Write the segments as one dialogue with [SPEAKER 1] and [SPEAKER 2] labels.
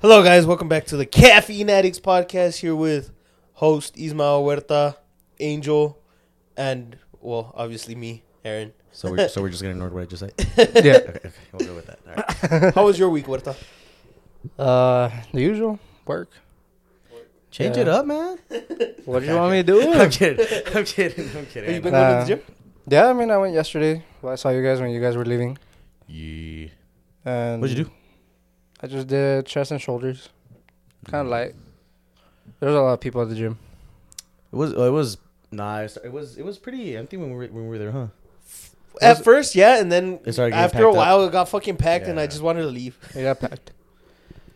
[SPEAKER 1] Hello, guys. Welcome back to the Caffeine Addicts podcast. Here with host Ismael Huerta, Angel, and well, obviously me, Aaron.
[SPEAKER 2] So we're, so we're just gonna ignore what I just said.
[SPEAKER 3] Yeah.
[SPEAKER 2] Okay, okay, we'll go with that. All right.
[SPEAKER 1] How was your week, Huerta?
[SPEAKER 3] Uh, the usual work.
[SPEAKER 2] Change
[SPEAKER 3] Yeah.
[SPEAKER 2] it up, man.
[SPEAKER 3] What do you want me to do?
[SPEAKER 2] I'm kidding. I'm kidding. I'm kidding.
[SPEAKER 1] Have you been
[SPEAKER 3] Nah.
[SPEAKER 1] going to the gym?
[SPEAKER 3] yeah, I mean, I went yesterday. Well, I saw you guys when you guys were leaving.
[SPEAKER 2] Yeah.
[SPEAKER 3] And
[SPEAKER 2] What'd you do?
[SPEAKER 3] I just did chest and shoulders. Kind of light. There's a lot of people at the gym.
[SPEAKER 2] It was. It was nice. It was. It was pretty empty when we were, when we were there, huh?
[SPEAKER 1] At first, yeah, and then
[SPEAKER 2] It started getting
[SPEAKER 1] after a
[SPEAKER 2] packed up.
[SPEAKER 1] while, it got fucking packed, and I
[SPEAKER 2] Yeah.
[SPEAKER 1] just wanted to leave.
[SPEAKER 3] It got packed.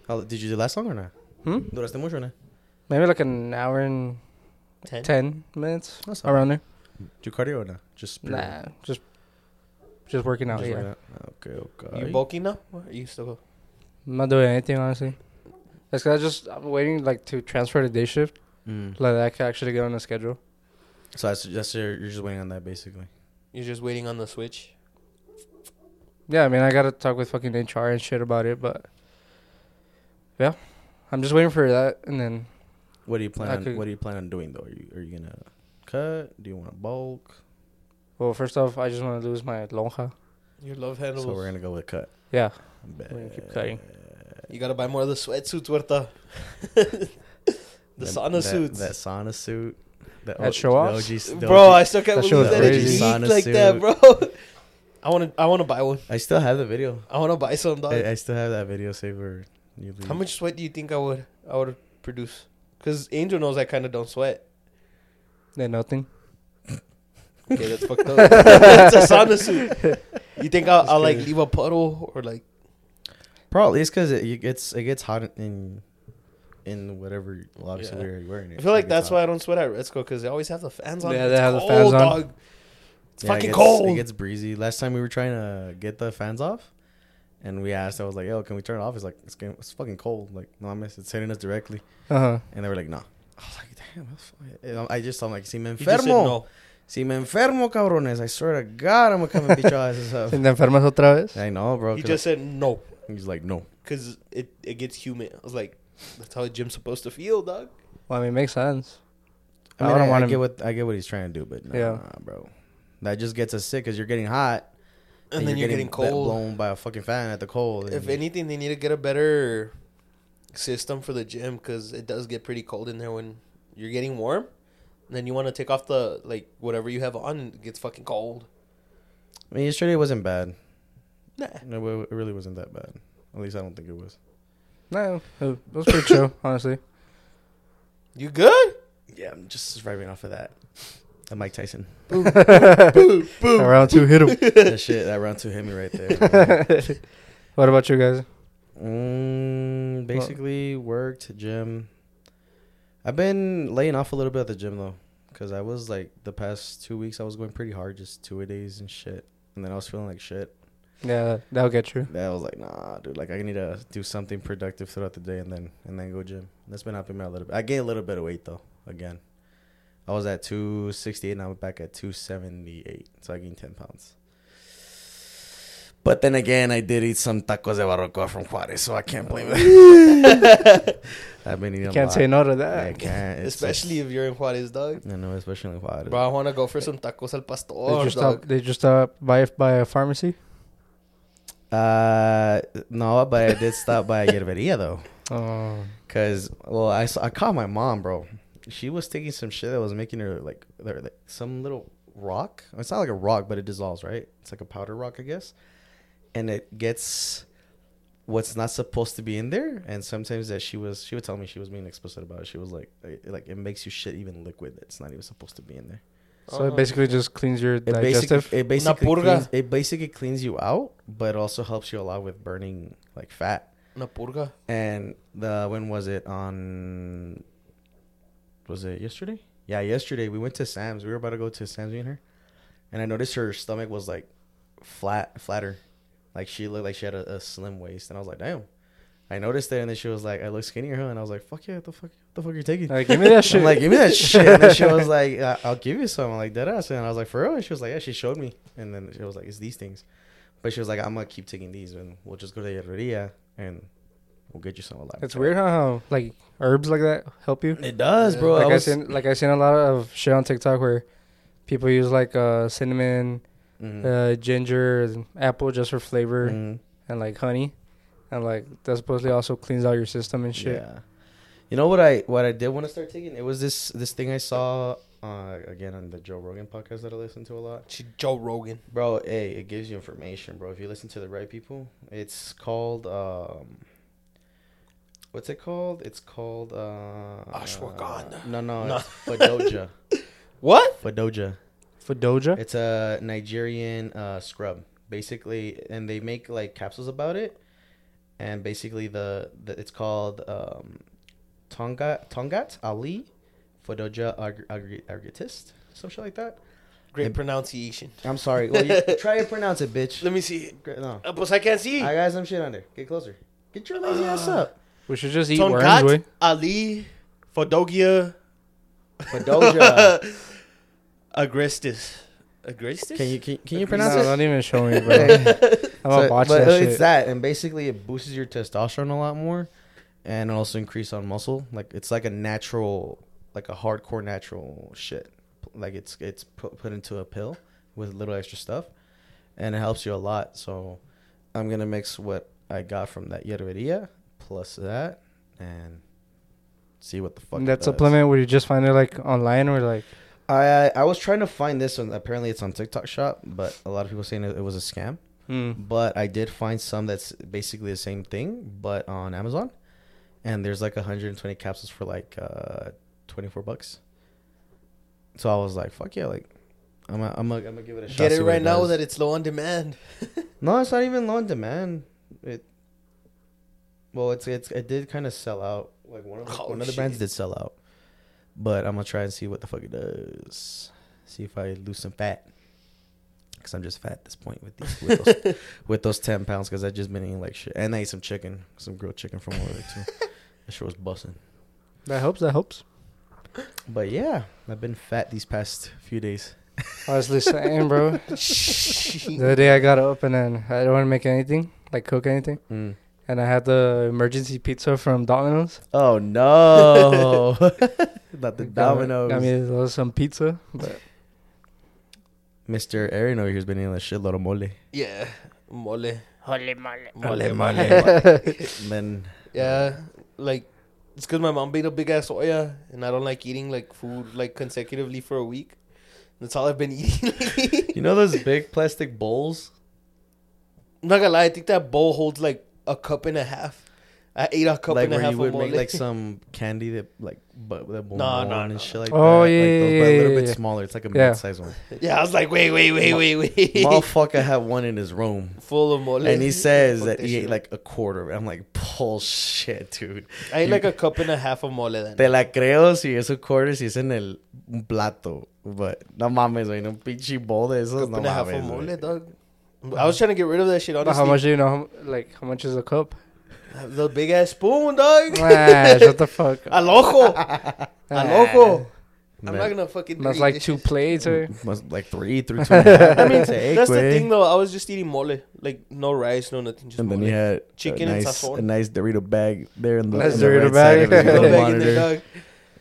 [SPEAKER 2] How, did you do last long or not?
[SPEAKER 3] Hmm?
[SPEAKER 2] Duraste mucho, or not?
[SPEAKER 3] Maybe like an hour and
[SPEAKER 1] Ten.
[SPEAKER 3] 10 minutes
[SPEAKER 2] That's not
[SPEAKER 3] around there.
[SPEAKER 2] Do cardio or not? Just pure-
[SPEAKER 3] Nah, just just working out.
[SPEAKER 2] just
[SPEAKER 3] yeah.
[SPEAKER 2] working out? Okay. Okay.
[SPEAKER 1] You bulking now? Or are you still?
[SPEAKER 3] I'm not doing anything, honestly. That's 'cause I just, I'm waiting like to transfer to day shift.
[SPEAKER 2] Mm.
[SPEAKER 3] Like, I can actually get on a schedule.
[SPEAKER 2] So that's, that's your, you're just waiting on that basically.
[SPEAKER 1] You're just waiting on the switch.
[SPEAKER 3] Yeah, I mean, I gotta talk with fucking HR and shit about it, but yeah, I'm just waiting for that, and then
[SPEAKER 2] What do you plan?
[SPEAKER 3] I
[SPEAKER 2] On,
[SPEAKER 3] could-
[SPEAKER 2] What do you plan on doing though? Are you Are you gonna cut? Do you want to bulk?
[SPEAKER 3] well, first off, I just want to lose my lonja.
[SPEAKER 1] Your love handles.
[SPEAKER 2] So we're gonna go with cut.
[SPEAKER 3] Yeah,
[SPEAKER 2] Bet.
[SPEAKER 3] we're gonna keep cutting.
[SPEAKER 1] You gotta buy more of the sweatsuits, Huerta. the
[SPEAKER 2] That-
[SPEAKER 1] sauna
[SPEAKER 2] that-
[SPEAKER 1] suits.
[SPEAKER 2] That sauna suit. oh,
[SPEAKER 3] That show off?
[SPEAKER 1] bro, I still can't
[SPEAKER 3] that
[SPEAKER 1] believe
[SPEAKER 3] show's
[SPEAKER 1] that it
[SPEAKER 3] crazy.
[SPEAKER 1] leaked
[SPEAKER 2] Sauna
[SPEAKER 1] like that,
[SPEAKER 2] suit.
[SPEAKER 1] bro. I want to. I want to buy one.
[SPEAKER 2] I still have the video.
[SPEAKER 1] I want to buy some, dog.
[SPEAKER 2] I, I still have that video saved where you leave.
[SPEAKER 1] How much sweat do you think I would I would produce? Because Angel knows I kind of don't sweat.
[SPEAKER 3] then nothing.
[SPEAKER 1] Okay, that's fucked up. it's a sauna suit. You think I'll, I'll like leave a puddle or like?
[SPEAKER 2] Probably it's because it you- gets it gets hot in in whatever. Well, obviously
[SPEAKER 1] Yeah.
[SPEAKER 2] we're already wearing it.
[SPEAKER 1] I feel like that's why I don't sweat at Redsco because they always have the fans on.
[SPEAKER 3] Yeah,
[SPEAKER 1] It's
[SPEAKER 3] they have the fans on.
[SPEAKER 1] dog. It's fucking cold.
[SPEAKER 2] It gets breezy. Last time we were trying to get the fans off, and we asked. I was like, "Yo, can we turn it off?" It's like it's getting, it's fucking cold. Like no, I miss it's hitting us directly,
[SPEAKER 3] Uh huh.
[SPEAKER 2] and they were like, "No." I was like, "Damn." that's fu- and I just I'm like, "Si me
[SPEAKER 1] You just said
[SPEAKER 2] enfermo, si me enfermo, cabrones." I swear to God, I'm gonna come and beat your asses up.
[SPEAKER 3] And then enfermas otra vez.
[SPEAKER 2] I know,
[SPEAKER 1] no.
[SPEAKER 2] bro.
[SPEAKER 1] He
[SPEAKER 2] 'cause
[SPEAKER 1] just said no
[SPEAKER 2] he's like, "No."
[SPEAKER 1] because it it gets humid. I was like, that's how a gym's supposed to feel, dog.
[SPEAKER 3] Well, I mean, makes sense.
[SPEAKER 2] I
[SPEAKER 3] I
[SPEAKER 2] mean, I,
[SPEAKER 3] wouldn't
[SPEAKER 2] I
[SPEAKER 3] want him-
[SPEAKER 2] get what I get what he's trying to do, but nah,
[SPEAKER 3] Yeah.
[SPEAKER 2] bro, that just gets us sick because you're getting hot
[SPEAKER 1] And, then you're, getting
[SPEAKER 2] bl-
[SPEAKER 1] cold.
[SPEAKER 2] blown by a fucking fan at the cold.
[SPEAKER 1] If
[SPEAKER 2] and-
[SPEAKER 1] anything, they need to get a better system for the gym because it does get pretty cold in there when you're getting warm. And then you want to take off the like whatever you have on, and it gets fucking cold.
[SPEAKER 2] I mean, yesterday wasn't bad.
[SPEAKER 1] Nah,
[SPEAKER 2] No, it- it really wasn't that bad. At least I don't think it was.
[SPEAKER 3] No, it was pretty chill, honestly.
[SPEAKER 1] you good?
[SPEAKER 2] Yeah, I'm just surviving off of that. The Mike Tyson.
[SPEAKER 3] Round two, hit him.
[SPEAKER 2] that shit, that round two hit me right there.
[SPEAKER 3] what about you guys?
[SPEAKER 2] mm, basically, worked gym. I've been laying off a little bit at the gym though, because I was like the past two weeks I was going pretty hard, just two a days and shit, and then I was feeling like shit.
[SPEAKER 3] Yeah, that'll get you.
[SPEAKER 2] That I was like, nah, dude. Like, I need to do something productive throughout the day, and then and then go gym. That's been helping me out a little bit. I gained a little bit of weight though. Again, I was at two sixty eight, and I'm back at two seventy eight. So I gained ten pounds. But then again, I did eat some tacos de barrocoa from Juarez, so I can't blame it. I've been eating.
[SPEAKER 3] You
[SPEAKER 2] a
[SPEAKER 3] can't
[SPEAKER 2] lot.
[SPEAKER 3] say no to
[SPEAKER 2] I
[SPEAKER 3] that.
[SPEAKER 2] can't, it's
[SPEAKER 1] Especially if you're in Juarez, dog.
[SPEAKER 2] Just, I know, especially in Juarez.
[SPEAKER 1] Bro, I want to go for some tacos al pastor,
[SPEAKER 2] Oh,
[SPEAKER 3] Did you
[SPEAKER 1] dog.
[SPEAKER 3] stop? Did you stop by by a pharmacy?
[SPEAKER 2] Uh, no, but I did stop by a yerberia though.
[SPEAKER 3] Oh,
[SPEAKER 2] Cause well, I saw, I caught my mom, bro. She was taking some shit that was making her like, there- like, some little rock. It's not like a rock, but it dissolves, right? It's like a powder rock, I guess. And it gets what's not supposed to be in there. And sometimes that she was, she would tell me she was being explicit about it. She was like, it, like it makes you shit even liquid that's not even supposed to be in there.
[SPEAKER 3] so it
[SPEAKER 1] Oh.
[SPEAKER 3] basically just cleans your
[SPEAKER 2] It
[SPEAKER 3] digestive.
[SPEAKER 2] basically, it basically,
[SPEAKER 1] purga.
[SPEAKER 2] cleans, it basically cleans you out, but also helps you a lot with burning like fat.
[SPEAKER 1] Una purga.
[SPEAKER 2] And the when was it on? Was it yesterday? Yeah, yesterday we went to Sam's. We were about to go to Sam's me and her, and I noticed her stomach was like flat, flatter. Like she looked like she had a, a slim waist, and I was like, damn. I noticed it, and then she was like, I look skinnier, huh? And I was like, fuck yeah, what the fuck, what the fuck you taking?
[SPEAKER 3] Like, give me that shit.
[SPEAKER 2] I'm like, give me that shit. And then she was like, I- I'll give you some. I'm like, dead ass. And I was like, for real? And she was like, yeah, she showed me. And then she was like, it's these things. But she was like, I'm going to keep taking these and we'll just go to the herreria and We'll get you some alive.
[SPEAKER 3] It's weird how, how like herbs like that help you.
[SPEAKER 2] It does,
[SPEAKER 1] Yeah.
[SPEAKER 2] bro.
[SPEAKER 3] like
[SPEAKER 2] I
[SPEAKER 3] I,
[SPEAKER 2] was,
[SPEAKER 3] seen like I seen a lot of shit on TikTok where people use like uh cinnamon,
[SPEAKER 2] Mhm.
[SPEAKER 3] uh ginger, and apple just for flavor
[SPEAKER 2] Mhm.
[SPEAKER 3] and like honey. And like that supposedly also cleans out your system and shit.
[SPEAKER 2] Yeah. You know what I what I did want to start taking? It was this this thing I saw uh, again on the Joe Rogan podcast that I listen to a lot.
[SPEAKER 1] Ch- Joe Rogan.
[SPEAKER 2] Bro, hey, it gives you information, bro. If you listen to the right people, it's called um What's it called? It's called uh
[SPEAKER 1] Ashwagandha.
[SPEAKER 2] No, no,
[SPEAKER 1] No.
[SPEAKER 2] it's Fadoja.
[SPEAKER 1] What?
[SPEAKER 2] Fadoja.
[SPEAKER 3] For Doja,
[SPEAKER 2] It's a Nigerian uh, scrub, basically, and they make like capsules about it. And basically, the, the it's called um, Tonga Tongat Ali Fodoja Agri- Agri- Agritist, some shit like that.
[SPEAKER 1] Great
[SPEAKER 2] It-
[SPEAKER 1] pronunciation.
[SPEAKER 2] I'm sorry. Well, you, try and pronounce it, bitch.
[SPEAKER 1] Let me see.
[SPEAKER 2] Gra- No,
[SPEAKER 1] Uh, but I can't see.
[SPEAKER 2] I got some shit on there. Get closer. Get your lazy ass
[SPEAKER 1] Uh.
[SPEAKER 2] up.
[SPEAKER 3] we should just eat worms,
[SPEAKER 1] Tonkat
[SPEAKER 3] way.
[SPEAKER 1] Ali Fodogia
[SPEAKER 2] Fodoja.
[SPEAKER 1] Agrestis. Agrestis?
[SPEAKER 2] Can you can, can you
[SPEAKER 3] No,
[SPEAKER 2] pronounce it?
[SPEAKER 3] don't even show me, bro. I'm
[SPEAKER 2] So-
[SPEAKER 3] gonna watch
[SPEAKER 2] but
[SPEAKER 3] that
[SPEAKER 2] it's
[SPEAKER 3] shit.
[SPEAKER 2] that, and basically it boosts your testosterone a lot more, and it also increase on muscle. Like it's like a natural, like a hardcore natural shit. Like it's it's put, put into a pill with a little extra stuff, and it helps you a lot. So I'm gonna mix what I got from that yerberia plus that, and see what the fuck. it
[SPEAKER 3] that
[SPEAKER 2] does.
[SPEAKER 3] supplement where you just find it like online or like
[SPEAKER 2] I I was trying to find this one. Apparently it's on TikTok Shop, but a lot of people saying it, it was a scam
[SPEAKER 1] Mm-hmm.
[SPEAKER 3] hmm,
[SPEAKER 2] but I did find some that's basically the same thing, but on Amazon. And there's like 120 capsules for like uh, 24 bucks. So I was like, fuck yeah, like I'm gonna I'm gonna I'm gonna give it a shot.
[SPEAKER 1] Get
[SPEAKER 2] see
[SPEAKER 1] it
[SPEAKER 2] what
[SPEAKER 1] right now
[SPEAKER 2] does.
[SPEAKER 1] that it's low on demand.
[SPEAKER 2] No, it's not even low on demand. It well, it's it's it did kind of sell out. Like one of the,
[SPEAKER 1] Oh,
[SPEAKER 2] one of the brands
[SPEAKER 1] shit.
[SPEAKER 2] did sell out, but I'm gonna try and see what the fuck it does. See if I lose some fat, cause I'm just fat at this point with these with those, with those ten pounds, cause I just been eating like shit, and I ate some chicken, some grilled chicken from over there too. that shit was busting.
[SPEAKER 3] that helps. That helps.
[SPEAKER 2] But yeah, I've been fat these past few days.
[SPEAKER 3] Honestly, same, bro. The other day I got up and then I don't want to make anything, like cook anything, and I had the emergency pizza from Domino's.
[SPEAKER 2] Oh no, not the
[SPEAKER 3] Got me-
[SPEAKER 2] dominoes.
[SPEAKER 3] Got me a little some pizza, but
[SPEAKER 2] Mr. Aaron over here's been eating a shitload of mole.
[SPEAKER 1] yeah. Mole.
[SPEAKER 4] Holy moly.
[SPEAKER 1] Mole,
[SPEAKER 2] Then
[SPEAKER 1] Yeah. Like, it's because my mom made a big ass olla, and I don't like eating like food like consecutively for a week. That's all I've been eating.
[SPEAKER 2] you know those big plastic bowls?
[SPEAKER 1] I'm not gonna lie, I think that bowl holds like a cup and a half. I ate a cup
[SPEAKER 2] like
[SPEAKER 1] and a
[SPEAKER 2] where
[SPEAKER 1] half
[SPEAKER 2] you would
[SPEAKER 1] of mole.
[SPEAKER 2] make like some candy that like but that
[SPEAKER 1] No,
[SPEAKER 2] bonbon
[SPEAKER 1] no,
[SPEAKER 2] and
[SPEAKER 1] no.
[SPEAKER 2] shit like
[SPEAKER 3] Oh,
[SPEAKER 2] that.
[SPEAKER 3] yeah,
[SPEAKER 2] like those,
[SPEAKER 3] yeah,
[SPEAKER 2] but a
[SPEAKER 3] yeah,
[SPEAKER 2] little
[SPEAKER 3] yeah,
[SPEAKER 2] bit
[SPEAKER 3] yeah.
[SPEAKER 2] smaller. It's like a
[SPEAKER 3] Yeah.
[SPEAKER 2] mid-sized one.
[SPEAKER 1] yeah, I was like, wait, wait, wait, wait, wait.
[SPEAKER 2] Motherfucker had one in his room.
[SPEAKER 1] Full of mole.
[SPEAKER 2] And he says
[SPEAKER 1] Fuck
[SPEAKER 2] that he
[SPEAKER 1] shit.
[SPEAKER 2] ate like a quarter. of it. I'm like, bullshit, dude.
[SPEAKER 1] I ate like a cup and a half of mole then.
[SPEAKER 2] Te la creo si es un quarter, si es en el un plato. But no mames, güey. en Un pinche bowl de esos,
[SPEAKER 1] cup
[SPEAKER 2] no
[SPEAKER 1] and a half
[SPEAKER 2] mames.
[SPEAKER 1] of mole,
[SPEAKER 2] güey.
[SPEAKER 1] dog. I was trying to get rid of that shit. Honestly,
[SPEAKER 3] but how much do you know? How, like how much is a cup?
[SPEAKER 1] The big ass spoon, dog.
[SPEAKER 3] ah, shut the fuck. up.
[SPEAKER 1] Al ojo. Al ojo. I'm
[SPEAKER 2] Man.
[SPEAKER 1] not gonna fucking.
[SPEAKER 3] That's
[SPEAKER 1] eat
[SPEAKER 3] like
[SPEAKER 1] this
[SPEAKER 3] two
[SPEAKER 1] shit.
[SPEAKER 3] plates. Or,
[SPEAKER 2] Must- like three through two. I mean,
[SPEAKER 1] That's the thing though. I was just eating mole, like no rice, no nothing, just
[SPEAKER 2] eh? And then
[SPEAKER 1] mole.
[SPEAKER 2] he had
[SPEAKER 1] Chicken
[SPEAKER 2] a
[SPEAKER 1] and
[SPEAKER 2] nice,
[SPEAKER 1] sazon.
[SPEAKER 2] a nice Dorito bag there in the,
[SPEAKER 3] Nice
[SPEAKER 2] in the
[SPEAKER 3] Dorito
[SPEAKER 2] right side of
[SPEAKER 3] bag.
[SPEAKER 2] his
[SPEAKER 1] Go
[SPEAKER 2] little
[SPEAKER 1] back in
[SPEAKER 2] monitor.
[SPEAKER 1] there, dog.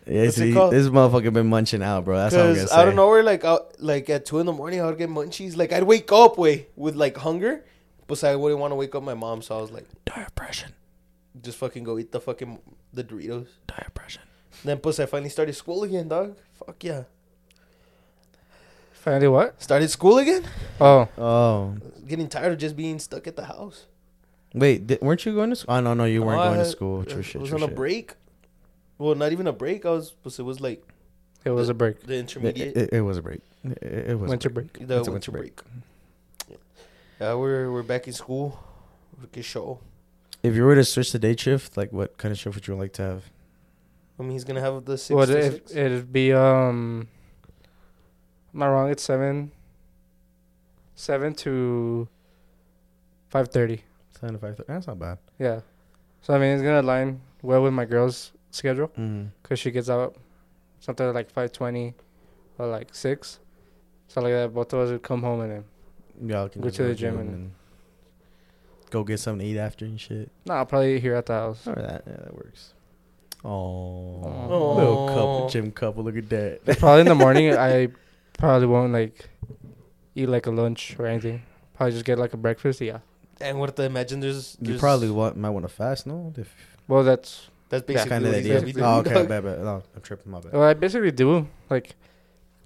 [SPEAKER 2] Yeah,
[SPEAKER 1] What's it
[SPEAKER 2] see,
[SPEAKER 1] called?
[SPEAKER 2] this motherfucker been munching out, bro. That's all I'm gonna
[SPEAKER 1] Because
[SPEAKER 2] say.
[SPEAKER 1] I don't know where, like, I, like at two in the morning, I would get munchies. Like, I'd wake up way with like hunger, but I wouldn't want to wake up my mom, so I was like,
[SPEAKER 2] Depression.
[SPEAKER 1] just fucking go eat the fucking the Doritos.
[SPEAKER 2] Depression.
[SPEAKER 1] Then, plus, I finally started school again, dog. Fuck yeah,
[SPEAKER 3] finally, what?
[SPEAKER 1] started school again.
[SPEAKER 3] Oh,
[SPEAKER 2] Oh
[SPEAKER 1] Getting tired of just being stuck at the house.
[SPEAKER 2] wait, di- weren't you going to school? Oh no, no, you weren't
[SPEAKER 1] No, I
[SPEAKER 2] going to
[SPEAKER 1] had-
[SPEAKER 2] school. True
[SPEAKER 1] I
[SPEAKER 2] shit.
[SPEAKER 1] Uh, was
[SPEAKER 2] true
[SPEAKER 1] on a
[SPEAKER 2] shit.
[SPEAKER 1] break. Well, not even a break. I was. Plus, it was like
[SPEAKER 3] it was a break.
[SPEAKER 1] the
[SPEAKER 2] It,
[SPEAKER 1] intermediate,
[SPEAKER 2] it- it was a break. It, it was. a
[SPEAKER 3] Winter break.
[SPEAKER 1] the
[SPEAKER 2] it's
[SPEAKER 1] winter,
[SPEAKER 2] a winter
[SPEAKER 1] break. Yeah, we're we're back in school. Good show.
[SPEAKER 2] break. If you were to switch to day shift, like what kind of shift would you like to have?
[SPEAKER 1] I mean, he's gonna have the six.
[SPEAKER 3] What
[SPEAKER 1] to
[SPEAKER 3] if
[SPEAKER 1] six.
[SPEAKER 3] it'd be um? Am I wrong? It's seven. Seven to. Five thirty.
[SPEAKER 2] Seven to five thirty. That's not bad.
[SPEAKER 3] Yeah. So I mean, it's gonna align well with my girl's schedule
[SPEAKER 2] Mm.
[SPEAKER 3] because she gets out something like five twenty or like six. uh, So like that, both of us would come home and then
[SPEAKER 2] Yeah, I can
[SPEAKER 3] Go
[SPEAKER 2] just
[SPEAKER 3] to the gym and-
[SPEAKER 2] go get something to eat after and shit.
[SPEAKER 3] No, I'll probably eat here at the house.
[SPEAKER 2] Or that. Yeah, that works. Oh,
[SPEAKER 3] Aw.
[SPEAKER 2] little couple, gym couple. Look at that.
[SPEAKER 3] probably in the morning. I probably won't like eat like a lunch or anything. Probably just get like a breakfast. Yeah.
[SPEAKER 1] And what if the imagine there's, there's
[SPEAKER 2] you probably want, might want to fast, no? If
[SPEAKER 3] Well, that's
[SPEAKER 1] that's basically Oh.
[SPEAKER 2] that's kind of the
[SPEAKER 1] what he's
[SPEAKER 2] idea.
[SPEAKER 1] gonna be
[SPEAKER 2] Oh,
[SPEAKER 1] doing,
[SPEAKER 2] okay, bad,
[SPEAKER 1] dog.
[SPEAKER 2] bad. No, I'm tripping. My bad.
[SPEAKER 3] well, I basically do like,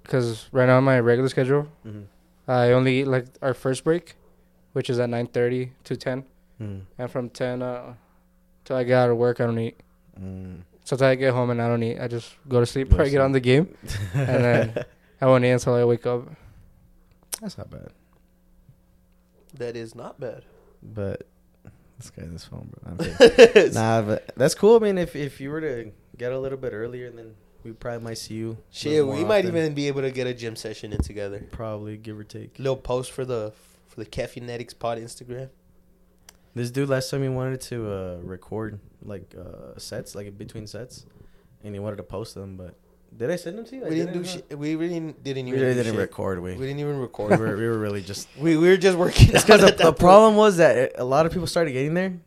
[SPEAKER 3] cause right now on my regular schedule,
[SPEAKER 2] Mhm.
[SPEAKER 3] I only eat like our first break, which is at nine thirty to ten,
[SPEAKER 2] Mm.
[SPEAKER 3] and from ten uh, till I get out of work, I don't eat.
[SPEAKER 2] Mm.
[SPEAKER 3] So till I get home and I don't eat, I just go to sleep.
[SPEAKER 2] Go to
[SPEAKER 3] Probably get on the game, and then I won't eat until I wake up.
[SPEAKER 2] That's not bad.
[SPEAKER 1] That is not bad.
[SPEAKER 2] But this guy, this phone, bro. I'm kidding. nah, but that's cool. I mean, if if you were to get a little bit earlier, then we probably might see you. a
[SPEAKER 1] Shit,
[SPEAKER 2] little
[SPEAKER 1] we
[SPEAKER 2] more
[SPEAKER 1] might
[SPEAKER 2] often.
[SPEAKER 1] even be able to get a gym session in together.
[SPEAKER 2] probably give or take.
[SPEAKER 1] Little post for the for the Caffeinetics Pod Instagram.
[SPEAKER 2] This dude last time he wanted to uh, record like uh, sets, like in between sets, and he wanted to post them. But did I send them to you? I
[SPEAKER 1] We didn't do
[SPEAKER 2] huh?
[SPEAKER 1] shit. We really didn't, didn't
[SPEAKER 2] We
[SPEAKER 1] even.
[SPEAKER 2] really
[SPEAKER 1] do
[SPEAKER 2] didn't
[SPEAKER 1] shit.
[SPEAKER 2] record. We
[SPEAKER 1] We
[SPEAKER 2] we
[SPEAKER 1] didn't even
[SPEAKER 2] were,
[SPEAKER 1] record.
[SPEAKER 2] we were really just
[SPEAKER 1] we we were just working.
[SPEAKER 2] It's
[SPEAKER 1] out
[SPEAKER 2] because the,
[SPEAKER 1] at that
[SPEAKER 2] the
[SPEAKER 1] point.
[SPEAKER 2] problem was that it- a lot of people started getting there,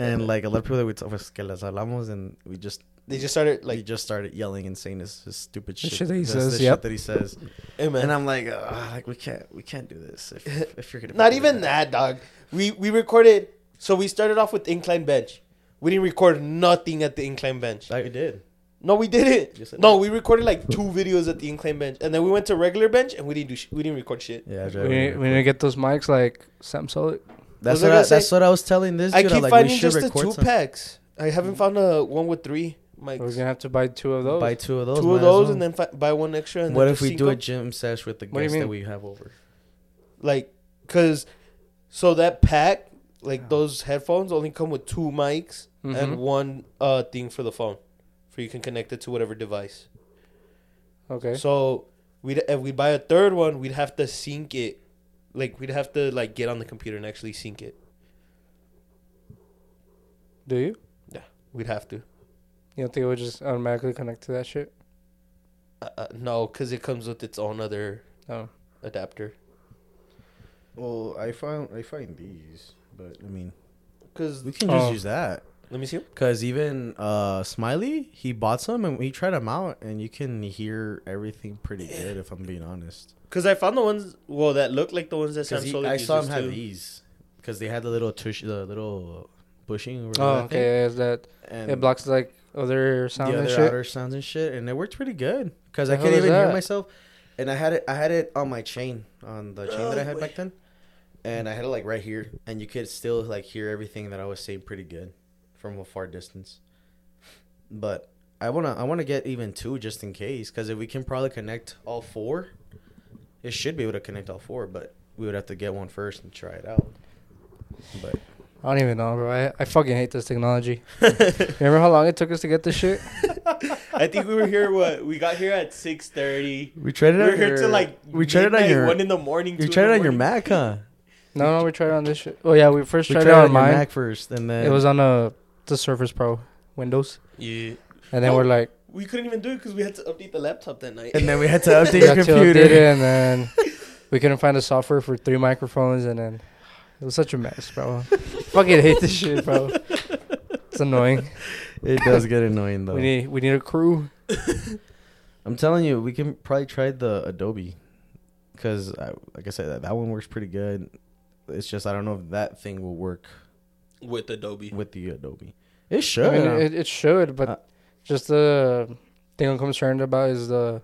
[SPEAKER 2] and like a lot of people that we talked was que las hablamos, and we just
[SPEAKER 1] They just started
[SPEAKER 2] like
[SPEAKER 1] like,
[SPEAKER 2] we just started yelling and saying this, this stupid
[SPEAKER 3] The
[SPEAKER 2] shit,
[SPEAKER 3] shit that he
[SPEAKER 2] this-
[SPEAKER 3] says,
[SPEAKER 2] this
[SPEAKER 3] yep.
[SPEAKER 2] shit that he says,
[SPEAKER 1] hey man.
[SPEAKER 2] and I'm like, "Ugh, like we can't, we can't do this if, if you're gonna
[SPEAKER 1] Not
[SPEAKER 2] be doing
[SPEAKER 1] even that, dog. We we recorded. So we started off with incline bench. We didn't record nothing at the incline bench.
[SPEAKER 2] Like we did.
[SPEAKER 1] No, we didn't.
[SPEAKER 2] Yes, I
[SPEAKER 1] no, we recorded like two videos at the incline bench, and then we went to regular bench, and we didn't do. Sh- we didn't record shit.
[SPEAKER 2] Yeah, that's
[SPEAKER 3] We
[SPEAKER 2] right.
[SPEAKER 3] need, we need to get those mics like Sam Solik.
[SPEAKER 2] that's
[SPEAKER 1] was
[SPEAKER 2] what
[SPEAKER 1] I
[SPEAKER 2] I,
[SPEAKER 1] gonna say-
[SPEAKER 2] that's what I was telling this dude.
[SPEAKER 1] I keep
[SPEAKER 2] like, we
[SPEAKER 1] finding
[SPEAKER 2] should
[SPEAKER 1] just the
[SPEAKER 2] record
[SPEAKER 1] two
[SPEAKER 2] some-
[SPEAKER 1] packs. I haven't found a one with three
[SPEAKER 3] We're gonna
[SPEAKER 1] mics.
[SPEAKER 3] have to buy two of those.
[SPEAKER 2] buy two of those,
[SPEAKER 1] two
[SPEAKER 2] might
[SPEAKER 1] of
[SPEAKER 2] as
[SPEAKER 1] those,
[SPEAKER 2] well.
[SPEAKER 1] and then fi- buy one extra. And
[SPEAKER 2] what
[SPEAKER 1] then
[SPEAKER 2] if we
[SPEAKER 1] just
[SPEAKER 2] do a
[SPEAKER 1] sync
[SPEAKER 2] gym sesh with the
[SPEAKER 3] What do you
[SPEAKER 2] guests that
[SPEAKER 3] mean?
[SPEAKER 2] we have over?
[SPEAKER 1] up? like, cause so that pack, like
[SPEAKER 2] Yeah. Mm-hmm.
[SPEAKER 1] those headphones, only come with two mics
[SPEAKER 3] Mhm.
[SPEAKER 1] and one uh thing for the phone, for you can connect it to whatever device.
[SPEAKER 3] Okay.
[SPEAKER 1] So we would if we buy a third one, we'd have to sync it. Like we'd have to like get on the computer and actually sync it.
[SPEAKER 3] Do you?
[SPEAKER 1] We'd have to.
[SPEAKER 3] You don't think it would just automatically connect to that shit?
[SPEAKER 1] Uh, uh, no, because it comes with its own other
[SPEAKER 3] Oh.
[SPEAKER 1] adapter.
[SPEAKER 2] Well, I found I find these, but I mean,
[SPEAKER 1] Because
[SPEAKER 2] we can just
[SPEAKER 3] Oh.
[SPEAKER 2] use that.
[SPEAKER 1] let me see.
[SPEAKER 2] Cause even uh, Smiley, he bought some and he tried them out, and you can hear everything pretty good. If I'm being honest,
[SPEAKER 1] Because I found the ones well that looked like the ones that Sam
[SPEAKER 2] because
[SPEAKER 1] Solik
[SPEAKER 2] I saw him
[SPEAKER 1] uses,
[SPEAKER 2] have
[SPEAKER 1] too.
[SPEAKER 2] these, because they had the little tush, the little bushing. Or
[SPEAKER 3] Oh,
[SPEAKER 2] whatever that
[SPEAKER 3] okay.
[SPEAKER 2] thing,
[SPEAKER 3] yeah, Is that
[SPEAKER 2] And
[SPEAKER 3] it blocks like other
[SPEAKER 2] the
[SPEAKER 3] sound
[SPEAKER 2] other
[SPEAKER 3] and shit?
[SPEAKER 2] outer sounds and shit, and it worked pretty good. Cause
[SPEAKER 3] The
[SPEAKER 2] I
[SPEAKER 3] hell
[SPEAKER 2] couldn't
[SPEAKER 3] is
[SPEAKER 2] even hear
[SPEAKER 3] that?
[SPEAKER 2] myself, and I had it, I had it on my chain, on the chain that I
[SPEAKER 1] Oh,
[SPEAKER 2] had back then, and I had it like right here, and you could still like hear everything that I was saying pretty good, from a far distance. But I wanna I wanna get even two just in case, cause if we can probably connect all four, it should be able to connect all four, but we would have to get one first and try it out. But
[SPEAKER 3] I don't even know, bro. I, I fucking hate this technology. Remember how long it took us to get this shit?
[SPEAKER 1] I think we were here. What we got here at six thirty.
[SPEAKER 2] we tried
[SPEAKER 1] We were here till like
[SPEAKER 2] we tried it on
[SPEAKER 1] midnight,
[SPEAKER 2] your
[SPEAKER 1] one in the morning.
[SPEAKER 2] you
[SPEAKER 1] two
[SPEAKER 2] tried
[SPEAKER 1] in
[SPEAKER 2] it
[SPEAKER 1] the
[SPEAKER 2] on your
[SPEAKER 1] morning.
[SPEAKER 2] Mac, huh?
[SPEAKER 3] No, no, we tried it on this shit. Oh yeah, we first
[SPEAKER 2] We
[SPEAKER 3] tried,
[SPEAKER 2] tried,
[SPEAKER 3] it
[SPEAKER 2] on,
[SPEAKER 3] on
[SPEAKER 2] your
[SPEAKER 3] mine.
[SPEAKER 2] Mac first, and then
[SPEAKER 3] It was on a the Surface Pro Windows,
[SPEAKER 1] Yeah,
[SPEAKER 3] and then
[SPEAKER 1] Oh,
[SPEAKER 3] we're like
[SPEAKER 1] we couldn't even do it because we had to update the laptop that night.
[SPEAKER 2] and then we had to update
[SPEAKER 3] we
[SPEAKER 2] your
[SPEAKER 3] got to update it,
[SPEAKER 2] computer.
[SPEAKER 3] and then we couldn't find the software for three microphones, and then it was such a mess, bro. fucking hate this shit, bro. It's annoying.
[SPEAKER 2] It does get annoying though.
[SPEAKER 3] We need we need a crew.
[SPEAKER 2] I'm telling you, we can probably try the Adobe, because like I said, that, that one works pretty good. It's just I don't know if that thing will work
[SPEAKER 1] with Adobe.
[SPEAKER 2] with the Adobe. It should.
[SPEAKER 3] I mean, it, it should, but
[SPEAKER 2] Uh,
[SPEAKER 3] just the thing I'm concerned about is the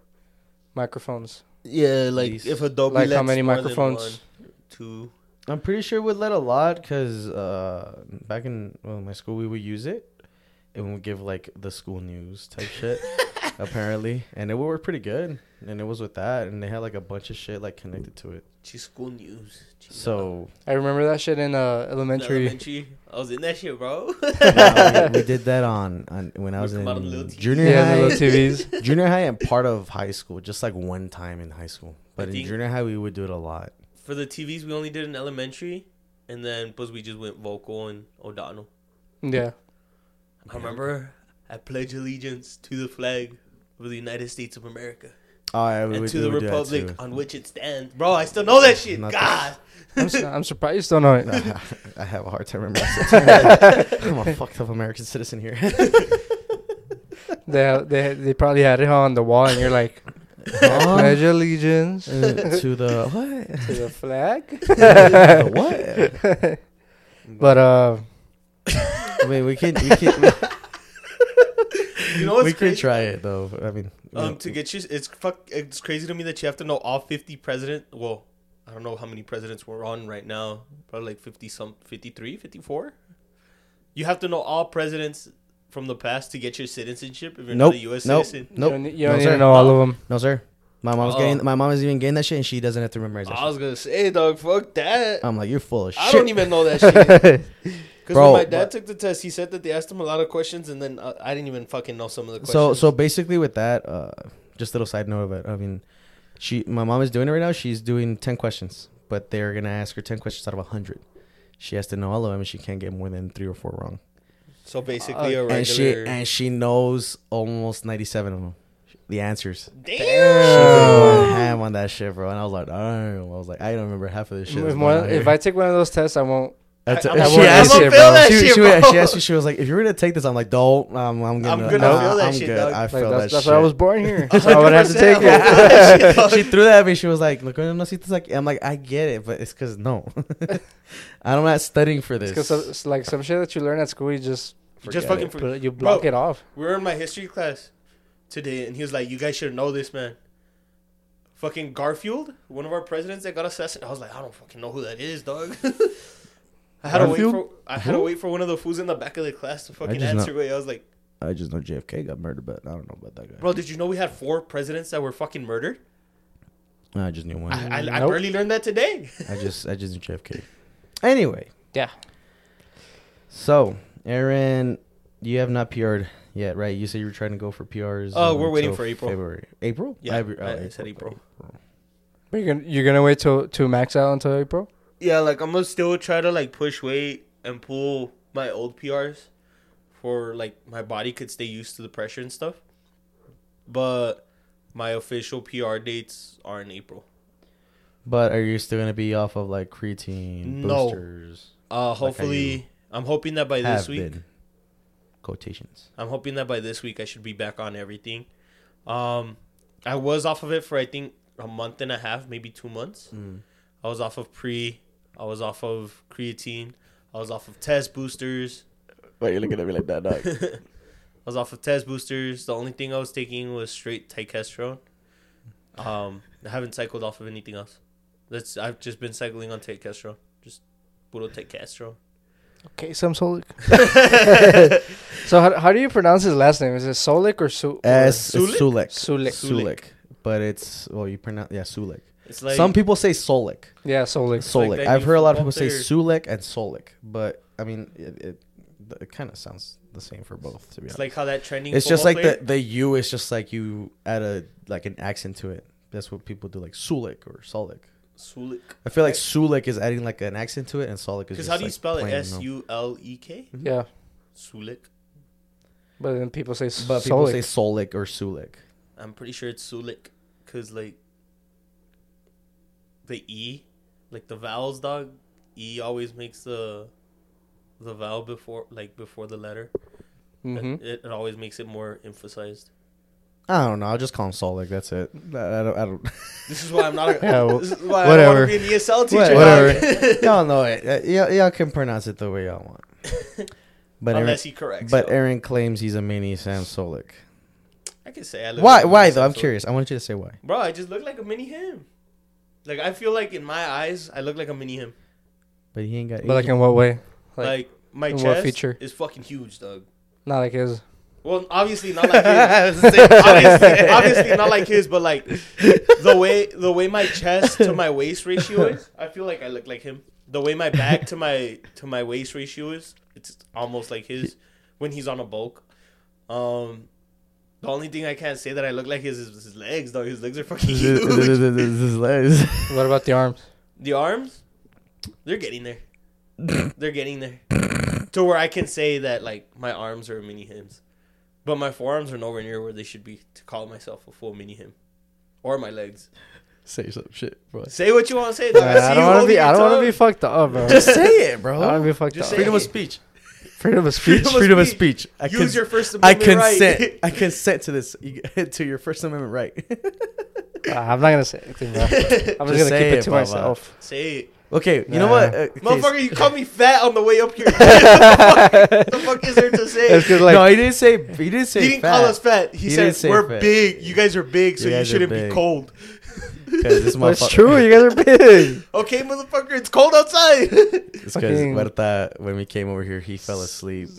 [SPEAKER 3] microphones.
[SPEAKER 1] Yeah, like
[SPEAKER 2] These-
[SPEAKER 1] if Adobe
[SPEAKER 3] like
[SPEAKER 1] lets
[SPEAKER 3] how many
[SPEAKER 1] more than
[SPEAKER 3] microphones?
[SPEAKER 1] one, two.
[SPEAKER 2] I'm pretty sure it would let a lot because uh, back in well, my school, we would use it and we'd give like the school news type shit, apparently. And it would work pretty good. And it was with that. And they had like a bunch of shit like connected to it.
[SPEAKER 1] Geez, school news. Geez,
[SPEAKER 2] So
[SPEAKER 3] I remember that shit in uh, elementary.
[SPEAKER 1] elementary. I was in that shit, bro.
[SPEAKER 2] no, we, we did that on, on when I was
[SPEAKER 1] Come out on the little
[SPEAKER 2] in
[SPEAKER 1] TV.
[SPEAKER 2] junior
[SPEAKER 3] Yeah,
[SPEAKER 2] high.
[SPEAKER 3] the little TVs.
[SPEAKER 2] junior high and part of high school, just like one time in high school. But
[SPEAKER 1] I
[SPEAKER 2] in
[SPEAKER 1] think-
[SPEAKER 2] junior high, we would do it a lot.
[SPEAKER 1] For the TVs, we only did in elementary, and then plus we just went vocal and O'Donnell.
[SPEAKER 3] Yeah.
[SPEAKER 1] I remember I pledge allegiance to the flag of the United States of America.
[SPEAKER 2] Oh, yeah, we
[SPEAKER 1] and
[SPEAKER 2] would-
[SPEAKER 1] to
[SPEAKER 2] we
[SPEAKER 1] the
[SPEAKER 2] would do that
[SPEAKER 1] republic
[SPEAKER 2] too.
[SPEAKER 1] on which it stands. Bro, I still know that shit.
[SPEAKER 2] Not the-
[SPEAKER 1] God.
[SPEAKER 3] I'm, su- I'm surprised you still know it.
[SPEAKER 2] I have a hard time remembering. that. I'm a fucked up American citizen here.
[SPEAKER 3] They have, they they probably had it on the wall, and you're like,
[SPEAKER 2] Huh?
[SPEAKER 3] pledge allegiance
[SPEAKER 2] Uh, to the what?
[SPEAKER 3] to the flag.
[SPEAKER 2] The what?
[SPEAKER 3] But uh,
[SPEAKER 2] I mean, we can we can
[SPEAKER 1] You know what's
[SPEAKER 2] we could
[SPEAKER 1] crazy?
[SPEAKER 2] try it though. I mean,
[SPEAKER 1] Um, to get you, it's fuck. It's crazy to me that you have to know all fifty president. Well, I don't know how many presidents we're on right now. Probably like fifty some, 53, 54. You have to know all presidents from the past to get your citizenship. If you're
[SPEAKER 2] nope,
[SPEAKER 1] not a U.S.
[SPEAKER 2] nope,
[SPEAKER 1] citizen,
[SPEAKER 3] you
[SPEAKER 2] nope.
[SPEAKER 3] don't, you
[SPEAKER 2] no,
[SPEAKER 3] don't need
[SPEAKER 2] sir.
[SPEAKER 3] to know all of them.
[SPEAKER 2] No, sir. My mom's
[SPEAKER 1] Oh.
[SPEAKER 2] getting my mom is even getting that shit, and she doesn't have to memorize that.
[SPEAKER 1] I
[SPEAKER 2] Shit.
[SPEAKER 1] was gonna say, dog, fuck that.
[SPEAKER 2] I'm like, you're full of Oh, shit.
[SPEAKER 1] I don't even know that shit. Because
[SPEAKER 2] Bro,
[SPEAKER 1] when my dad
[SPEAKER 2] but-
[SPEAKER 1] took the test, he said that they asked him a lot of questions, and then uh, I didn't even fucking know some of the questions.
[SPEAKER 2] so so basically with that, uh, just a little side note of it. I mean, she my mom is doing it right now. She's doing ten questions, but they're gonna ask her ten questions out of hundred. She has to know all of them, and she can't get more than three or four wrong.
[SPEAKER 1] so basically,
[SPEAKER 3] Uh,
[SPEAKER 1] a
[SPEAKER 2] And she
[SPEAKER 1] regular.
[SPEAKER 2] and she knows almost ninety seven of them, the answers. She
[SPEAKER 1] Damn.
[SPEAKER 2] was going ham on that shit, bro. And I was like, oh, I was like, I don't remember half of this shit.
[SPEAKER 3] If,
[SPEAKER 2] that's
[SPEAKER 3] one,
[SPEAKER 2] going on here.
[SPEAKER 3] if I take one of those tests, I won't.
[SPEAKER 2] That's-
[SPEAKER 1] I-
[SPEAKER 2] and
[SPEAKER 1] I'm
[SPEAKER 2] she
[SPEAKER 3] gonna-
[SPEAKER 2] asked
[SPEAKER 3] I'm
[SPEAKER 2] me,
[SPEAKER 3] gonna feel
[SPEAKER 2] bro.
[SPEAKER 1] that
[SPEAKER 2] She,
[SPEAKER 1] shit,
[SPEAKER 2] she,
[SPEAKER 1] bro.
[SPEAKER 2] she asked me. She was like, "If you're gonna take this, I'm like, don't. Um, I'm gonna.
[SPEAKER 1] I'm gonna
[SPEAKER 2] nah,
[SPEAKER 1] feel that
[SPEAKER 2] I'm
[SPEAKER 1] shit,
[SPEAKER 2] good.
[SPEAKER 1] dog.
[SPEAKER 2] I
[SPEAKER 3] Like
[SPEAKER 2] feel
[SPEAKER 3] that's,
[SPEAKER 2] that
[SPEAKER 3] that's
[SPEAKER 2] shit.
[SPEAKER 3] why I was born here. So I would have to take
[SPEAKER 1] 100%.
[SPEAKER 3] it.
[SPEAKER 2] she threw that at me. She was like, "Look, no, see, it's like, I'm like, I get it, but it's because no, I'm not studying for this.
[SPEAKER 3] Because it's like some shit that you learn at school, you just
[SPEAKER 1] Just
[SPEAKER 2] Forget
[SPEAKER 1] fucking
[SPEAKER 2] it.
[SPEAKER 1] for-
[SPEAKER 3] put- you block
[SPEAKER 1] Bro.
[SPEAKER 3] it off.
[SPEAKER 1] We were in my history class today, and he was like, "You guys should know this, man." Fucking Garfield, one of our presidents that got assassinated. I was like, I don't fucking know who that is, dog. I had to wait
[SPEAKER 2] Garfield?
[SPEAKER 1] for I had to
[SPEAKER 2] Who?
[SPEAKER 1] wait for one of the fools in the back of the class to fucking
[SPEAKER 2] just
[SPEAKER 1] answer. me. I was like,
[SPEAKER 2] I just know JFK got murdered, but I don't know about that guy.
[SPEAKER 1] bro, did you know we had four presidents that were fucking murdered?
[SPEAKER 2] I just knew one.
[SPEAKER 1] I, I, I
[SPEAKER 3] Nope.
[SPEAKER 1] barely learned that today.
[SPEAKER 2] I just I just knew JFK. Anyway,
[SPEAKER 3] Yeah.
[SPEAKER 2] so Aaron, you have not PR'd yet, right? You said you were trying to go for PRs.
[SPEAKER 1] Uh,
[SPEAKER 2] um,
[SPEAKER 1] we're waiting
[SPEAKER 2] until
[SPEAKER 1] for April.
[SPEAKER 2] February, April.
[SPEAKER 1] Yeah,
[SPEAKER 2] February- oh,
[SPEAKER 1] I- I said April.
[SPEAKER 3] But you're gonna, you're gonna wait till to max out until April.
[SPEAKER 1] yeah, like I'm gonna still try to like push weight and pull my old PRs for like my body could stay used to the pressure and stuff. But my official PR dates are in April.
[SPEAKER 2] But are you still gonna be off of like creatine
[SPEAKER 1] No.
[SPEAKER 2] boosters?
[SPEAKER 1] Uh
[SPEAKER 2] how
[SPEAKER 1] hopefully I'm hoping that by this
[SPEAKER 2] Have
[SPEAKER 1] week
[SPEAKER 2] been. Quotations.
[SPEAKER 1] I'm hoping that by this week I should be back on everything. Um I was off of it for I think a month and a half, maybe 2 months.
[SPEAKER 2] Mm.
[SPEAKER 1] I was off of pre, I was off of creatine, I was off of test boosters.
[SPEAKER 2] Why you looking at me like that, dog?
[SPEAKER 1] I was off of test boosters. The only thing I was taking was straight ticastrone. Um, I haven't cycled off of anything else. That's I've just been cycling on ticastrone. Just puro ticastrone.
[SPEAKER 3] Okay, so I'm Solik. so how, how do you pronounce his last name? Is it Solik or Su?
[SPEAKER 2] Uh, S it's
[SPEAKER 1] Sulik?
[SPEAKER 2] Sulik.
[SPEAKER 3] Sulik.
[SPEAKER 1] Sulik.
[SPEAKER 2] Sulik. But it's well, you pronounce yeah Sulik.
[SPEAKER 1] It's like
[SPEAKER 2] Some people say Solik.
[SPEAKER 3] Yeah, Solik.
[SPEAKER 1] like
[SPEAKER 2] Solik.
[SPEAKER 1] that
[SPEAKER 2] I've
[SPEAKER 1] new
[SPEAKER 2] heard a lot of
[SPEAKER 1] football
[SPEAKER 2] people say
[SPEAKER 1] player.
[SPEAKER 2] Sulik and Solik, but I mean, it, it, it kind of sounds the same for both. To be
[SPEAKER 1] It's
[SPEAKER 2] honest,
[SPEAKER 1] like how that trending.
[SPEAKER 2] it's just like
[SPEAKER 1] football
[SPEAKER 2] the the U is just like you add a like an accent to it. That's what people do, like Sulik or Solik.
[SPEAKER 1] player- Sulik.
[SPEAKER 2] I feel like Sulik is adding like an accent to it, and Solik is
[SPEAKER 1] Because
[SPEAKER 2] just
[SPEAKER 1] how do you
[SPEAKER 2] like,
[SPEAKER 1] spell it?
[SPEAKER 2] plain,
[SPEAKER 1] S
[SPEAKER 2] no.
[SPEAKER 1] U L E K.
[SPEAKER 3] Yeah,
[SPEAKER 1] Sulik.
[SPEAKER 3] but then people say
[SPEAKER 2] But
[SPEAKER 3] Solik.
[SPEAKER 2] people say Solik or Sulik.
[SPEAKER 1] I'm pretty sure it's Sulik. Cause like the E, like the vowels, dog. E always makes the the vowel before, like before the letter.
[SPEAKER 3] hmm
[SPEAKER 2] Mm-hmm.
[SPEAKER 1] It, it always makes it more emphasized.
[SPEAKER 2] I don't know. I'll just call him Solik. That's it. I I don't. I don't.
[SPEAKER 1] This is why I'm not. A,
[SPEAKER 3] Yeah, well,
[SPEAKER 1] this is why I
[SPEAKER 3] whatever.
[SPEAKER 1] don't want to be an ESL teacher. dog.
[SPEAKER 2] Whatever. y'all know it. Uh, Y'all, y'all can pronounce it the way y'all want. But Aaron,
[SPEAKER 1] Unless he corrects.
[SPEAKER 2] but
[SPEAKER 1] though.
[SPEAKER 2] Aaron claims he's a mini Sam Solik.
[SPEAKER 1] I can say I look.
[SPEAKER 2] Why?
[SPEAKER 1] like a E
[SPEAKER 2] Why
[SPEAKER 1] mini
[SPEAKER 2] though? I'm
[SPEAKER 1] Samsung.
[SPEAKER 2] curious. I want you to say why.
[SPEAKER 1] Bro, I just look like a mini him. Like I feel like in my eyes, I look like a mini him.
[SPEAKER 2] But he ain't got.
[SPEAKER 3] But like in what way?
[SPEAKER 1] Like,
[SPEAKER 3] Like-
[SPEAKER 1] my
[SPEAKER 3] in what
[SPEAKER 1] chest
[SPEAKER 3] feature?
[SPEAKER 1] is fucking huge, dog.
[SPEAKER 3] Not like his.
[SPEAKER 1] Well, obviously not like his. obviously, obviously not like his, but like the way the way my chest to my waist ratio is, I feel like I look like him. The way my back to my to my waist ratio is, it's almost like his when he's on a bulk. Um, the only thing I can't say that I look like his is his legs, though. His legs are fucking huge.
[SPEAKER 3] What about the arms?
[SPEAKER 1] The arms, they're getting there. They're getting there to where I can say that like my arms are mini hims, but my forearms are nowhere near where they should be to call myself a full mini him. or my legs.
[SPEAKER 2] Say some shit, bro.
[SPEAKER 1] Say what you want to say.
[SPEAKER 3] Nah,
[SPEAKER 1] dog. see
[SPEAKER 3] Uh, I
[SPEAKER 1] you
[SPEAKER 3] don't want to
[SPEAKER 1] holding
[SPEAKER 3] be.
[SPEAKER 1] your
[SPEAKER 3] I don't want
[SPEAKER 1] tongue.
[SPEAKER 3] to be fucked up, bro.
[SPEAKER 2] Just say it,
[SPEAKER 3] I
[SPEAKER 2] bro.
[SPEAKER 3] don't want to be fucked
[SPEAKER 1] Just
[SPEAKER 3] up.
[SPEAKER 1] say
[SPEAKER 2] Freedom
[SPEAKER 1] it.
[SPEAKER 2] of speech.
[SPEAKER 3] Freedom of speech.
[SPEAKER 1] Freedom of
[SPEAKER 2] Freedom of
[SPEAKER 1] speech.
[SPEAKER 2] speech. I
[SPEAKER 1] Use
[SPEAKER 2] cons-
[SPEAKER 1] your First
[SPEAKER 2] I
[SPEAKER 1] Amendment right.
[SPEAKER 2] consent. I consent to this. You- to your First Amendment right.
[SPEAKER 3] Ah, I'm not gonna say anything, bro. I'm just, gonna keep
[SPEAKER 2] say
[SPEAKER 3] it,
[SPEAKER 2] it,
[SPEAKER 3] to
[SPEAKER 2] Baba.
[SPEAKER 3] myself.
[SPEAKER 1] Say it.
[SPEAKER 2] Okay, you know what,
[SPEAKER 3] Nah.
[SPEAKER 2] Uh, okay,
[SPEAKER 1] Motherfucker, you called me fat on the way up here. what the fuck- the fuck is there to say?
[SPEAKER 3] It's 'cause,
[SPEAKER 2] s-
[SPEAKER 3] like
[SPEAKER 2] no, he didn't say. He didn't say.
[SPEAKER 1] He didn't
[SPEAKER 2] fat.
[SPEAKER 1] call us fat. He,
[SPEAKER 2] He
[SPEAKER 1] said
[SPEAKER 2] didn't say
[SPEAKER 1] we're
[SPEAKER 2] fat.
[SPEAKER 1] big. You guys are big, so
[SPEAKER 2] You
[SPEAKER 1] you,
[SPEAKER 2] guys are
[SPEAKER 1] shouldn't
[SPEAKER 2] big.
[SPEAKER 1] be cold.
[SPEAKER 2] 'Cause this
[SPEAKER 3] Well, it's
[SPEAKER 2] motherfucker-
[SPEAKER 3] true. You guys are big.
[SPEAKER 1] Okay, motherfucker, it's cold outside.
[SPEAKER 2] It's because
[SPEAKER 3] Fucking-
[SPEAKER 2] Huerta, when we came over here, he fell asleep.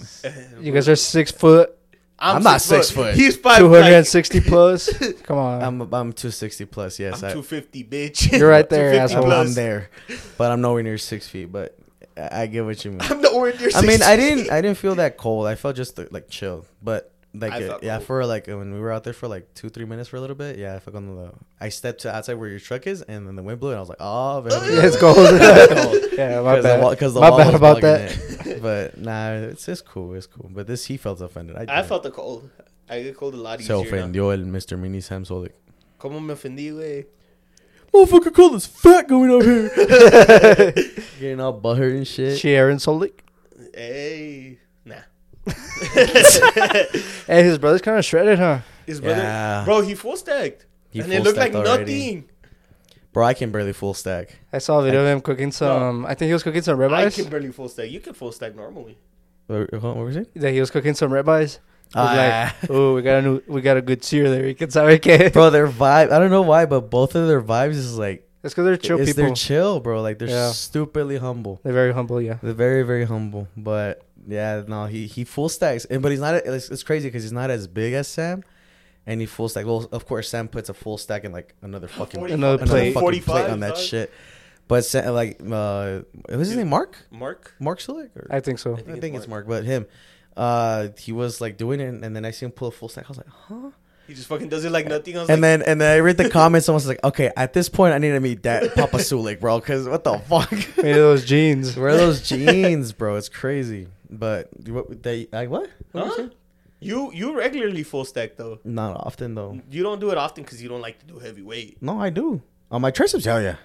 [SPEAKER 3] You guys are six foot,
[SPEAKER 2] I'm not six foot.
[SPEAKER 1] He's five.
[SPEAKER 3] two hundred and
[SPEAKER 1] Like,
[SPEAKER 3] sixty plus. Come on,
[SPEAKER 2] I'm I'm 260 plus. Yes,
[SPEAKER 1] I'm
[SPEAKER 2] I,
[SPEAKER 1] two fifty, bitch.
[SPEAKER 3] You're right there,
[SPEAKER 1] 250
[SPEAKER 2] I'm,
[SPEAKER 3] asshole.
[SPEAKER 2] I'm
[SPEAKER 1] plus.
[SPEAKER 2] there, but I'm nowhere near six feet. But I, I get what you mean.
[SPEAKER 1] I'm the orange.
[SPEAKER 2] I mean, I didn't I didn't feel that cold. I felt just like chill, but like
[SPEAKER 1] I
[SPEAKER 2] uh,
[SPEAKER 1] felt
[SPEAKER 2] yeah,
[SPEAKER 1] cold.
[SPEAKER 2] for like when we were out there for like two three minutes for a little bit, yeah, I fucking low. I stepped to outside where your truck is, and then the wind blew, and I was like, oh, man.
[SPEAKER 3] It's cold. yeah, my
[SPEAKER 2] Because the,
[SPEAKER 3] bad.
[SPEAKER 2] wa- 'cause the
[SPEAKER 3] my
[SPEAKER 2] wall
[SPEAKER 3] bad
[SPEAKER 2] was
[SPEAKER 3] about
[SPEAKER 2] blocking
[SPEAKER 3] that.
[SPEAKER 2] it. But nah, it's it's cool, it's cool. But this he felt offended. I,
[SPEAKER 1] I
[SPEAKER 2] didn't.
[SPEAKER 1] felt the cold. I get cold a lot
[SPEAKER 2] se
[SPEAKER 1] easier. now.
[SPEAKER 2] ofendió el Mr. Mini Sam Solik.
[SPEAKER 1] Como me ofendí, güey.
[SPEAKER 2] Motherfucker, call this fat going over here. Getting all butthurt and shit.
[SPEAKER 3] Sharon Solik.
[SPEAKER 1] Hey, nah.
[SPEAKER 3] Hey, his brother's kind of shredded, huh?
[SPEAKER 1] His brother,
[SPEAKER 2] Yeah.
[SPEAKER 1] bro, he full stacked,
[SPEAKER 2] He
[SPEAKER 1] and it
[SPEAKER 2] full
[SPEAKER 1] looked like
[SPEAKER 2] stacked already.
[SPEAKER 1] nothing.
[SPEAKER 2] Bro, I can barely full stack.
[SPEAKER 3] I saw a video of him cooking some. I think he was cooking some
[SPEAKER 1] I
[SPEAKER 3] ribeyes.
[SPEAKER 1] can barely full stack. You can full stack normally.
[SPEAKER 2] What, what were we saying?
[SPEAKER 3] That he was cooking some ribeyes. He was
[SPEAKER 2] Ah.
[SPEAKER 3] like, oh, we got a new, we got a good sear there. You can sorry, kid.
[SPEAKER 2] Bro, their vibe. I don't know why, but both of their vibes is like
[SPEAKER 3] It's because they're chill
[SPEAKER 2] it's
[SPEAKER 3] people.
[SPEAKER 2] they're chill, bro. Like they're
[SPEAKER 3] Yeah.
[SPEAKER 2] stupidly humble.
[SPEAKER 3] they're very humble. Yeah.
[SPEAKER 2] They're very very humble. But yeah, no, he he full stacks, and but he's not. It's, it's crazy because he's not as big as Sam, and he full stack. Well, of course, Sam puts a full stack in like another fucking
[SPEAKER 1] Forty-
[SPEAKER 3] Another
[SPEAKER 2] another
[SPEAKER 3] plate.
[SPEAKER 2] fucking
[SPEAKER 1] 45,
[SPEAKER 2] plate on that
[SPEAKER 1] dog.
[SPEAKER 2] shit. But Sam, like, uh, what's his name? Mark?
[SPEAKER 1] Mark,
[SPEAKER 2] Mark Silic? Or?
[SPEAKER 3] I think so.
[SPEAKER 2] I think, it's Mark, but him. Uh, he was like doing it, and then I see him pull a full stack. I was like, huh?
[SPEAKER 1] he just fucking does it like nothing. I was
[SPEAKER 2] And
[SPEAKER 1] like,
[SPEAKER 2] then and then I read the comments. Someone was like, okay, at this point, I need to meet that Papa Sulik, bro, because what the fuck?
[SPEAKER 3] Maybe those jeans.
[SPEAKER 2] Where are those jeans, bro? It's crazy. But what they like what? What were you
[SPEAKER 1] Huh?
[SPEAKER 2] saying?
[SPEAKER 1] you you regularly full stack though.
[SPEAKER 2] Not often though.
[SPEAKER 1] You don't do it often because you don't like to do heavy weight.
[SPEAKER 2] No, I do. On my triceps, hell yeah.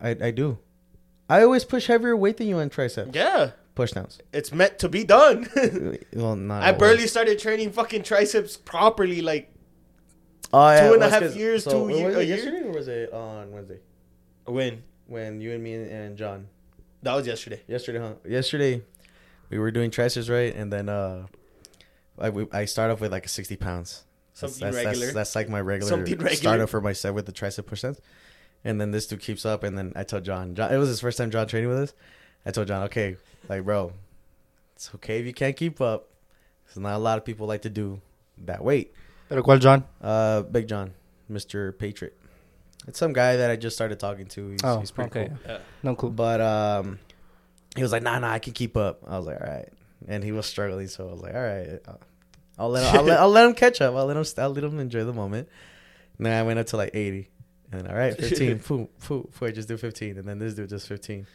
[SPEAKER 2] I I do. I always push heavier weight than you on triceps.
[SPEAKER 1] Yeah,
[SPEAKER 2] Push downs.
[SPEAKER 1] it's meant to be done.
[SPEAKER 2] Well, not.
[SPEAKER 1] I
[SPEAKER 2] always.
[SPEAKER 1] barely started training fucking triceps properly. Like
[SPEAKER 2] Oh, yeah,
[SPEAKER 1] two and a
[SPEAKER 2] well, it's
[SPEAKER 1] half
[SPEAKER 2] 'cause-
[SPEAKER 1] years, two
[SPEAKER 2] what
[SPEAKER 1] year-
[SPEAKER 2] was
[SPEAKER 1] a
[SPEAKER 2] it,
[SPEAKER 1] year?
[SPEAKER 2] Yesterday or was it on Wednesday?
[SPEAKER 1] when
[SPEAKER 2] when you and me and, and John
[SPEAKER 1] that was yesterday.
[SPEAKER 2] yesterday, huh? Yesterday, we were doing triceps, right? And then uh, I we, I start off with like sixty pounds. That's-
[SPEAKER 1] Something
[SPEAKER 2] that's, that's-
[SPEAKER 1] regular.
[SPEAKER 2] That's, like my regular,
[SPEAKER 1] Something regular.
[SPEAKER 2] start off for myself with the tricep push downs. And then this dude keeps up, and then I tell John, John, it was his first time John training with us. I told John, okay, like bro, it's okay if you can't keep up. Because not a lot of people like to do that weight.
[SPEAKER 3] Pero cual John?
[SPEAKER 2] Uh, Big John, Mister Patriot. It's some guy that I just started talking to. He's,
[SPEAKER 3] Oh,
[SPEAKER 2] he's pretty
[SPEAKER 3] okay.
[SPEAKER 2] cool.
[SPEAKER 1] Yeah.
[SPEAKER 3] No cool.
[SPEAKER 2] But um, he was like, "Nah, nah, I can keep up." I was like, "All right," and he was struggling, so I was like, "All right, I'll- I'll let him, I'll let, I'll let him catch up. I'll let him, I'll let him enjoy the moment." And then I went up to like eighty, and then, all right, fifteen, poo, poo, poo, I just do fifteen, and then this dude just fifteen.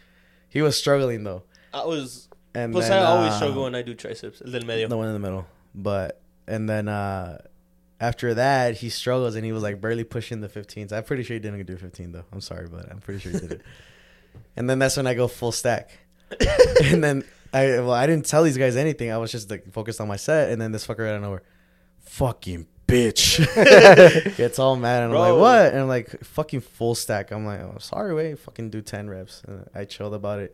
[SPEAKER 2] He was struggling though,
[SPEAKER 1] I was.
[SPEAKER 2] and
[SPEAKER 1] Plus,
[SPEAKER 2] then,
[SPEAKER 1] I always
[SPEAKER 2] uh,
[SPEAKER 1] struggle when I do triceps. El del medio.
[SPEAKER 2] the one in the middle. But and then uh after that he struggles and he was like barely pushing the 15s. I'm pretty sure he didn't do 15 though. I'm sorry, but I'm pretty sure he didn't. and then that's when I go full stack. and then I well I didn't tell these guys anything. I was just like focused on my set and then this fucker out of nowhere. Fucking bitch gets all mad and I'm like
[SPEAKER 1] Bro.
[SPEAKER 2] what and I'm like fucking full stack I'm like oh, sorry wait fucking do 10 reps and I chilled about it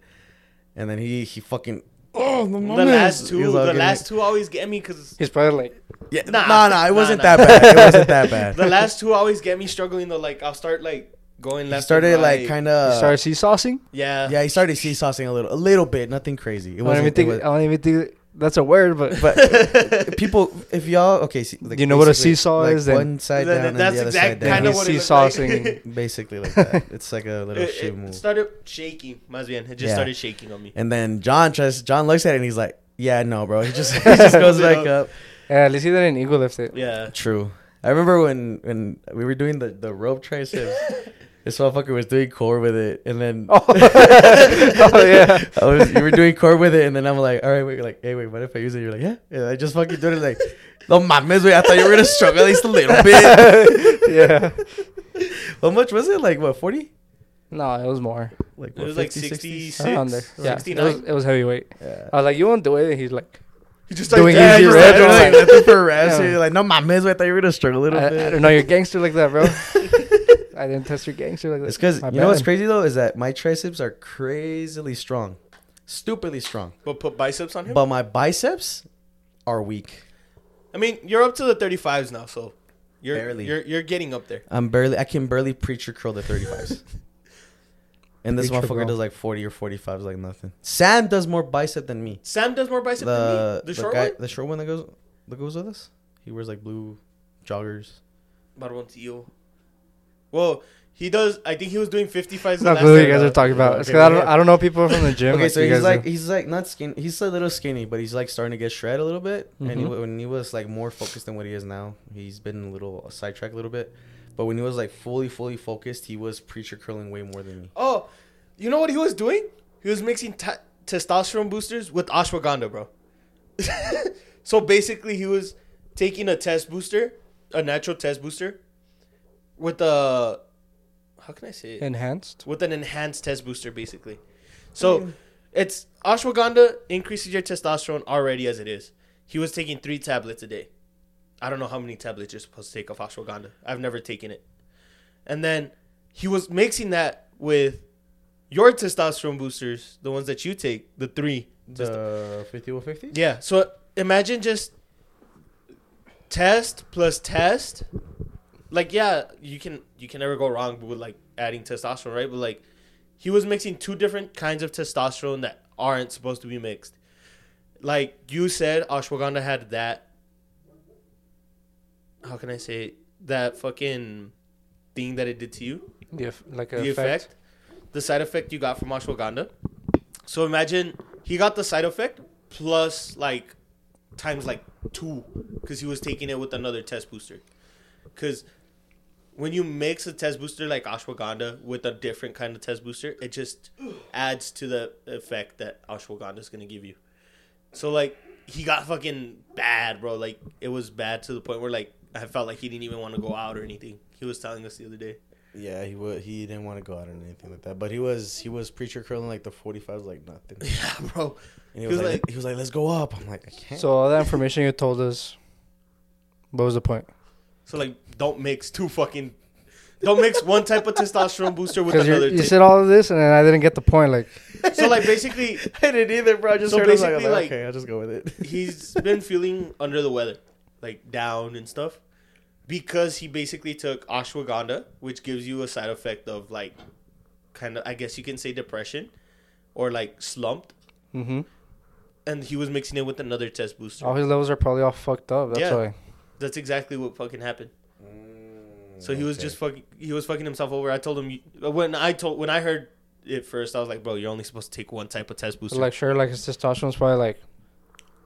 [SPEAKER 2] and then he he fucking oh the,
[SPEAKER 1] The last two, the
[SPEAKER 2] two.
[SPEAKER 1] last two always get me because
[SPEAKER 3] He's probably like,
[SPEAKER 2] Yeah, nah,
[SPEAKER 1] Nah.
[SPEAKER 2] nah, it
[SPEAKER 1] Nah,
[SPEAKER 2] wasn't
[SPEAKER 1] nah.
[SPEAKER 2] that bad. It wasn't that bad.
[SPEAKER 1] the last two always get me struggling though. Like I'll start like going
[SPEAKER 2] he
[SPEAKER 1] left.
[SPEAKER 2] started
[SPEAKER 1] and
[SPEAKER 2] like
[SPEAKER 1] right.
[SPEAKER 2] kind
[SPEAKER 3] you
[SPEAKER 2] of.
[SPEAKER 3] started sea saucing.
[SPEAKER 1] yeah,
[SPEAKER 2] Yeah, he started seesawing a little, a little bit. Nothing crazy. It
[SPEAKER 3] I don't
[SPEAKER 2] wasn't.
[SPEAKER 3] even
[SPEAKER 2] It
[SPEAKER 3] think. uh,
[SPEAKER 2] was,
[SPEAKER 3] I don't even think that's a word, but
[SPEAKER 2] but people, if y'all okay, see, like,
[SPEAKER 3] You know what a
[SPEAKER 2] basically,
[SPEAKER 3] seesaw
[SPEAKER 2] like
[SPEAKER 3] is, then-
[SPEAKER 2] One side
[SPEAKER 1] Then
[SPEAKER 2] down and the
[SPEAKER 1] that's
[SPEAKER 2] other
[SPEAKER 1] exact
[SPEAKER 2] side
[SPEAKER 1] kinda
[SPEAKER 2] down.
[SPEAKER 3] he's
[SPEAKER 1] what it
[SPEAKER 3] sea
[SPEAKER 1] looked like.
[SPEAKER 3] saucing.
[SPEAKER 2] Basically like that. It's like a little
[SPEAKER 1] It-
[SPEAKER 2] shoe
[SPEAKER 1] it,
[SPEAKER 2] move.
[SPEAKER 1] started shaking. Más bien, it just
[SPEAKER 2] Yeah.
[SPEAKER 1] started shaking on me.
[SPEAKER 2] and then John tries. John looks at it and he's like, "Yeah, no, bro." He just he just goes back up.
[SPEAKER 3] yeah, at least he didn't eagle lift it.
[SPEAKER 1] Yeah,
[SPEAKER 2] True. I remember when when we were doing the the rope triceps. This motherfucker was doing core with it, and then
[SPEAKER 3] Oh, oh, yeah.
[SPEAKER 2] I was, you were doing core with it, and then I'm like, all right, wait, you're like, hey, wait, what if I use it? You're like, yeah, and I just fucking did it. Like, no mames, wait, I thought you were gonna struggle at least a little bit.
[SPEAKER 3] yeah.
[SPEAKER 2] How much was it? Like what, forty?
[SPEAKER 3] No, it was more.
[SPEAKER 2] Like
[SPEAKER 1] It was like
[SPEAKER 2] 60s?
[SPEAKER 1] 66.
[SPEAKER 3] Around there. Yeah. It was,
[SPEAKER 1] 69.
[SPEAKER 3] it was heavyweight.
[SPEAKER 2] Yeah.
[SPEAKER 3] I was like, you won't do it. And he's like,
[SPEAKER 1] He just
[SPEAKER 3] Doing
[SPEAKER 1] yeah,
[SPEAKER 3] easy
[SPEAKER 1] just
[SPEAKER 3] red,
[SPEAKER 1] like-
[SPEAKER 3] right?
[SPEAKER 2] Like, nothing for rest.
[SPEAKER 3] Yeah.
[SPEAKER 2] You're like, no mames, wait, I thought you were gonna struggle a
[SPEAKER 3] I,
[SPEAKER 2] little
[SPEAKER 3] I
[SPEAKER 2] bit.
[SPEAKER 3] don't know, you're gangster like that, bro. I didn't test your gangster like that.
[SPEAKER 2] It's because
[SPEAKER 3] My
[SPEAKER 2] you know what's
[SPEAKER 3] bad.
[SPEAKER 2] crazy though is that my triceps are crazily strong, stupidly strong,
[SPEAKER 1] But put biceps on him.
[SPEAKER 2] but my biceps are weak.
[SPEAKER 1] I mean, you're up to the 35s now, so you're
[SPEAKER 2] Barely.
[SPEAKER 1] you're you're getting up there.
[SPEAKER 2] I'm barely, I can barely preacher curl the 35s. and this
[SPEAKER 3] Preacher
[SPEAKER 2] motherfucker
[SPEAKER 3] curl.
[SPEAKER 2] does like 40 or 45s, like nothing. Sam does more bicep than me.
[SPEAKER 1] Sam does more bicep than me.
[SPEAKER 2] The,
[SPEAKER 1] The, short
[SPEAKER 2] guy,
[SPEAKER 1] one.
[SPEAKER 2] the short one that goes that goes with us, he wears like blue joggers.
[SPEAKER 1] Barboncillo. Well, he does. I think he was doing 55s.
[SPEAKER 3] Not
[SPEAKER 1] the
[SPEAKER 3] who
[SPEAKER 1] last
[SPEAKER 3] you
[SPEAKER 1] time.
[SPEAKER 3] guys are talking about. It's
[SPEAKER 2] Okay,
[SPEAKER 3] 'cause I
[SPEAKER 2] we
[SPEAKER 3] don't,
[SPEAKER 2] had-
[SPEAKER 3] I don't know people from the gym.
[SPEAKER 2] Okay, so
[SPEAKER 3] you
[SPEAKER 2] he's
[SPEAKER 3] guys
[SPEAKER 2] like
[SPEAKER 3] do.
[SPEAKER 2] he's like not skinny. He's a little skinny, but he's like starting to get shred a little bit. And he,
[SPEAKER 3] Mhm.
[SPEAKER 2] when he was like more focused than what he is now, he's been a little sidetracked a little bit. But when he was like fully, fully focused, he was preacher curling way more than me.
[SPEAKER 1] Oh, you know what he was doing? He was mixing t- testosterone boosters with ashwagandha, bro. so basically, he was taking a test booster, a natural test booster, with a how can I say it?
[SPEAKER 3] enhanced.
[SPEAKER 1] with an enhanced test booster, basically. So it's ashwagandha increases your testosterone already as it is. He was taking three tablets a day. I don't know how many tablets you're supposed to take of ashwagandha. I've never taken it. And then he was mixing that with your testosterone boosters, the ones that you take, the three.
[SPEAKER 2] The fifty or fifty?
[SPEAKER 1] Yeah. So imagine just test plus test. Like yeah, you can you can never go wrong with like adding testosterone, right? But like he was mixing two different kinds of testosterone that aren't supposed to be mixed. Like you said, ashwagandha had that. How can I say it? that fucking thing that it did to you?
[SPEAKER 3] The eff- like
[SPEAKER 1] the
[SPEAKER 3] a
[SPEAKER 1] effect.
[SPEAKER 3] effect.
[SPEAKER 1] the side effect you got from ashwagandha. So imagine he got the side effect plus like times like two because he was taking it with another test booster. Because when you mix a test booster like ashwagandha with a different kind of test booster, it just adds to the effect that ashwagandha is going to give you. So like he got fucking bad, bro. Like it was bad to the point where like I felt like he didn't even want to go out or anything. He was telling us the other day.
[SPEAKER 2] Yeah, he would. He didn't want to go out or anything like that. But he was he was preacher curling like the forty fives, like nothing. And
[SPEAKER 1] Yeah, bro.
[SPEAKER 2] he was, like, he was like, let's go up. I'm like, I can't.
[SPEAKER 3] So all that information you told us, what was the point?
[SPEAKER 1] So like, don't mix two fucking, don't mix one type of testosterone booster with
[SPEAKER 3] Because you,
[SPEAKER 1] another.
[SPEAKER 3] you
[SPEAKER 1] type.
[SPEAKER 3] said all of this, and then I didn't get the point. Like,
[SPEAKER 1] so like, basically,
[SPEAKER 2] I didn't either, bro. I just
[SPEAKER 1] So
[SPEAKER 2] heard it. I was
[SPEAKER 1] basically,
[SPEAKER 2] like,
[SPEAKER 1] like-
[SPEAKER 2] okay, I'll just go with it.
[SPEAKER 1] he's been feeling under the weather, like down and stuff, because he basically took ashwagandha, which gives you a side effect of like, kind of, I guess you can say depression, or like slumped,
[SPEAKER 3] mm-hmm.
[SPEAKER 1] and he was mixing it with another test booster.
[SPEAKER 3] all his levels are probably all fucked up. That's
[SPEAKER 1] Yeah.
[SPEAKER 3] why.
[SPEAKER 1] That's exactly what fucking happened. So he was
[SPEAKER 2] okay.
[SPEAKER 1] just fucking. He was fucking himself over. I told him uh, when I told when I heard it first, I was like, "Bro, you're only supposed to take one type of test booster."
[SPEAKER 3] Like, sure, like his testosterone's probably like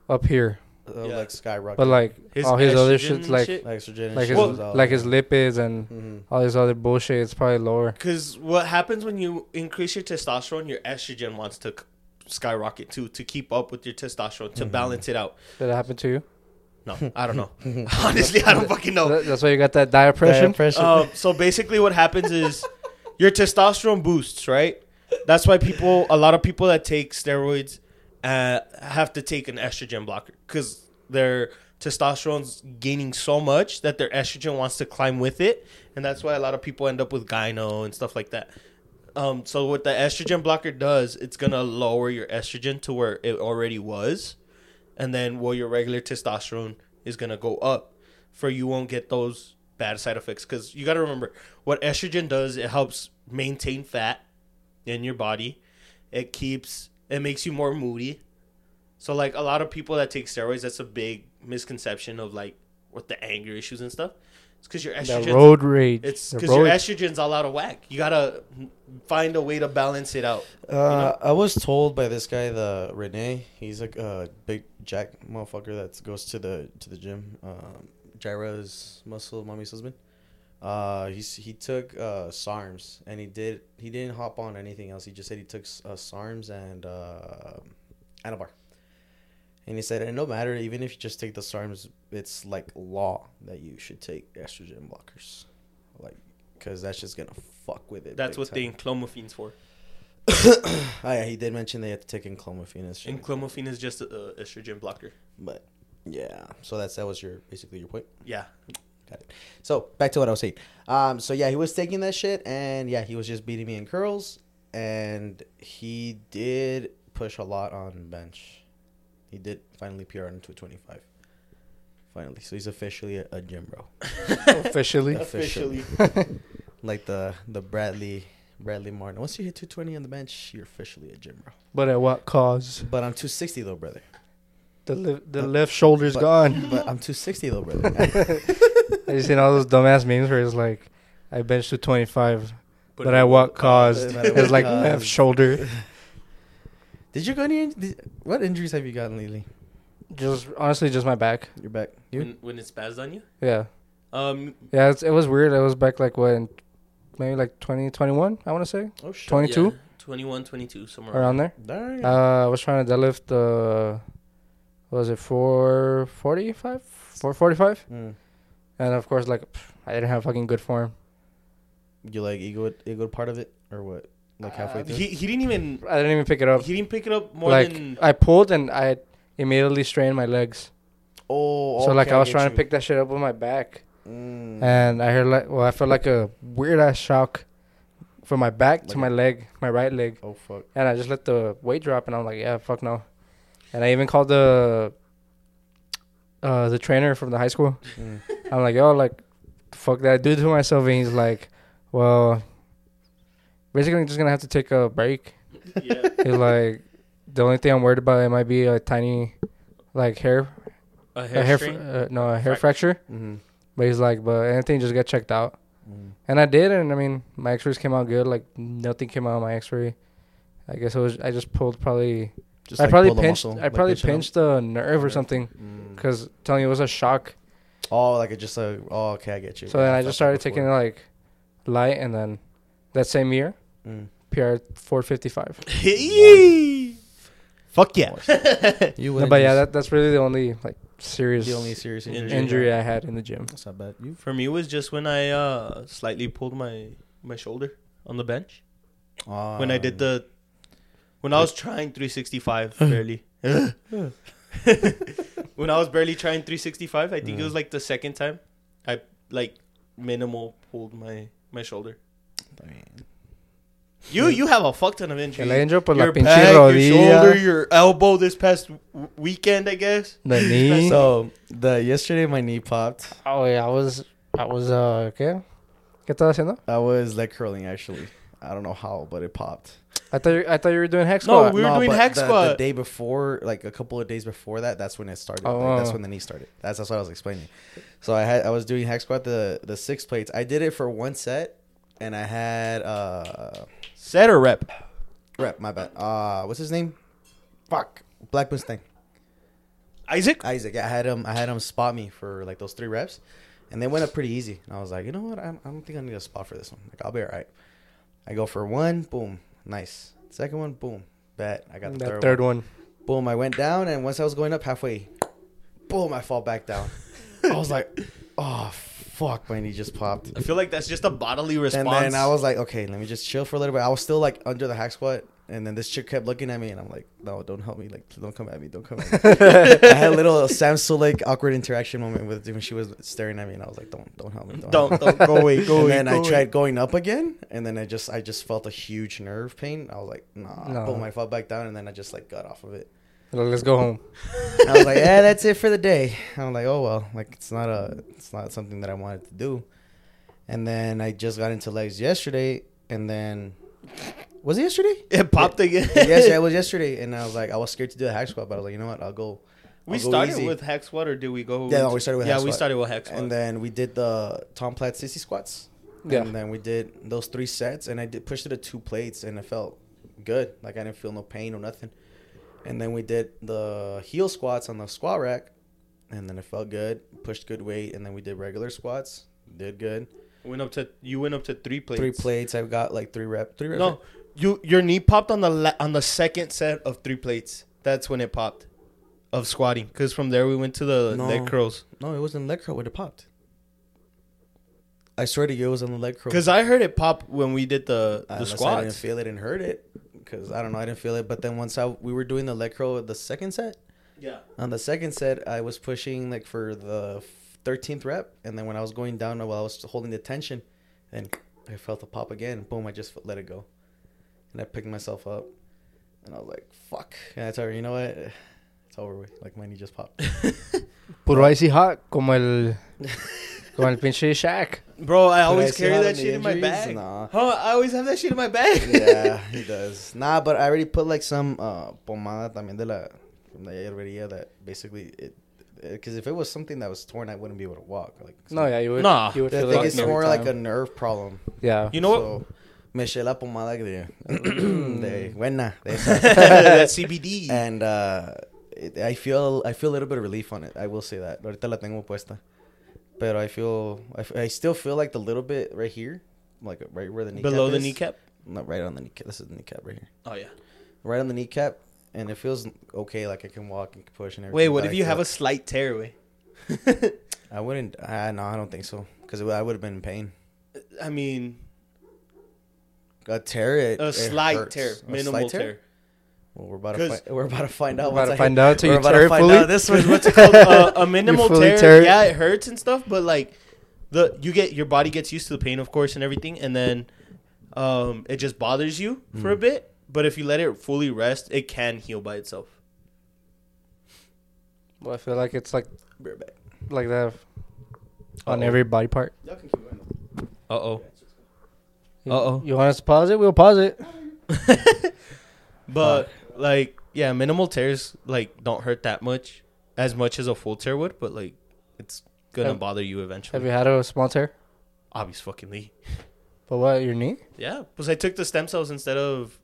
[SPEAKER 3] up here,
[SPEAKER 2] Uh,
[SPEAKER 1] Yeah.
[SPEAKER 2] Like skyrocket.
[SPEAKER 3] but like
[SPEAKER 1] His
[SPEAKER 3] all his other
[SPEAKER 1] estrogen
[SPEAKER 3] shit's
[SPEAKER 1] and
[SPEAKER 3] like
[SPEAKER 1] shit?
[SPEAKER 2] like estrogen.
[SPEAKER 3] like his
[SPEAKER 1] Well,
[SPEAKER 3] like his lipids and
[SPEAKER 2] Mm-hmm.
[SPEAKER 3] all his other bullshit. It's probably lower.
[SPEAKER 1] Because what happens when you increase your testosterone, your estrogen wants to c- skyrocket too to keep up with your testosterone to balance it out.
[SPEAKER 3] Did that happen to you?
[SPEAKER 1] No, I don't know. Honestly, I don't fucking know.
[SPEAKER 3] That- That's why you got that diapression.
[SPEAKER 1] Um, so basically, what happens is your testosterone boosts, right? That's why people, a lot of people that take steroids, uh, have to take an estrogen blocker because their testosterone's gaining so much that their estrogen wants to climb with it, and that's why a lot of people end up with gyno and stuff like that. Um, so what the estrogen blocker does, it's gonna lower your estrogen to where it already was, and then well, your regular testosterone is gonna go up, for you won't get those bad side effects. Because you gotta remember what estrogen does, it helps maintain fat in your body. It keeps it makes you more moody. So like a lot of people that take steroids, that's a big misconception of like what the anger issues and stuff. It's because your
[SPEAKER 3] That
[SPEAKER 1] estrogen
[SPEAKER 3] road rage.
[SPEAKER 1] it's
[SPEAKER 3] The
[SPEAKER 1] because
[SPEAKER 3] road-
[SPEAKER 1] your estrogen's all out of whack. You gotta find a way to balance it out.
[SPEAKER 2] Uh, I was told by this guy, the Renee. He's like a big jack motherfucker that goes to the to the gym. Um, Jaira's muscle mommy's husband. Uh, he's, he took uh, SARMs and he did he didn't hop on anything else. He just said he took uh, SARMs and uh, Anabar. And he said, and no matter, even if you just take the SARMs, it's like law that you should take estrogen blockers, like because that's just gonna fuck with it.
[SPEAKER 1] That's
[SPEAKER 2] big
[SPEAKER 1] what
[SPEAKER 2] time.
[SPEAKER 1] they inclomophene's for.
[SPEAKER 2] Oh, yeah, he did mention they had to take inclomiphene and shit.
[SPEAKER 1] Inclomophene is just an estrogen blocker.
[SPEAKER 2] but yeah, so that's that was your basically your point.
[SPEAKER 1] Yeah.
[SPEAKER 2] Got it. So back to what I was saying. Um, so yeah, he was taking that shit, and yeah, he was just beating me in curls, and he did push a lot on bench. He did finally PR into 225. Finally, so he's officially a, a gym bro,
[SPEAKER 3] Officially.
[SPEAKER 2] Officially. like the the Bradley Bradley Martin. Once you hit 220 on the bench, you're officially a gym bro.
[SPEAKER 3] but at what cause?
[SPEAKER 2] But I'm 260 though, brother.
[SPEAKER 3] The li- the left shoulder's gone.
[SPEAKER 2] But I'm 260 though, brother.
[SPEAKER 3] I just seen all those dumbass memes where it's like, I benched to 25, but,
[SPEAKER 1] it-
[SPEAKER 3] at what cause?
[SPEAKER 2] but at
[SPEAKER 3] It's
[SPEAKER 2] what
[SPEAKER 3] like
[SPEAKER 2] cause?
[SPEAKER 3] left shoulder.
[SPEAKER 2] Did you go any? Did, what injuries have you gotten lately?
[SPEAKER 3] Just honestly, just my back.
[SPEAKER 2] Your back. You?
[SPEAKER 1] When, when it spazzed on you?
[SPEAKER 3] Yeah,
[SPEAKER 1] Um,
[SPEAKER 3] yeah. It's, it was weird. It was back like when, maybe like 20, 21, I want to say
[SPEAKER 2] Oh shit.
[SPEAKER 3] 22
[SPEAKER 1] Yeah, 21, 22, somewhere around
[SPEAKER 3] around there.
[SPEAKER 2] Darn.
[SPEAKER 3] Uh, I was trying to deadlift the, what was it 445, 445,
[SPEAKER 2] Mm.
[SPEAKER 3] and of course like pff, I didn't have fucking good form.
[SPEAKER 2] You like egoed egoed part of it or what? Like halfway
[SPEAKER 3] Uh,
[SPEAKER 2] through.
[SPEAKER 1] He, he didn't even
[SPEAKER 3] I didn't even pick it up.
[SPEAKER 1] he didn't pick it up more
[SPEAKER 3] Like
[SPEAKER 1] than
[SPEAKER 3] I pulled and I immediately strained my legs.
[SPEAKER 2] oh.
[SPEAKER 3] so like
[SPEAKER 2] okay,
[SPEAKER 3] I was
[SPEAKER 2] get
[SPEAKER 3] trying to
[SPEAKER 2] you.
[SPEAKER 3] pick that shit up with my back.
[SPEAKER 2] Mm.
[SPEAKER 3] and I heard like well, I felt like a weird ass shock from my back
[SPEAKER 2] Like
[SPEAKER 3] to my leg, my right leg,
[SPEAKER 2] oh fuck.
[SPEAKER 3] and I just let the weight drop, and I'm like, yeah, fuck no, and I even called the uh the trainer from the high school.
[SPEAKER 2] Mm.
[SPEAKER 3] I'm like, yo, like, fuck that, do it to myself, and he's like, well, basically, I'm just gonna have to take a break.
[SPEAKER 1] yeah.
[SPEAKER 3] He's like, the only thing I'm worried about it might be a tiny, like hair,
[SPEAKER 1] a
[SPEAKER 3] a
[SPEAKER 1] hair,
[SPEAKER 3] hair, fr-
[SPEAKER 1] strain.
[SPEAKER 3] uh, no, a hair
[SPEAKER 1] Fracture.
[SPEAKER 3] fracture.
[SPEAKER 2] Mhm.
[SPEAKER 3] But he's like, but anything, just get checked out.
[SPEAKER 2] Mm.
[SPEAKER 3] And I did, and I mean, my X-rays came out good. Like nothing came out of my X-ray. I guess it was I just pulled probably.
[SPEAKER 2] Just
[SPEAKER 3] I
[SPEAKER 2] like,
[SPEAKER 3] probably
[SPEAKER 2] pull the
[SPEAKER 3] pinched.
[SPEAKER 2] muscle,
[SPEAKER 3] I
[SPEAKER 2] like,
[SPEAKER 3] probably
[SPEAKER 2] pinch it up.
[SPEAKER 3] pinched the nerve or
[SPEAKER 2] Nerve.
[SPEAKER 3] something.
[SPEAKER 2] Mm.
[SPEAKER 3] Cause telling you it was a shock.
[SPEAKER 2] Oh, like it just like oh okay, I get you.
[SPEAKER 3] so then I
[SPEAKER 2] I've
[SPEAKER 3] just
[SPEAKER 2] felt
[SPEAKER 3] started
[SPEAKER 2] that
[SPEAKER 3] taking
[SPEAKER 2] before.
[SPEAKER 3] like light, and then that same year,
[SPEAKER 2] Mm.
[SPEAKER 3] PR 455.
[SPEAKER 1] Yee!
[SPEAKER 2] Fuck yeah. you
[SPEAKER 3] No,
[SPEAKER 2] would.
[SPEAKER 3] but yeah, that, that's really the only like serious
[SPEAKER 2] the only serious injury.
[SPEAKER 1] Injury.
[SPEAKER 3] injury I had in the gym.
[SPEAKER 2] That's not bad. You.
[SPEAKER 1] For me, it was just when I uh, slightly pulled my my shoulder on the bench when I
[SPEAKER 2] Um,
[SPEAKER 1] did the when I was trying 365 barely. when I was barely trying 365, I think it was like the second time I like minimal pulled my my shoulder. You you have a fuck ton of
[SPEAKER 3] Que le
[SPEAKER 1] injuries.
[SPEAKER 3] entro por la
[SPEAKER 1] your
[SPEAKER 3] pinche
[SPEAKER 1] back, your
[SPEAKER 3] rodilla.
[SPEAKER 1] shoulder, your elbow this past w- weekend, I guess.
[SPEAKER 3] The knee.
[SPEAKER 2] So the yesterday my knee popped.
[SPEAKER 3] oh yeah, I was. I was. Uh, ¿qué? ¿Qué estaba haciendo?
[SPEAKER 2] I was leg curling actually. I don't know how, but it popped.
[SPEAKER 3] I thought. You, I thought you were doing hex
[SPEAKER 1] No,
[SPEAKER 3] squat.
[SPEAKER 1] we were doing
[SPEAKER 2] but
[SPEAKER 1] hex
[SPEAKER 2] the, The
[SPEAKER 1] squat.
[SPEAKER 2] day before, like a couple of days before that, that's when it started. Like, that's
[SPEAKER 3] Oh.
[SPEAKER 2] when the knee started. That's that's what I was explaining. So I had I was doing hex squat the the six plates. I did it for one set, and I had uh
[SPEAKER 1] Set or rep?
[SPEAKER 2] rep. My bad. Uh, what's his name? Fuck. Black Mustang.
[SPEAKER 1] Isaac?
[SPEAKER 2] Isaac. I had him. I had him spot me for like those three reps, and they went up pretty easy. And I was like, you know what? I'm, I don't think I need a spot for this one. Like I'll be all right. I go for one, boom, nice. Second one, boom, bet. I got the
[SPEAKER 3] that
[SPEAKER 2] third,
[SPEAKER 3] third,
[SPEAKER 2] one.
[SPEAKER 3] one.
[SPEAKER 2] Boom, I went down, and once I was going up halfway, boom, I fall back down. I was like, oh, fuck, my knee just popped.
[SPEAKER 1] I feel like that's just a bodily response.
[SPEAKER 2] And then I was like, okay, let me just chill for a little bit. I was still like under the hack squat, and then this chick kept looking at me, and I'm like, no, don't help me. Like, don't come at me. Don't come at me. I had a little Sam Sulek awkward interaction moment with when she was staring at me, and I was like, don't, don't help me. Don't. help me."
[SPEAKER 1] don't don't go away, go
[SPEAKER 2] and
[SPEAKER 1] away.
[SPEAKER 2] then I
[SPEAKER 1] go
[SPEAKER 2] tried going up again, and then I just I just felt a huge nerve pain. I was like, nah.
[SPEAKER 3] No.
[SPEAKER 2] Boom, I fell back down, and then I just like got off of it.
[SPEAKER 3] Like, Let's go home.
[SPEAKER 2] And I was like, "Eh." yeah, that's it for the day. And I'm like, oh well, like it's not a, it's not something that I wanted to do. And then I just got into legs yesterday, and then was it yesterday?
[SPEAKER 1] Away. It popped again.
[SPEAKER 2] yes, it was yesterday. And I was like, I was scared to do a hack squat, but I was like, you know what, I'll go.
[SPEAKER 1] We
[SPEAKER 2] I'll go
[SPEAKER 1] started
[SPEAKER 2] easy.
[SPEAKER 1] with hex squat, or did we go?
[SPEAKER 2] Yeah, no,
[SPEAKER 1] into-
[SPEAKER 2] we started with
[SPEAKER 1] yeah,
[SPEAKER 2] hex
[SPEAKER 1] we
[SPEAKER 2] squat.
[SPEAKER 1] started with hex squat.
[SPEAKER 2] and then we did the Tom Platt sissy squats.
[SPEAKER 3] Yeah.
[SPEAKER 2] And then we did those three sets, and I did pushed it to two plates, and it felt good. Like I didn't feel no pain or nothing. And then we did the heel squats on the squat rack, and then it felt good. Pushed good weight, and then we did regular squats. Did good.
[SPEAKER 1] Went up to you went up to three plates.
[SPEAKER 2] Three plates. I've got like three rep. Three reps.
[SPEAKER 1] No, you your knee popped on the la- on the second set of three plates. That's when it popped, of squatting. Cause from there we went to the
[SPEAKER 2] No.
[SPEAKER 1] leg curls.
[SPEAKER 2] no, it wasn't leg curl when it popped. I swear to you, it was on the leg curl. Uh,
[SPEAKER 1] Cause I heard it pop when we did the
[SPEAKER 2] Unless
[SPEAKER 1] the
[SPEAKER 2] I didn't
[SPEAKER 1] squats.
[SPEAKER 2] feel it and heard it because I don't know. I didn't feel it. But then once I we were doing the leg curl, the second set.
[SPEAKER 1] Yeah.
[SPEAKER 2] On the second set, I was pushing like for the thirteenth rep, and then when I was going down, while I was holding the tension, and I felt the pop again. Boom! I just let it go, and I picked myself up, and I was like, "Fuck!" And I told her, "You know what? It's over with. Like my knee just popped."
[SPEAKER 3] Puro icy hot, como el, como el pinche Shaq.
[SPEAKER 1] Bro, I always
[SPEAKER 2] see
[SPEAKER 1] carry
[SPEAKER 2] how
[SPEAKER 1] that
[SPEAKER 2] the
[SPEAKER 1] shit in my
[SPEAKER 2] injuries?
[SPEAKER 1] bag.
[SPEAKER 2] Nah.
[SPEAKER 1] Huh? I always have that shit in my bag.
[SPEAKER 2] yeah, he does. Nah, but I already put like some uh, pomada también de la from the herrería that basically it because if it was something that was torn, I wouldn't be able to walk. Like
[SPEAKER 3] No, yeah, you would.
[SPEAKER 1] Nah.
[SPEAKER 3] you would
[SPEAKER 2] I
[SPEAKER 3] feel
[SPEAKER 2] think
[SPEAKER 3] it
[SPEAKER 2] it's
[SPEAKER 3] every
[SPEAKER 2] more like a
[SPEAKER 3] time.
[SPEAKER 2] nerve problem.
[SPEAKER 3] yeah.
[SPEAKER 1] You know what?
[SPEAKER 2] So, me eché la pomada de, de buena, de
[SPEAKER 1] that
[SPEAKER 2] esa.
[SPEAKER 1] CBD.
[SPEAKER 2] and uh, it, I feel I feel a little bit of relief on it. I will say that. Ahorita la tengo puesta, pero I feel I, f- I still feel like the little bit right here, like right where the kneecap
[SPEAKER 1] Below the
[SPEAKER 2] is.
[SPEAKER 1] kneecap.
[SPEAKER 2] Not right on the kneecap. This is the kneecap right here.
[SPEAKER 1] Oh yeah.
[SPEAKER 2] Right on the kneecap, and it feels okay. Like I can walk and push and everything.
[SPEAKER 1] Wait, what
[SPEAKER 2] but
[SPEAKER 1] if
[SPEAKER 2] I
[SPEAKER 1] you
[SPEAKER 2] feel-
[SPEAKER 1] have a slight tearaway?
[SPEAKER 2] I wouldn't. Uh, no, I don't think so. Because I would have been in pain.
[SPEAKER 1] I mean,
[SPEAKER 2] A tear. It,
[SPEAKER 1] a
[SPEAKER 2] it
[SPEAKER 1] slight
[SPEAKER 2] hurts.
[SPEAKER 1] tear,
[SPEAKER 2] A
[SPEAKER 1] minimal
[SPEAKER 2] slight
[SPEAKER 1] tear.
[SPEAKER 2] Well, we're about to
[SPEAKER 1] 'Cause-
[SPEAKER 2] find, we're about to find out.
[SPEAKER 3] We're about
[SPEAKER 2] once
[SPEAKER 3] to
[SPEAKER 2] I-
[SPEAKER 3] find out till
[SPEAKER 2] we're
[SPEAKER 3] you
[SPEAKER 2] about
[SPEAKER 3] tear
[SPEAKER 2] to
[SPEAKER 3] it
[SPEAKER 2] find
[SPEAKER 3] fully.
[SPEAKER 2] out this one. What's it
[SPEAKER 1] called,
[SPEAKER 2] called?
[SPEAKER 1] uh, a minimal
[SPEAKER 3] fully
[SPEAKER 1] tear.
[SPEAKER 3] tear it.
[SPEAKER 1] Yeah, it hurts and stuff, but like the you get your body gets used to the pain, of course, and everything, and then um, it just bothers you for a bit. But if you let it fully rest, it can heal by itself.
[SPEAKER 3] Well, I feel like it's like
[SPEAKER 2] Be right back.
[SPEAKER 3] like that on
[SPEAKER 1] Uh-oh.
[SPEAKER 3] every body part.
[SPEAKER 2] Y'all can keep going.
[SPEAKER 1] Uh oh.
[SPEAKER 3] You-
[SPEAKER 1] Uh-oh.
[SPEAKER 3] You want us to pause it? We'll pause it.
[SPEAKER 1] But like, yeah, minimal tears like don't hurt that much, as much as a full tear would. But like, it's gonna
[SPEAKER 3] Have-
[SPEAKER 1] bother you
[SPEAKER 3] Have
[SPEAKER 1] eventually.
[SPEAKER 3] you had a small tear?
[SPEAKER 1] Obvious fucking Obviously,
[SPEAKER 3] But what? Your knee?
[SPEAKER 1] yeah, because I took the stem cells instead of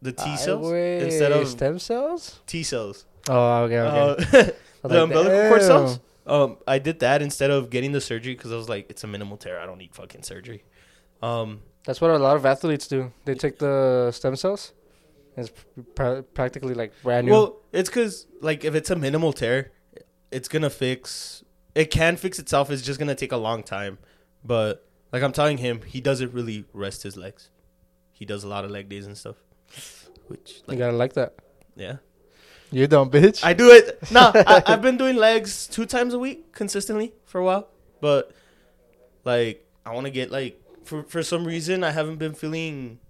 [SPEAKER 1] the T
[SPEAKER 3] I
[SPEAKER 1] cells
[SPEAKER 3] weigh
[SPEAKER 1] instead of
[SPEAKER 3] stem cells.
[SPEAKER 1] T cells.
[SPEAKER 3] Oh, okay, okay.
[SPEAKER 1] Uh,
[SPEAKER 3] I
[SPEAKER 1] the
[SPEAKER 3] was like,
[SPEAKER 1] umbilical cord
[SPEAKER 3] "Damn."
[SPEAKER 1] cells. Um, I did that instead of getting the surgery because I was like, it's a minimal tear. I don't need fucking surgery. Um,
[SPEAKER 3] That's what a lot of athletes do. They take the stem cells. It's pra- practically like brand new.
[SPEAKER 1] well, it's because like if it's a minimal tear, it's gonna fix. It can fix itself. It's just gonna take a long time. But like I'm telling him, he doesn't really rest his legs. He does a lot of leg days and stuff. Which
[SPEAKER 3] you
[SPEAKER 1] like
[SPEAKER 3] gotta like that.
[SPEAKER 1] yeah,
[SPEAKER 3] You don't, bitch.
[SPEAKER 1] I do it. No, I, I've been doing legs two times a week consistently for a while, but like I want to get like for for some reason I haven't been feeling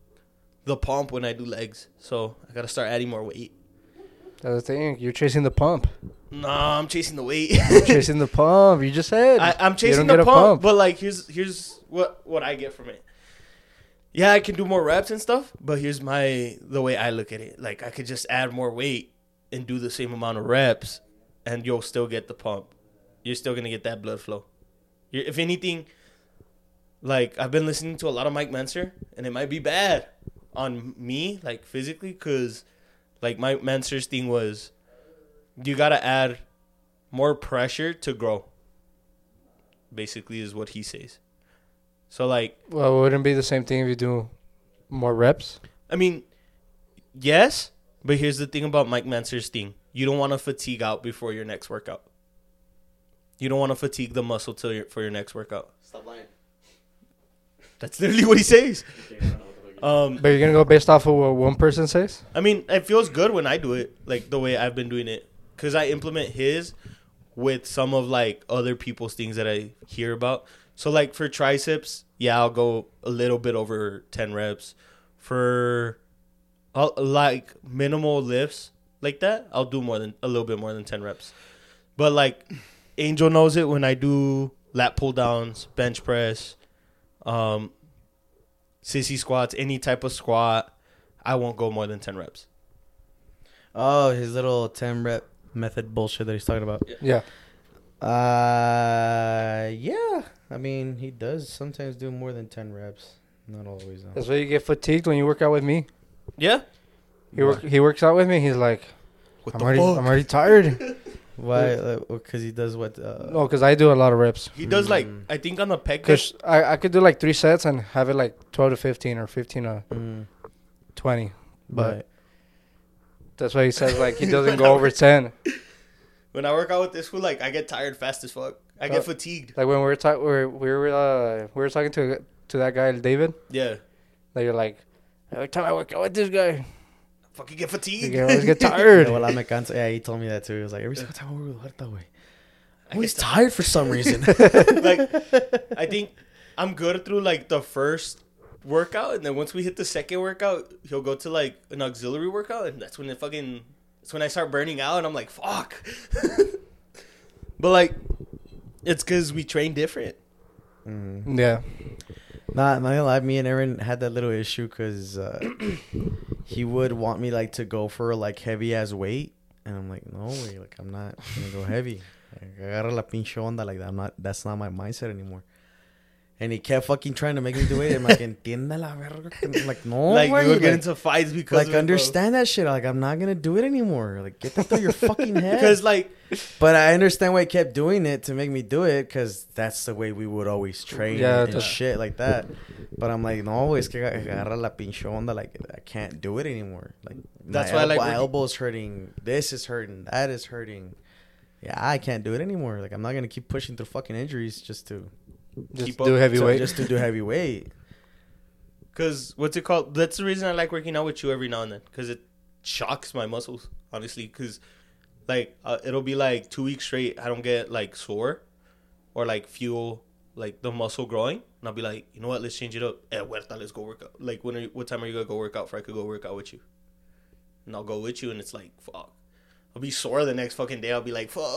[SPEAKER 1] the pump when I do legs, so I gotta start adding more weight.
[SPEAKER 3] That's the thing. You're chasing the pump.
[SPEAKER 1] Nah, I'm chasing the weight.
[SPEAKER 3] You're chasing the pump. You just said.
[SPEAKER 1] I, I'm
[SPEAKER 3] you
[SPEAKER 1] chasing
[SPEAKER 3] don't
[SPEAKER 1] the
[SPEAKER 3] get a
[SPEAKER 1] pump, but like here's here's what what I get from it. Yeah, I can do more reps and stuff, but here's my the way I look at it. Like I could just add more weight and do the same amount of reps, and you'll still get the pump. You're still gonna get that blood flow. You're, if anything, like I've been listening to a lot of Mike Menser, and it might be bad on me, like physically, because like Mike Menser's thing was, you gotta add more pressure to grow basically is what he says. So like,
[SPEAKER 3] well, it wouldn't be the same thing if you do more reps.
[SPEAKER 1] I mean, yes, but here's the thing about Mike Manser's thing. You don't want to fatigue out before your next workout. You don't want to fatigue the muscle till your, for your next workout.
[SPEAKER 2] Stop lying.
[SPEAKER 1] That's literally what he says. Um,
[SPEAKER 3] But you're gonna go based off of what one person says.
[SPEAKER 1] I mean, it feels good when I do it, like the way I've been doing it, because I implement his with some of like other people's things that I hear about. So, like for triceps, yeah, I'll go a little bit over 10 reps. For I'll, like minimal lifts like that, I'll do more than a little bit more than 10 reps. But like Angel knows it when I do lat pull downs, bench press, um, sissy squats, any type of squat. I won't go more than 10 reps.
[SPEAKER 2] Oh, his little ten rep method bullshit that he's talking about.
[SPEAKER 3] Yeah.
[SPEAKER 2] Uh, yeah. I mean, he does sometimes do more than ten reps. Not always. Though.
[SPEAKER 3] That's why you get fatigued when you work out with me.
[SPEAKER 1] Yeah.
[SPEAKER 3] He work, he works out with me. He's like,
[SPEAKER 1] What Oh.
[SPEAKER 3] I'm already I'm already tired.
[SPEAKER 2] Why? Because he does what? Uh,
[SPEAKER 3] No, because I do a lot of reps.
[SPEAKER 1] He does like I think on a pec day.
[SPEAKER 3] Cause I, I could do like three sets and have it like twelve to fifteen or fifteen to
[SPEAKER 2] mm,
[SPEAKER 3] twenty. But
[SPEAKER 2] but
[SPEAKER 3] that's why he says like he doesn't go over ten.
[SPEAKER 1] When I work out with this fool, like I get tired fast as fuck. I
[SPEAKER 3] Uh,
[SPEAKER 1] get fatigued.
[SPEAKER 3] Like when we were talking, we were we were, uh, we were talking to to that guy David.
[SPEAKER 1] Yeah,
[SPEAKER 3] That you're like every time I work out with this guy,
[SPEAKER 1] fucking get
[SPEAKER 3] you
[SPEAKER 1] fatigued.
[SPEAKER 3] can always get
[SPEAKER 2] yeah,
[SPEAKER 3] tired.
[SPEAKER 2] well, I'm a cancer. Yeah, he told me that too. He was like, every single time we work that way,
[SPEAKER 1] I
[SPEAKER 2] I'm always
[SPEAKER 1] get tired.
[SPEAKER 2] tired for some reason.
[SPEAKER 1] like I think I'm good through like the first workout, and then once we hit the second workout, he'll go to like an auxiliary workout, and that's when it fucking that's when I start burning out, and I'm like, fuck. but like, it's because we train different.
[SPEAKER 3] yeah,
[SPEAKER 2] Not, not gonna lie, me and Aaron had that little issue because uh, he would want me like to go for like heavy ass weight, and I'm like, no way, like I'm not gonna go heavy. Like, agarra la pinche onda, like I'm not. That's not my mindset anymore. And he kept fucking trying to make me do it. I'm like, entienda la verga. I'm like, no,
[SPEAKER 1] like we
[SPEAKER 2] way,
[SPEAKER 1] would get
[SPEAKER 2] like-
[SPEAKER 1] into fights because
[SPEAKER 2] like
[SPEAKER 1] of it, bro.
[SPEAKER 2] understand that shit. Like I'm not gonna do it anymore. Like get that through your fucking head.
[SPEAKER 1] because like
[SPEAKER 2] But I understand why he kept doing it to make me do it because that's the way we would always train
[SPEAKER 3] Yeah,
[SPEAKER 2] and
[SPEAKER 3] that's-
[SPEAKER 2] shit like that. But I'm like, no, es que agarra la pinche onda. Like, I can't do it anymore. Like,
[SPEAKER 1] That's
[SPEAKER 2] my
[SPEAKER 1] why,
[SPEAKER 2] elbow,
[SPEAKER 1] like,
[SPEAKER 2] my
[SPEAKER 1] when-
[SPEAKER 2] elbow's hurting. This is hurting. That is hurting. Yeah, I can't do it anymore. Like, I'm not gonna keep pushing through fucking injuries just to
[SPEAKER 3] just
[SPEAKER 1] Keep up-
[SPEAKER 3] do
[SPEAKER 1] so
[SPEAKER 3] heavy
[SPEAKER 2] so-
[SPEAKER 3] weight.
[SPEAKER 2] just to do heavy weight.
[SPEAKER 1] Because what's it called? That's the reason I like working out with you every now and then. Because it shocks my muscles, honestly. Because like uh, it'll be like two weeks straight, I don't get like sore or like feel like the muscle growing, and I'll be like, you know what? Let's change it up. Eh, huerta, let's go work out. Like when? Are you, what time are you gonna go work out? For I could go work out with you, and I'll go with you, and it's like fuck. I'll be sore the next fucking day. I'll be like, fuck.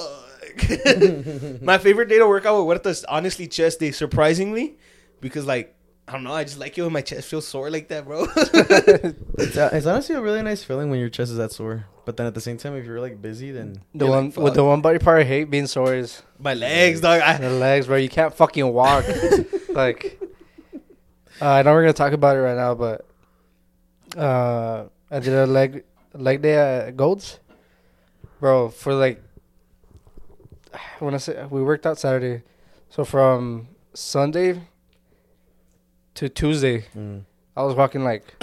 [SPEAKER 1] My favorite day to work out with Huerta is honestly chest day, surprisingly, because like I don't know, I just like it when my chest feels sore like that, bro.
[SPEAKER 2] It's, it's honestly a really nice feeling when your chest is that sore. But then at the same time, if you're like busy, then
[SPEAKER 3] the
[SPEAKER 1] You're
[SPEAKER 3] one
[SPEAKER 1] like,
[SPEAKER 3] with the
[SPEAKER 1] fuck.
[SPEAKER 3] one body part I hate being sore is
[SPEAKER 1] my legs, dog.
[SPEAKER 3] the
[SPEAKER 1] I,
[SPEAKER 3] legs, bro. You can't fucking walk. like, uh, I know we're gonna talk about it right now, but uh, I did a leg leg day at Golds, bro. For like, I want to say we worked out Saturday, so from Sunday to Tuesday,
[SPEAKER 2] mm.
[SPEAKER 3] I was walking like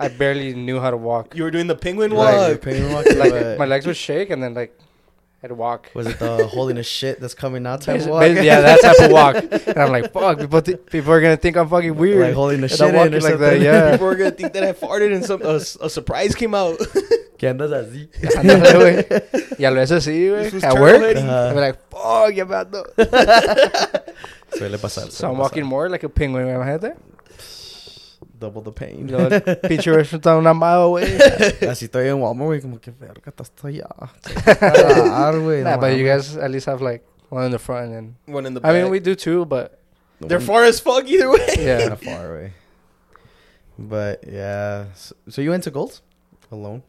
[SPEAKER 3] I barely knew how to walk.
[SPEAKER 1] you were doing the penguin
[SPEAKER 2] Like,
[SPEAKER 1] walk.
[SPEAKER 2] your pain walk,
[SPEAKER 3] Like
[SPEAKER 2] but-
[SPEAKER 3] my legs would shake, and then like I'd walk.
[SPEAKER 2] Was it the holding a shit that's coming out type
[SPEAKER 3] Basi-
[SPEAKER 2] walk?
[SPEAKER 3] basi- yeah, that type of walk. And I'm like, fuck, people, thi- people are gonna think I'm fucking weird.
[SPEAKER 2] Like holding the
[SPEAKER 3] And
[SPEAKER 2] shit
[SPEAKER 3] I'm
[SPEAKER 2] in
[SPEAKER 3] walking
[SPEAKER 2] or
[SPEAKER 3] like that,
[SPEAKER 2] something.
[SPEAKER 3] yeah.
[SPEAKER 1] People were gonna think that I farted and some a, a surprise came out.
[SPEAKER 2] ¿Qué andas así?
[SPEAKER 3] Ándale, güey. y a veces sí,
[SPEAKER 1] This was
[SPEAKER 3] güey. At
[SPEAKER 1] turtle
[SPEAKER 3] work,
[SPEAKER 1] heading.
[SPEAKER 3] I'm like, fuck, ya me ando.
[SPEAKER 2] Suele pasar.
[SPEAKER 3] So
[SPEAKER 2] suele
[SPEAKER 3] I'm walking
[SPEAKER 2] pasar.
[SPEAKER 3] more like a penguin, güey, imagínate.
[SPEAKER 2] Double the pain.
[SPEAKER 3] Y luego el pinche restroom está una mala, güey.
[SPEAKER 2] Así estoy en Walmart, güey. Como que verga, estás hasta allá. Parar, Ah, güey.
[SPEAKER 3] Nah,
[SPEAKER 2] no
[SPEAKER 3] but you
[SPEAKER 2] mames.
[SPEAKER 3] guys at least have like one in the front and
[SPEAKER 1] One in the back.
[SPEAKER 3] I mean we do too, but
[SPEAKER 1] they're far as fuck either way.
[SPEAKER 2] kind
[SPEAKER 3] yeah.
[SPEAKER 2] of far away. But yeah. So, so you went to Gold? Alone?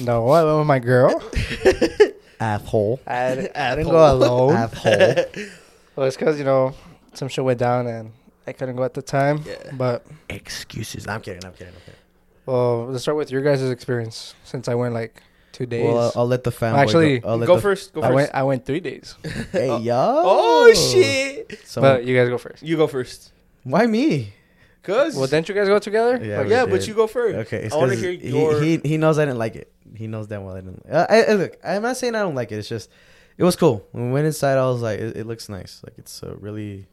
[SPEAKER 3] no, I went with my girl.
[SPEAKER 2] Asshole.
[SPEAKER 3] I, didn't- I didn't
[SPEAKER 1] Asshole.
[SPEAKER 3] go alone.
[SPEAKER 2] Asshole.
[SPEAKER 3] Well, it's because you know some shit went down and I couldn't go at the time.
[SPEAKER 1] Yeah.
[SPEAKER 3] But
[SPEAKER 2] Excuses. No, I'm kidding. I'm kidding. I'm kidding.
[SPEAKER 3] well, let's start with your guys' experience since I went like two days.
[SPEAKER 2] Well, uh, I'll, I'll let the family.
[SPEAKER 3] Actually,
[SPEAKER 2] go, I'll let
[SPEAKER 1] go
[SPEAKER 2] the,
[SPEAKER 1] first. Go
[SPEAKER 3] I
[SPEAKER 1] first.
[SPEAKER 3] went. I went three days.
[SPEAKER 2] Hey,
[SPEAKER 1] Oh.
[SPEAKER 2] yo.
[SPEAKER 1] oh shit!
[SPEAKER 2] Someone-
[SPEAKER 3] But you guys go first.
[SPEAKER 1] You go first.
[SPEAKER 2] why me?
[SPEAKER 1] Cause
[SPEAKER 3] Well, didn't you guys go together?
[SPEAKER 2] Yeah,
[SPEAKER 3] Like,
[SPEAKER 2] we
[SPEAKER 1] yeah, but
[SPEAKER 2] did.
[SPEAKER 1] you go first.
[SPEAKER 2] Okay, it's
[SPEAKER 1] I want to
[SPEAKER 2] 'cause
[SPEAKER 1] hear
[SPEAKER 2] he-
[SPEAKER 1] your.
[SPEAKER 2] He, he knows I didn't like it. He knows damn well I didn't. Uh, I, I look. I'm not saying I don't like it. It's just it was cool. When we went inside, I was like, it, it looks nice. Like it's a really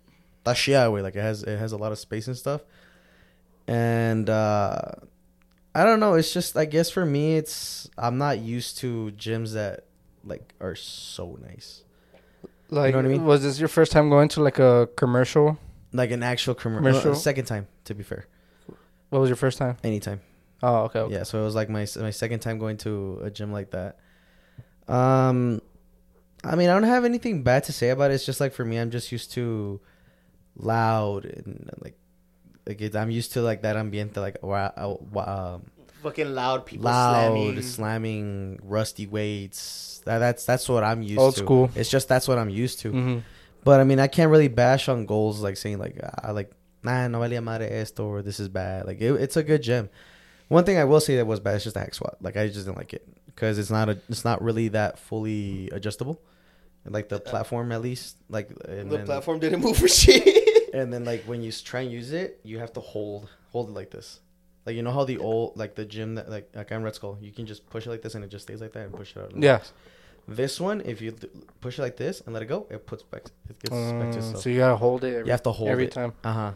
[SPEAKER 2] tashiawe. Like it has it has a lot of space and stuff. And uh I don't know. It's just I guess for me, it's I'm not used to gyms that like are so nice.
[SPEAKER 3] Like,
[SPEAKER 2] what I mean?
[SPEAKER 3] was this your first time going to like a commercial?
[SPEAKER 2] Like an actual commercial.
[SPEAKER 3] Commercial?
[SPEAKER 2] second time, to be fair.
[SPEAKER 3] What was your first time?
[SPEAKER 2] Anytime.
[SPEAKER 3] Oh, okay. okay.
[SPEAKER 2] Yeah, so it was like my my second time going to a gym like that. Um, I mean, I don't have anything bad to say about it. It's just like for me, I'm just used to loud and like like it, I'm used to like that ambiente, like where I, where, um,
[SPEAKER 1] Fucking loud people
[SPEAKER 2] loud
[SPEAKER 1] slamming.
[SPEAKER 2] slamming. rusty weights. That, that's that's what I'm used
[SPEAKER 3] Old
[SPEAKER 2] to.
[SPEAKER 3] school.
[SPEAKER 2] It's just that's what I'm used to.
[SPEAKER 3] hmm
[SPEAKER 2] But I mean, I can't really bash on goals ah, like saying like I like nah no valía madre esto or this is bad. Like it, it's a good gym. One thing I will say that was bad is just the hack squat. Like I just didn't like it because it's not a, it's not really that fully adjustable. Like the platform, at least, like and
[SPEAKER 4] the
[SPEAKER 2] then,
[SPEAKER 4] platform didn't move for shit.
[SPEAKER 2] And then like when you s- try and use it, you have to hold hold it like this. Like you know how the old like the gym that like like I'm Red Skull, you can just push it like this and it just stays like that and push it out. and
[SPEAKER 3] Yeah.
[SPEAKER 2] relax. This one, if you th- push it like this and let it go, it puts back. It gets back to
[SPEAKER 3] Mm,
[SPEAKER 2] itself.
[SPEAKER 3] so you gotta hold it. Every,
[SPEAKER 2] you have to hold
[SPEAKER 3] every
[SPEAKER 2] it.
[SPEAKER 3] time.
[SPEAKER 2] Uh huh.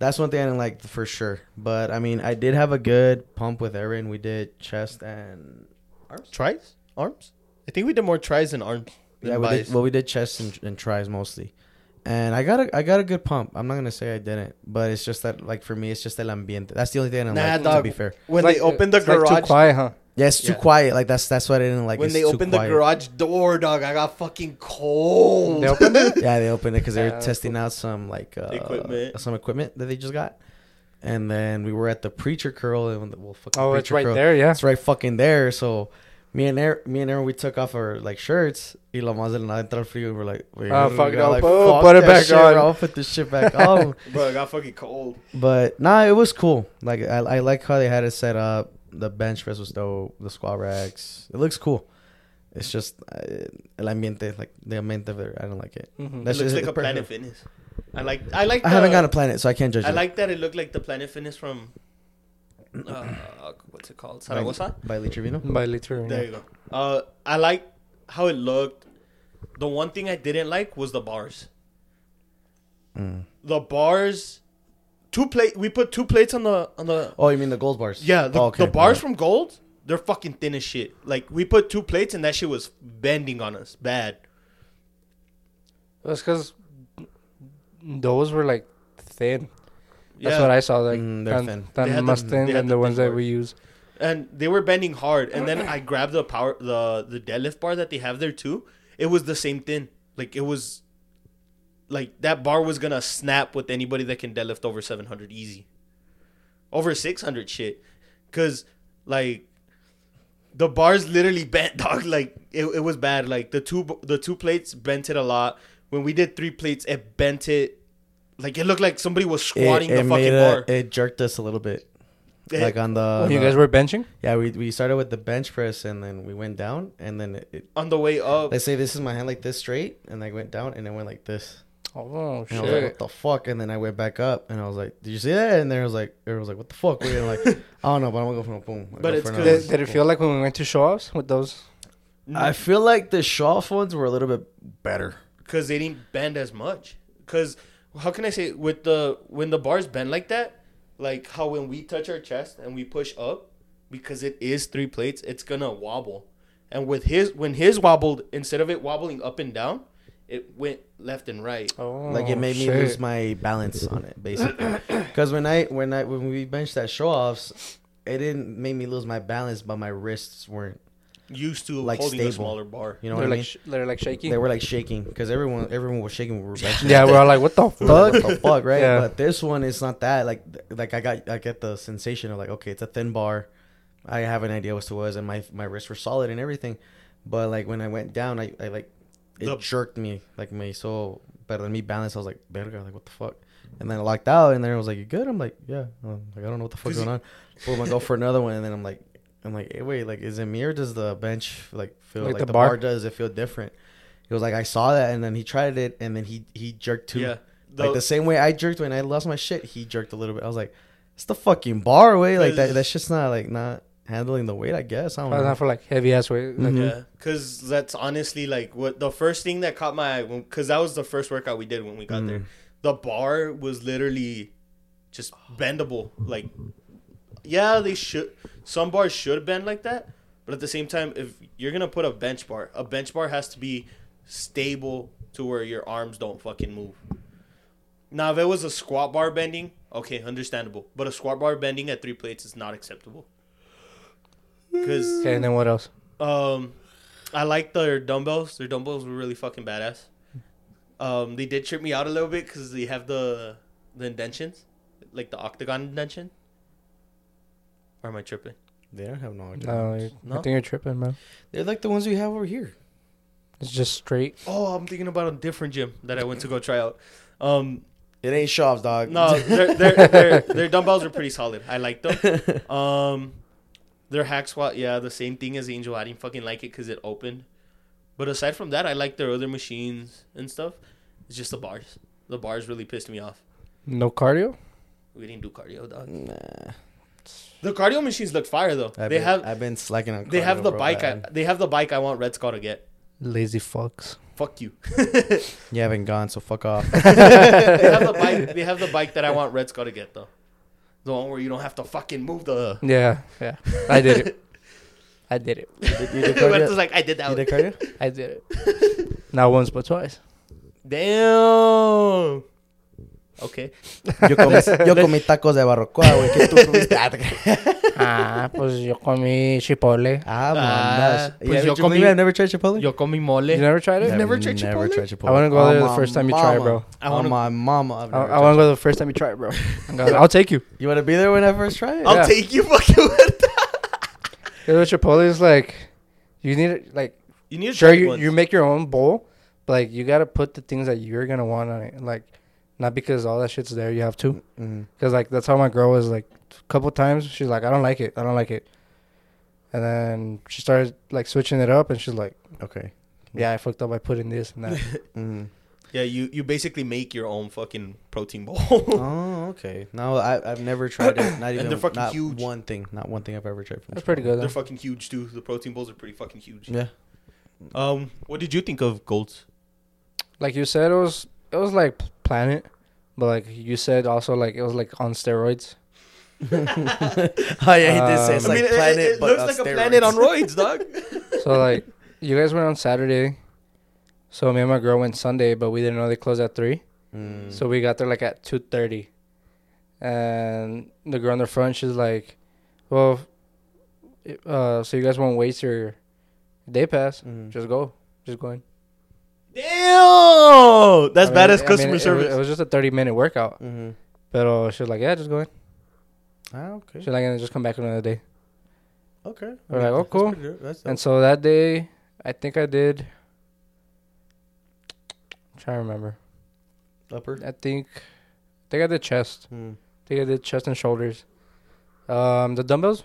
[SPEAKER 2] That's one thing I didn't like for sure. But I mean, I did have a good pump with Erin. We did chest and
[SPEAKER 4] Tries? Arms? I think we did more tries than arms.
[SPEAKER 2] yeah, we did, well, we did chest and, and tries mostly. And I got a I got a good pump. I'm not gonna say I didn't, but it's just that like for me, it's just el ambiente. That's the only thing I don't
[SPEAKER 4] Nah,
[SPEAKER 2] like. To
[SPEAKER 4] dog.
[SPEAKER 2] be fair,
[SPEAKER 4] when
[SPEAKER 3] It's
[SPEAKER 4] they
[SPEAKER 3] like- uh,
[SPEAKER 4] opened the
[SPEAKER 3] it's like
[SPEAKER 4] garage,
[SPEAKER 3] too quiet, huh?
[SPEAKER 2] yeah, it's too
[SPEAKER 4] Yeah.
[SPEAKER 2] quiet. Like that's that's what I didn't like.
[SPEAKER 4] when
[SPEAKER 2] it's
[SPEAKER 4] they
[SPEAKER 2] too
[SPEAKER 4] opened the
[SPEAKER 2] quiet.
[SPEAKER 4] garage door, dog, I got fucking cold.
[SPEAKER 3] They opened it.
[SPEAKER 2] yeah, they opened it because they were
[SPEAKER 3] Yeah, that's
[SPEAKER 2] testing out some like uh,
[SPEAKER 1] Equipment.
[SPEAKER 2] some equipment that they just got. And then we were at the preacher curl, and when the, well, fucking
[SPEAKER 3] Oh,
[SPEAKER 2] preacher
[SPEAKER 3] it's right
[SPEAKER 2] curl.
[SPEAKER 3] there. Yeah.
[SPEAKER 2] It's right fucking there. So me and Aaron, me and Aaron, we took off our like shirts. Y lo más del nada entra el frío. We were like, we
[SPEAKER 3] Ah, fuck
[SPEAKER 2] we
[SPEAKER 3] it
[SPEAKER 2] got,
[SPEAKER 3] up. Oh, put it
[SPEAKER 2] that
[SPEAKER 3] back
[SPEAKER 2] shit,
[SPEAKER 3] on.
[SPEAKER 2] bro. I'll put this shit back on.
[SPEAKER 1] Bro, I got fucking cold.
[SPEAKER 2] But nah, it was cool. Like I, I like how they had it set up. The bench press was dope. The squat racks. It looks cool. It's just uh, el ambiente, like the ambiente of it. I don't like it.
[SPEAKER 3] Mhm.
[SPEAKER 1] Mm-hmm. It
[SPEAKER 2] That's
[SPEAKER 1] looks
[SPEAKER 2] just
[SPEAKER 1] like a
[SPEAKER 2] the personal-
[SPEAKER 1] Planet Fitness. I like. I like.
[SPEAKER 2] I haven't
[SPEAKER 1] the-
[SPEAKER 2] got a planet, so I can't judge.
[SPEAKER 1] I
[SPEAKER 2] it.
[SPEAKER 1] like that it looked like the Planet Fitness from. Uh, what's it called? Zaragoza.
[SPEAKER 2] by Lee Trevino.
[SPEAKER 3] By liter.
[SPEAKER 1] There
[SPEAKER 3] Yeah.
[SPEAKER 1] you go. Uh, I like how it looked. The one thing I didn't like was the bars. Mm-hmm.
[SPEAKER 2] Mm.
[SPEAKER 1] The bars, two plate. We put two plates on the on the.
[SPEAKER 2] Oh, you mean the gold bars?
[SPEAKER 1] Yeah, the,
[SPEAKER 2] Oh, okay.
[SPEAKER 1] the bars from Gold, they're fucking thin as shit. Like we put two plates and that shit was bending on us bad.
[SPEAKER 3] That's because those were like thin. That's
[SPEAKER 1] Yeah.
[SPEAKER 3] what I saw. Like
[SPEAKER 2] Mm, they're
[SPEAKER 3] than,
[SPEAKER 2] thin.
[SPEAKER 3] than
[SPEAKER 1] They had the-
[SPEAKER 3] Mustang
[SPEAKER 1] they had
[SPEAKER 3] than
[SPEAKER 1] the
[SPEAKER 3] the ones
[SPEAKER 1] big
[SPEAKER 3] that
[SPEAKER 1] board.
[SPEAKER 3] we use.
[SPEAKER 1] and they were bending hard. And then I grabbed the power, the the deadlift bar that they have there too. It was the same thing. Like it was, like that bar was gonna snap with anybody that can deadlift over seven hundred easy, over six hundred shit, because like the bars literally bent, dog. Like it, it was bad. Like the two the two plates bent it a lot. When we did three plates, it bent it. Like it looked like somebody was
[SPEAKER 2] It,
[SPEAKER 1] squatting
[SPEAKER 2] it
[SPEAKER 1] the fucking
[SPEAKER 2] made
[SPEAKER 1] bar.
[SPEAKER 2] a, it jerked us a little bit.
[SPEAKER 1] It-
[SPEAKER 2] like on the,
[SPEAKER 3] Oh, you
[SPEAKER 2] the-
[SPEAKER 3] guys were benching.
[SPEAKER 2] yeah we, we started with the bench press and then we went down and then it, it
[SPEAKER 1] on the way up,
[SPEAKER 2] let's say this is my hand like this straight and I went down and it went like this
[SPEAKER 3] Oh
[SPEAKER 2] and I was like
[SPEAKER 3] shit!
[SPEAKER 2] what the fuck and then I went back up and I was like did you see that and there was like it was like what the fuck we were like I don't know but I'm gonna go for a boom I'll
[SPEAKER 1] But
[SPEAKER 2] go
[SPEAKER 1] it's
[SPEAKER 2] for
[SPEAKER 1] good.
[SPEAKER 2] another
[SPEAKER 3] Did, did it feel like when we went to show-offs with those?
[SPEAKER 2] one. I feel like the Shaw ones were a little bit better
[SPEAKER 1] because they didn't bend as much. Because how can I say with the when the bars bend like that, like how when we touch our chest and we push up, because it is three plates, it's gonna wobble. And with his when his wobbled, instead of it wobbling up and down, it went left and right.
[SPEAKER 3] Oh,
[SPEAKER 2] like it made me
[SPEAKER 3] shit.
[SPEAKER 2] lose my balance on it basically because when i when i when we benched that show offs it didn't make me lose my balance but my wrists weren't
[SPEAKER 1] Used to
[SPEAKER 2] Like
[SPEAKER 1] holding a
[SPEAKER 2] stable.
[SPEAKER 1] smaller bar.
[SPEAKER 2] you know
[SPEAKER 3] They're
[SPEAKER 2] what i
[SPEAKER 3] like
[SPEAKER 2] mean
[SPEAKER 3] sh- they're like shaky.
[SPEAKER 2] they were like shaking because everyone everyone was shaking when we were benching.
[SPEAKER 3] yeah, we're all like, what the
[SPEAKER 2] Fuck,
[SPEAKER 3] fuck?
[SPEAKER 2] what the fuck, right?
[SPEAKER 3] Yeah.
[SPEAKER 2] But this one it's not that. Like, like I got, I get the sensation of like, okay, it's a thin bar. I have an idea what it was, and my my wrists were solid and everything. But like when I went down, I, I like it
[SPEAKER 1] The-
[SPEAKER 2] jerked me, like my so better than me balance. I was like, verga, like what the fuck? And then I locked out, and then I was like, you good? I'm like, yeah. Um, like I don't know what the fuck's going on. Boom, I go for another one, and then I'm like, I'm like, hey, wait, like is it me or does the bench like feel like, the, bar? does? It feel different. He was like, I saw that, and then he tried it, and then he he jerked too.
[SPEAKER 1] Yeah.
[SPEAKER 2] like
[SPEAKER 1] The-
[SPEAKER 2] the same way I jerked when I lost my shit, he jerked a little bit. I was like, it's the fucking bar way. Like that, that shit's not like not handling the weight. I guess I don't
[SPEAKER 3] Not
[SPEAKER 2] know.
[SPEAKER 3] for like heavy ass weight. Like,
[SPEAKER 2] Mm-hmm.
[SPEAKER 1] Yeah, because that's honestly like what the first thing that caught my eye because that was the first workout we did when we got there. The bar was literally just bendable. Like, yeah, they should. Some bars should bend like that, but at the same time, if you're gonna put a bench bar, a bench bar has to be stable to where your arms don't fucking move. Now, if it was a squat bar bending, okay, understandable. But a squat bar bending at three plates is not acceptable. Because
[SPEAKER 3] Okay, and then what else?
[SPEAKER 1] um, I like their dumbbells. Their dumbbells were really fucking badass. Um, they did trip me out a little bit because they have the the indentions, like the octagon indention. Or am I tripping?
[SPEAKER 2] They don't have no. idea.
[SPEAKER 3] No, you're,
[SPEAKER 1] No?
[SPEAKER 3] I think you're tripping, man.
[SPEAKER 2] They're like the ones we have over here.
[SPEAKER 3] It's just straight.
[SPEAKER 1] Oh, I'm thinking about a different gym that I went to go try out. Um,
[SPEAKER 2] It ain't shops, dog.
[SPEAKER 1] No, their, their, their, their dumbbells are pretty solid. I like them. Um, their hack squat, yeah, the same thing as Angel. I didn't fucking like it because it opened. But aside from that, I like their other machines and stuff. It's just the bars. The bars really pissed me off.
[SPEAKER 3] No cardio.
[SPEAKER 1] We didn't do cardio, dog.
[SPEAKER 2] nah.
[SPEAKER 1] The cardio machines look fire though.
[SPEAKER 2] I've
[SPEAKER 1] they
[SPEAKER 2] been,
[SPEAKER 1] have
[SPEAKER 2] I've been slacking on.
[SPEAKER 1] they have
[SPEAKER 2] cardio,
[SPEAKER 1] the
[SPEAKER 2] bro,
[SPEAKER 1] bike. I,
[SPEAKER 2] man.
[SPEAKER 1] they have the bike I want Red Skull to get.
[SPEAKER 3] Lazy fucks.
[SPEAKER 1] Fuck you.
[SPEAKER 2] You haven't gone, so fuck off.
[SPEAKER 1] they have the bike. They have the bike that I want Red Skull to get though. The one where you don't have to fucking move the.
[SPEAKER 3] Yeah, yeah. I did it. I did it.
[SPEAKER 2] You did
[SPEAKER 1] Red
[SPEAKER 2] cardio?
[SPEAKER 1] Skull's like I did that.
[SPEAKER 2] You
[SPEAKER 1] one.
[SPEAKER 2] did cardio?
[SPEAKER 3] I did it. Not once, but twice.
[SPEAKER 1] Damn. Okay.
[SPEAKER 2] Yo comí, yo comí tacos de barrocoa, güey. Que tú comiste.
[SPEAKER 3] ah, pues yo comí chipotle.
[SPEAKER 2] Ah,
[SPEAKER 1] Ah,
[SPEAKER 2] man.
[SPEAKER 1] pues
[SPEAKER 2] Pues
[SPEAKER 1] yo
[SPEAKER 2] yo
[SPEAKER 1] comí-
[SPEAKER 2] I've never tried Chipotle?
[SPEAKER 1] Yo comí mole.
[SPEAKER 3] You never tried it?
[SPEAKER 2] I've
[SPEAKER 1] never tried Chipotle?
[SPEAKER 2] tried Chipotle.
[SPEAKER 3] I want to go
[SPEAKER 2] On
[SPEAKER 3] there the
[SPEAKER 2] my
[SPEAKER 3] first time you try it,
[SPEAKER 2] mama.
[SPEAKER 3] bro.
[SPEAKER 1] I
[SPEAKER 2] On
[SPEAKER 1] wanna-
[SPEAKER 2] my mama. I've
[SPEAKER 3] I,
[SPEAKER 2] never
[SPEAKER 3] I
[SPEAKER 2] tried
[SPEAKER 3] want to go the first time you try it, bro. I'm gonna- I'll take you.
[SPEAKER 2] Chipotle. You want to be there when I first try it?
[SPEAKER 1] I'll take you fucking with
[SPEAKER 3] You know, Chipotle is like, you need like
[SPEAKER 1] You need to
[SPEAKER 3] sure
[SPEAKER 1] try
[SPEAKER 3] you,
[SPEAKER 1] ones.
[SPEAKER 3] you make your own bowl, but like you gotta put the things that you're gonna want on it. Like, not because all that shit's there, you have to.
[SPEAKER 2] Mhm.
[SPEAKER 3] Cause like that's how my girl was like a couple times. She's like, I don't like it. I don't like it. And then she started like switching it up, and she's like,
[SPEAKER 2] Okay.
[SPEAKER 3] Yeah, I fucked up by putting this and that.
[SPEAKER 2] Mhm.
[SPEAKER 1] Yeah, you, you basically make your own fucking protein bowl.
[SPEAKER 2] Oh, okay. No, I, I've never tried it. Not even
[SPEAKER 1] they're fucking
[SPEAKER 2] not
[SPEAKER 1] huge.
[SPEAKER 2] one thing. Not one thing I've ever tried from
[SPEAKER 3] that's pretty
[SPEAKER 2] Chipotle.
[SPEAKER 3] good.
[SPEAKER 1] They're
[SPEAKER 3] Though.
[SPEAKER 1] fucking huge too. The protein bowls are pretty fucking huge.
[SPEAKER 2] Yeah.
[SPEAKER 1] Um, what did you think of Golds?
[SPEAKER 3] Like you said, it was it was like Planet, but like you said also like it was like on steroids.
[SPEAKER 2] oh, yeah, he did say it's
[SPEAKER 3] Um,
[SPEAKER 2] like planet, but on
[SPEAKER 1] looks like a
[SPEAKER 2] steroids.
[SPEAKER 1] planet on roids, dog.
[SPEAKER 3] So like you guys went on Saturday, so me and my girl went Sunday, but we didn't know they closed at three.
[SPEAKER 2] Mm.
[SPEAKER 3] So we got there like at two thirty, and the girl in the front she's like, "Well, if- uh, so you guys won't waste your day pass?
[SPEAKER 1] Mm.
[SPEAKER 2] Mhm.
[SPEAKER 3] Just go, just go in."
[SPEAKER 1] Damn, that's
[SPEAKER 3] I mean, I
[SPEAKER 1] badass
[SPEAKER 3] mean,
[SPEAKER 1] customer
[SPEAKER 3] it was-
[SPEAKER 1] service.
[SPEAKER 3] It was just a thirty minute workout,
[SPEAKER 2] Mhm.
[SPEAKER 3] but uh, she was like, "Yeah, just go in."
[SPEAKER 2] Ah, okay.
[SPEAKER 3] She's like, "And just come back another day."
[SPEAKER 2] Okay.
[SPEAKER 3] We're like, oh,
[SPEAKER 2] That's
[SPEAKER 3] cool.
[SPEAKER 2] pretty good. That's
[SPEAKER 3] And so that day, I think I did. I'm trying to remember.
[SPEAKER 2] upper.
[SPEAKER 3] I think, I think I did chest.
[SPEAKER 2] Mm.
[SPEAKER 3] I think I did chest and shoulders. Um, the dumbbells,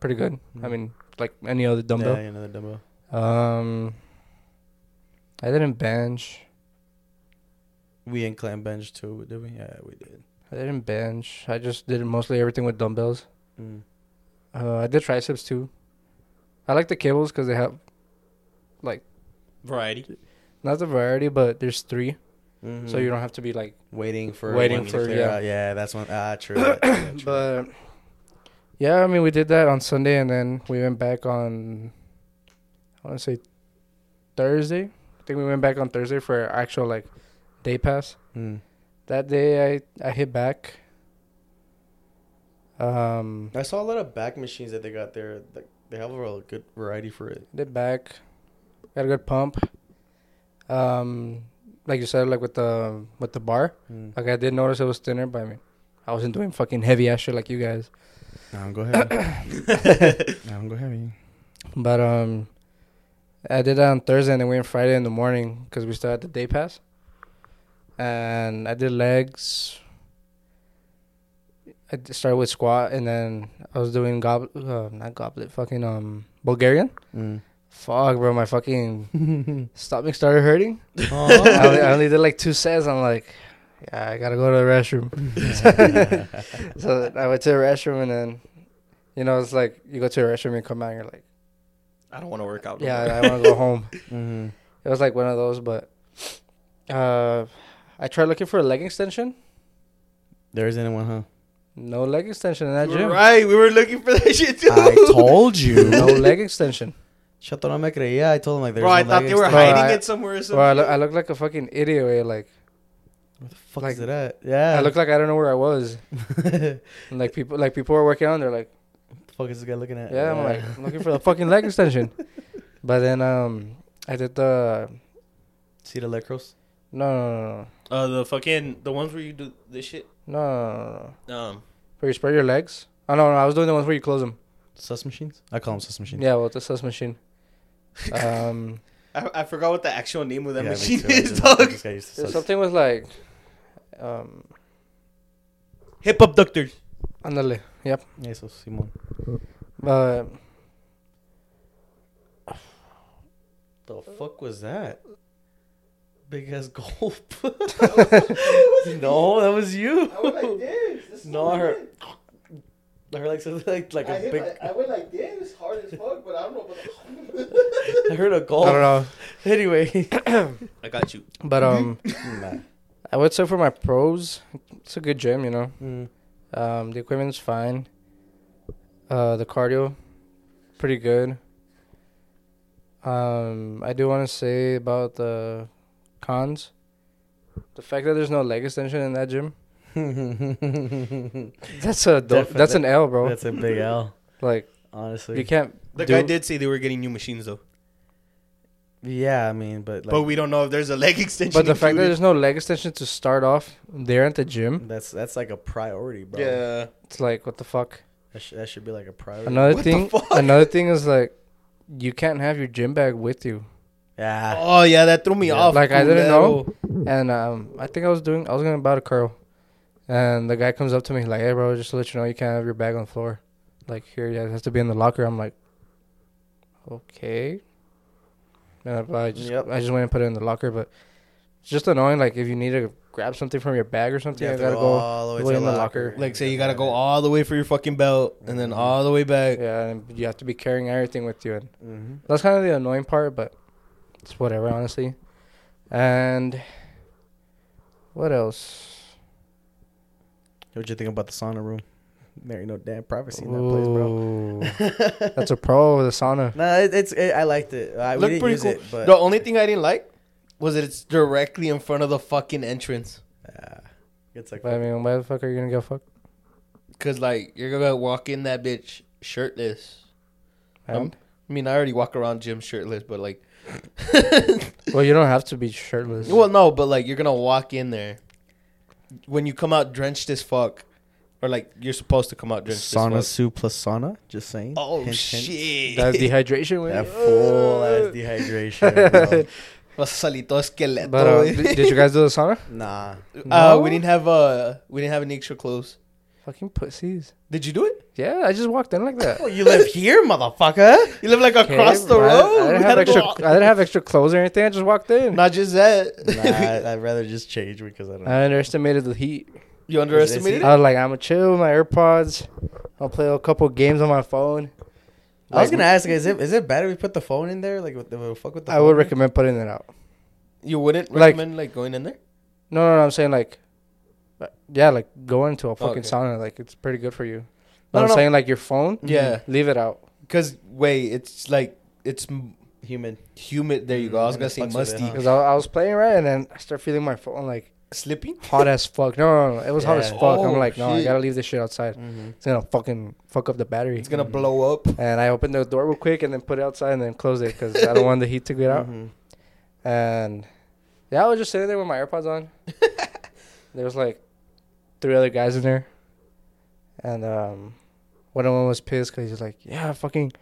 [SPEAKER 3] pretty good. I mean, like any other dumbbell.
[SPEAKER 2] Yeah, another dumbbell.
[SPEAKER 3] Um, I didn't bench.
[SPEAKER 2] We in clam bench too, did we? Yeah, we did.
[SPEAKER 3] I didn't bench. I just did mostly everything with dumbbells.
[SPEAKER 2] Mm.
[SPEAKER 3] Uh, I did triceps too. I like the cables because they have, like,
[SPEAKER 1] Variety.
[SPEAKER 3] not the variety, but there's 3
[SPEAKER 2] Mm.
[SPEAKER 3] so you don't have to be like
[SPEAKER 2] waiting for
[SPEAKER 3] Waiting
[SPEAKER 2] one to
[SPEAKER 3] for-
[SPEAKER 2] clear
[SPEAKER 3] yeah.
[SPEAKER 2] out. yeah that's one ah true, that, true, that, true.
[SPEAKER 3] But yeah, I mean, we did that on Sunday, and then we went back on. I want to say Thursday. I think we went back on Thursday for our actual like day pass.
[SPEAKER 2] Mm.
[SPEAKER 3] That day, I I hit back. Um,
[SPEAKER 2] I saw a lot of back machines that they got there. Like they have a good variety for it.
[SPEAKER 3] did back, got a good pump. Um, like you said, like with the with the bar,
[SPEAKER 2] Mm.
[SPEAKER 3] like I did notice it was thinner, but I mean, I wasn't doing fucking heavy ass shit like you guys.
[SPEAKER 2] I'm go heavy. I'm go heavy.
[SPEAKER 3] But um, I did that on Thursday and then we went Friday in the morning because we still had the day pass. And I did legs. I d- started with squat and then I was doing goblet, uh, not goblet, fucking um Bulgarian.
[SPEAKER 2] Mm.
[SPEAKER 3] Fuck, bro, my fucking stomach started hurting. I,
[SPEAKER 2] Oh.
[SPEAKER 3] only, I only did like two sets. I'm like, yeah, I gotta go to the restroom. so I went to the restroom and then, you know, it's like you go to the restroom and come out and you're like,
[SPEAKER 1] I don't want to work out. no
[SPEAKER 3] yeah,
[SPEAKER 1] more.
[SPEAKER 3] I want to go home.
[SPEAKER 2] Mhm.
[SPEAKER 3] It was like one of those, but uh, I tried looking for a leg extension.
[SPEAKER 2] There isn't anyone, huh?
[SPEAKER 3] No leg extension in that
[SPEAKER 1] You were
[SPEAKER 3] gym.
[SPEAKER 1] right. We were looking for that shit too.
[SPEAKER 2] I told you.
[SPEAKER 3] No leg extension.
[SPEAKER 2] Chato no me creía. I told him like there's
[SPEAKER 1] Bro, I
[SPEAKER 2] no
[SPEAKER 1] thought
[SPEAKER 2] leg
[SPEAKER 1] they were
[SPEAKER 2] extension.
[SPEAKER 3] extension. Bro,
[SPEAKER 1] hiding
[SPEAKER 3] I-
[SPEAKER 1] it somewhere. Or
[SPEAKER 3] Well, I,
[SPEAKER 1] something.
[SPEAKER 3] look I look like a fucking idiot. eh, Like
[SPEAKER 2] Where the fuck
[SPEAKER 3] like-
[SPEAKER 2] is it at? Yeah.
[SPEAKER 3] I look like I don't know where I was.
[SPEAKER 2] the
[SPEAKER 3] And like people, like people were working on. They're like,
[SPEAKER 2] fuck is this guy looking at?
[SPEAKER 3] yeah, I'm like I'm looking for the fucking leg extension. But then um, I did the
[SPEAKER 2] See the lecros?
[SPEAKER 3] no no
[SPEAKER 1] uh, the fucking the ones where you do this shit.
[SPEAKER 3] no no no no, no, no.
[SPEAKER 1] Um,
[SPEAKER 3] where you spread your legs. Oh no, no, I was doing the ones where you close them.
[SPEAKER 2] Sus machines? I call them sus machines.
[SPEAKER 3] Yeah, well, the sus machine. Um.
[SPEAKER 1] I, I forgot what the actual name of that
[SPEAKER 2] Yeah, me
[SPEAKER 1] machine
[SPEAKER 2] too. I
[SPEAKER 1] is,
[SPEAKER 2] just- I
[SPEAKER 1] dog.
[SPEAKER 2] just got used to
[SPEAKER 3] There's
[SPEAKER 2] sus.
[SPEAKER 3] something with like Um,
[SPEAKER 1] Hip abductors.
[SPEAKER 3] ándale, yep.
[SPEAKER 2] Eso, Simón.
[SPEAKER 3] Uh,
[SPEAKER 2] The fuck was that? Big ass gulp. no, that was you. No, I heard. I heard like something like, like a big.
[SPEAKER 1] I went like this, hard as fuck, but I don't know what
[SPEAKER 2] I heard a
[SPEAKER 3] I
[SPEAKER 2] gulp.
[SPEAKER 3] don't know.
[SPEAKER 2] Anyway.
[SPEAKER 1] I got you.
[SPEAKER 3] But um,
[SPEAKER 2] Nah.
[SPEAKER 3] I would say for my pros, it's a good gym, you know.
[SPEAKER 2] Mm.
[SPEAKER 3] Um, the equipment's fine. Uh, the cardio, pretty good. Um, I do want to say about the cons. The fact that there's no leg extension in that gym, that's a
[SPEAKER 2] Defi-
[SPEAKER 3] that's an L, bro.
[SPEAKER 2] That's a big L.
[SPEAKER 3] Like
[SPEAKER 2] Honestly.
[SPEAKER 3] you can't.
[SPEAKER 1] The
[SPEAKER 3] do-
[SPEAKER 1] guy did say they were getting new machines though,
[SPEAKER 2] Yeah, I mean, but like,
[SPEAKER 1] but we don't know if there's a leg extension.
[SPEAKER 3] But the fact that
[SPEAKER 1] included.
[SPEAKER 3] there's no leg extension to start off there at the gym,
[SPEAKER 2] that's that's like a priority, bro.
[SPEAKER 1] yeah,
[SPEAKER 3] it's like what the fuck.
[SPEAKER 2] That, sh- that should be like a priority.
[SPEAKER 3] Another
[SPEAKER 1] What the
[SPEAKER 3] thing,
[SPEAKER 1] fuck?
[SPEAKER 3] another thing is like, you can't have your gym bag with you.
[SPEAKER 2] Yeah.
[SPEAKER 1] oh yeah, that threw me
[SPEAKER 2] Yeah.
[SPEAKER 1] off.
[SPEAKER 3] Like, I didn't
[SPEAKER 1] culero.
[SPEAKER 3] And um, I think I was doing, I was gonna about a curl, and the guy comes up to me like, "Hey, bro, just to let you know, you can't have your bag on the floor. Like here, yeah, it has to be in the locker." I'm like, "Okay." And I, I just,
[SPEAKER 2] Yep.
[SPEAKER 3] I just went and put it in the locker, but it's just annoying. Like if you need to grab something from your bag or
[SPEAKER 1] You
[SPEAKER 3] something, I
[SPEAKER 1] have to
[SPEAKER 3] gotta
[SPEAKER 1] go
[SPEAKER 3] go.
[SPEAKER 1] all
[SPEAKER 3] way
[SPEAKER 1] to
[SPEAKER 3] in the locker.
[SPEAKER 1] Like say you gotta go all the way for your fucking belt and then all the way back.
[SPEAKER 3] Yeah, and you have to be carrying everything with you, and
[SPEAKER 2] Mm-hmm.
[SPEAKER 3] That's kind of the annoying part, but it's whatever, honestly. And what else?
[SPEAKER 2] What'd you think about the sauna room? There ain't no damn privacy in that place, bro.
[SPEAKER 3] Ooh, that's a pro of the sauna.
[SPEAKER 2] Nah, it, it's it, I liked it. I, we
[SPEAKER 1] Looked
[SPEAKER 2] didn't
[SPEAKER 1] pretty
[SPEAKER 2] use
[SPEAKER 1] cool.
[SPEAKER 2] it, but
[SPEAKER 1] The only thing I didn't like was that it's directly in front of the fucking entrance.
[SPEAKER 2] Yeah. uh, it's like
[SPEAKER 3] But I mean, why the fuck are you gonna go fuck?
[SPEAKER 1] Cause like you're gonna walk in that bitch shirtless.
[SPEAKER 3] And,
[SPEAKER 1] I mean, I already walk around gym shirtless, but like,
[SPEAKER 3] well, you don't have to be shirtless.
[SPEAKER 1] well, no, but like you're gonna walk in there when you come out drenched as fuck, or like you're supposed to come out drenched.
[SPEAKER 2] sauna
[SPEAKER 1] as fuck.
[SPEAKER 2] soup plus sauna. Just saying.
[SPEAKER 1] Oh
[SPEAKER 2] Hint, hint.
[SPEAKER 1] shit!
[SPEAKER 3] That's dehydration.
[SPEAKER 2] That
[SPEAKER 3] Way.
[SPEAKER 2] full ass dehydration, bro.
[SPEAKER 1] Los salito esqueleto.
[SPEAKER 3] But uh,
[SPEAKER 1] eh?
[SPEAKER 3] did, did you guys do the sauna?
[SPEAKER 2] Nah.
[SPEAKER 1] Uh,
[SPEAKER 3] No?
[SPEAKER 1] we didn't have uh, we didn't have any extra clothes.
[SPEAKER 3] Fucking pussies.
[SPEAKER 1] Did you do it?
[SPEAKER 3] Yeah, I just walked in like that.
[SPEAKER 2] Oh, you live here, motherfucker.
[SPEAKER 1] You live like across
[SPEAKER 3] Okay,
[SPEAKER 1] the
[SPEAKER 3] well, I-
[SPEAKER 1] road.
[SPEAKER 3] I,
[SPEAKER 1] We
[SPEAKER 3] didn't
[SPEAKER 1] had
[SPEAKER 3] have
[SPEAKER 1] to go
[SPEAKER 3] extra.
[SPEAKER 1] all-
[SPEAKER 3] I didn't have extra clothes or anything. I just walked in.
[SPEAKER 1] Not just that.
[SPEAKER 2] Nah, I'd, I'd rather just change because I don't.
[SPEAKER 3] I underestimated the heat.
[SPEAKER 1] you underestimated it.
[SPEAKER 3] I was like, I'm gonna chill with my AirPods. I'll play a couple games on my phone.
[SPEAKER 2] I was gonna ask, is it is it bad if we put the phone in there? Like, what the fuck with the?
[SPEAKER 3] I
[SPEAKER 2] phone
[SPEAKER 3] would
[SPEAKER 2] in?
[SPEAKER 3] recommend putting it out.
[SPEAKER 1] You wouldn't
[SPEAKER 3] Like-
[SPEAKER 1] recommend like going in there.
[SPEAKER 3] No, no, no I'm saying like, uh, yeah, like going to a fucking
[SPEAKER 1] Oh, okay.
[SPEAKER 3] sauna, like it's pretty good for you.
[SPEAKER 1] No,
[SPEAKER 3] But I'm
[SPEAKER 1] no, no.
[SPEAKER 3] saying like your phone,
[SPEAKER 1] Yeah.
[SPEAKER 3] leave it out.
[SPEAKER 1] Cause wait, it's like it's m-
[SPEAKER 2] humid.
[SPEAKER 1] humid. There you go. I was
[SPEAKER 2] And it
[SPEAKER 1] gonna say
[SPEAKER 2] fucks with
[SPEAKER 1] musty.
[SPEAKER 2] it,
[SPEAKER 3] Cause I, I was playing right, and then I start feeling my phone like
[SPEAKER 1] Slipping.
[SPEAKER 3] hot as fuck. No, no, no, it was hot
[SPEAKER 2] Yeah.
[SPEAKER 3] as fuck.
[SPEAKER 1] Oh,
[SPEAKER 3] I'm like, no, I
[SPEAKER 1] shit.
[SPEAKER 3] gotta leave this shit outside.
[SPEAKER 2] Mm-hmm.
[SPEAKER 3] It's gonna fucking fuck up the battery.
[SPEAKER 1] It's gonna blow up.
[SPEAKER 3] and I opened the door real quick, and then put it outside, and then closed it because I don't want the heat to
[SPEAKER 1] Mm-hmm.
[SPEAKER 3] get out.
[SPEAKER 2] Mm-hmm.
[SPEAKER 3] And yeah, I was just sitting there with my AirPods on. there was like three other guys in there, and um, one of them was pissed because he's like, "Yeah, fucking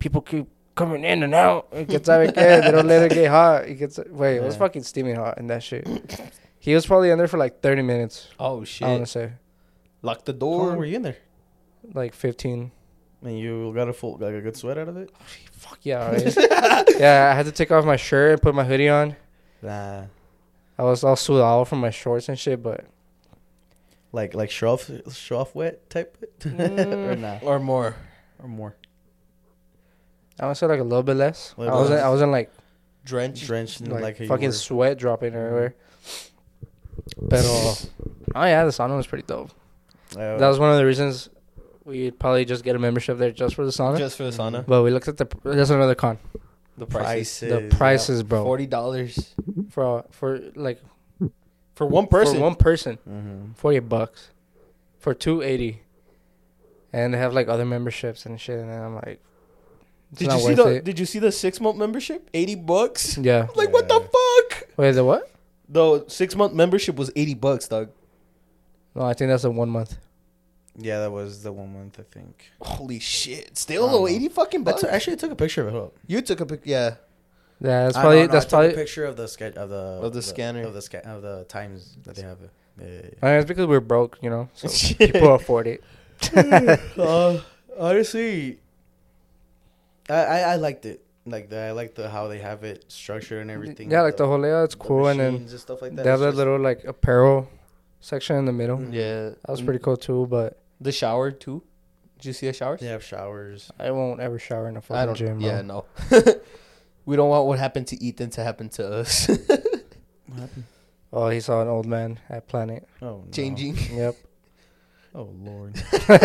[SPEAKER 3] people keep coming in and out. It gets out again. They don't let it get hot. It gets wait, it was
[SPEAKER 2] Yeah.
[SPEAKER 3] fucking steaming hot and that shit." he was probably in there for like thirty minutes.
[SPEAKER 1] Oh shit!
[SPEAKER 3] I want to say
[SPEAKER 1] Lock the
[SPEAKER 2] How long were
[SPEAKER 1] door.
[SPEAKER 2] you in there?
[SPEAKER 3] like fifteen.
[SPEAKER 2] And you got a full, like a good sweat out of it.
[SPEAKER 3] Fuck yeah, all right. yeah. I had to take off my shirt and put my hoodie on.
[SPEAKER 2] Nah,
[SPEAKER 3] I was all suited all from my shorts and shit, but
[SPEAKER 2] like like show off, show off wet type, or
[SPEAKER 3] Mm.
[SPEAKER 2] nah,
[SPEAKER 1] Or more.
[SPEAKER 2] or more.
[SPEAKER 3] I want to say like a little bit less.
[SPEAKER 2] Little
[SPEAKER 3] I wasn't.
[SPEAKER 2] less.
[SPEAKER 3] I wasn't like
[SPEAKER 1] Drenched.
[SPEAKER 2] Drenched in
[SPEAKER 3] like,
[SPEAKER 2] like, how you
[SPEAKER 3] fucking
[SPEAKER 2] were.
[SPEAKER 3] sweat dropping everywhere. But uh, oh yeah, the sauna was pretty dope.
[SPEAKER 2] Oh,
[SPEAKER 3] That was one of the reasons we'd probably just get a membership there just for the sauna.
[SPEAKER 1] Just for the sauna.
[SPEAKER 3] but we looked at the pr- that's another con.
[SPEAKER 1] The prices.
[SPEAKER 3] The prices, bro,
[SPEAKER 1] Forty dollars
[SPEAKER 3] for for like
[SPEAKER 1] for one person.
[SPEAKER 3] for one person,
[SPEAKER 2] Mm-hmm.
[SPEAKER 3] forty bucks for two eighty, and they have like other memberships and shit. And then I'm like, it's
[SPEAKER 1] did
[SPEAKER 3] not
[SPEAKER 1] you see
[SPEAKER 3] worth
[SPEAKER 1] the
[SPEAKER 3] it.
[SPEAKER 1] Did you see the six month membership? Eighty bucks.
[SPEAKER 3] yeah.
[SPEAKER 1] Like what the fuck?
[SPEAKER 3] Wait, the what?
[SPEAKER 1] The six month membership was eighty bucks, dog.
[SPEAKER 3] No, I think that's a one month.
[SPEAKER 2] Yeah, that was the one month I think.
[SPEAKER 1] Holy shit! Still
[SPEAKER 2] I don't
[SPEAKER 1] though,
[SPEAKER 2] know.
[SPEAKER 1] eighty fucking
[SPEAKER 2] I
[SPEAKER 1] bucks.
[SPEAKER 2] took- actually I took a picture of it. Hold up.
[SPEAKER 1] you took a pic, yeah.
[SPEAKER 3] Yeah, that's
[SPEAKER 2] I-
[SPEAKER 3] probably
[SPEAKER 2] no, no, I
[SPEAKER 3] that's
[SPEAKER 2] took
[SPEAKER 3] probably
[SPEAKER 2] a picture of the sketch of the
[SPEAKER 1] the scanner.
[SPEAKER 2] of the sca- of the times that they have it.
[SPEAKER 3] I mean, it's because we're broke, you know. So people afford it.
[SPEAKER 2] uh, honestly, I, I I liked it. Like the, I like the how they have it structured and everything.
[SPEAKER 3] yeah, like the whole layout, it's
[SPEAKER 2] the
[SPEAKER 3] cool, and then
[SPEAKER 2] machines stuff like
[SPEAKER 3] they have
[SPEAKER 2] It's
[SPEAKER 3] that
[SPEAKER 2] just-
[SPEAKER 3] little like apparel section in the middle.
[SPEAKER 1] Yeah, Mm.
[SPEAKER 3] That was pretty cool too, but
[SPEAKER 1] The shower too. Did you see the showers?
[SPEAKER 2] They have showers.
[SPEAKER 3] I won't ever shower in a fucking
[SPEAKER 1] I don't.
[SPEAKER 3] gym.
[SPEAKER 1] yeah,
[SPEAKER 3] bro.
[SPEAKER 1] no. we don't want what happened to Ethan to happen to us.
[SPEAKER 3] Oh, he saw an old man at Planet.
[SPEAKER 2] Oh, no.
[SPEAKER 1] Changing.
[SPEAKER 3] Yep.
[SPEAKER 2] Oh lord. you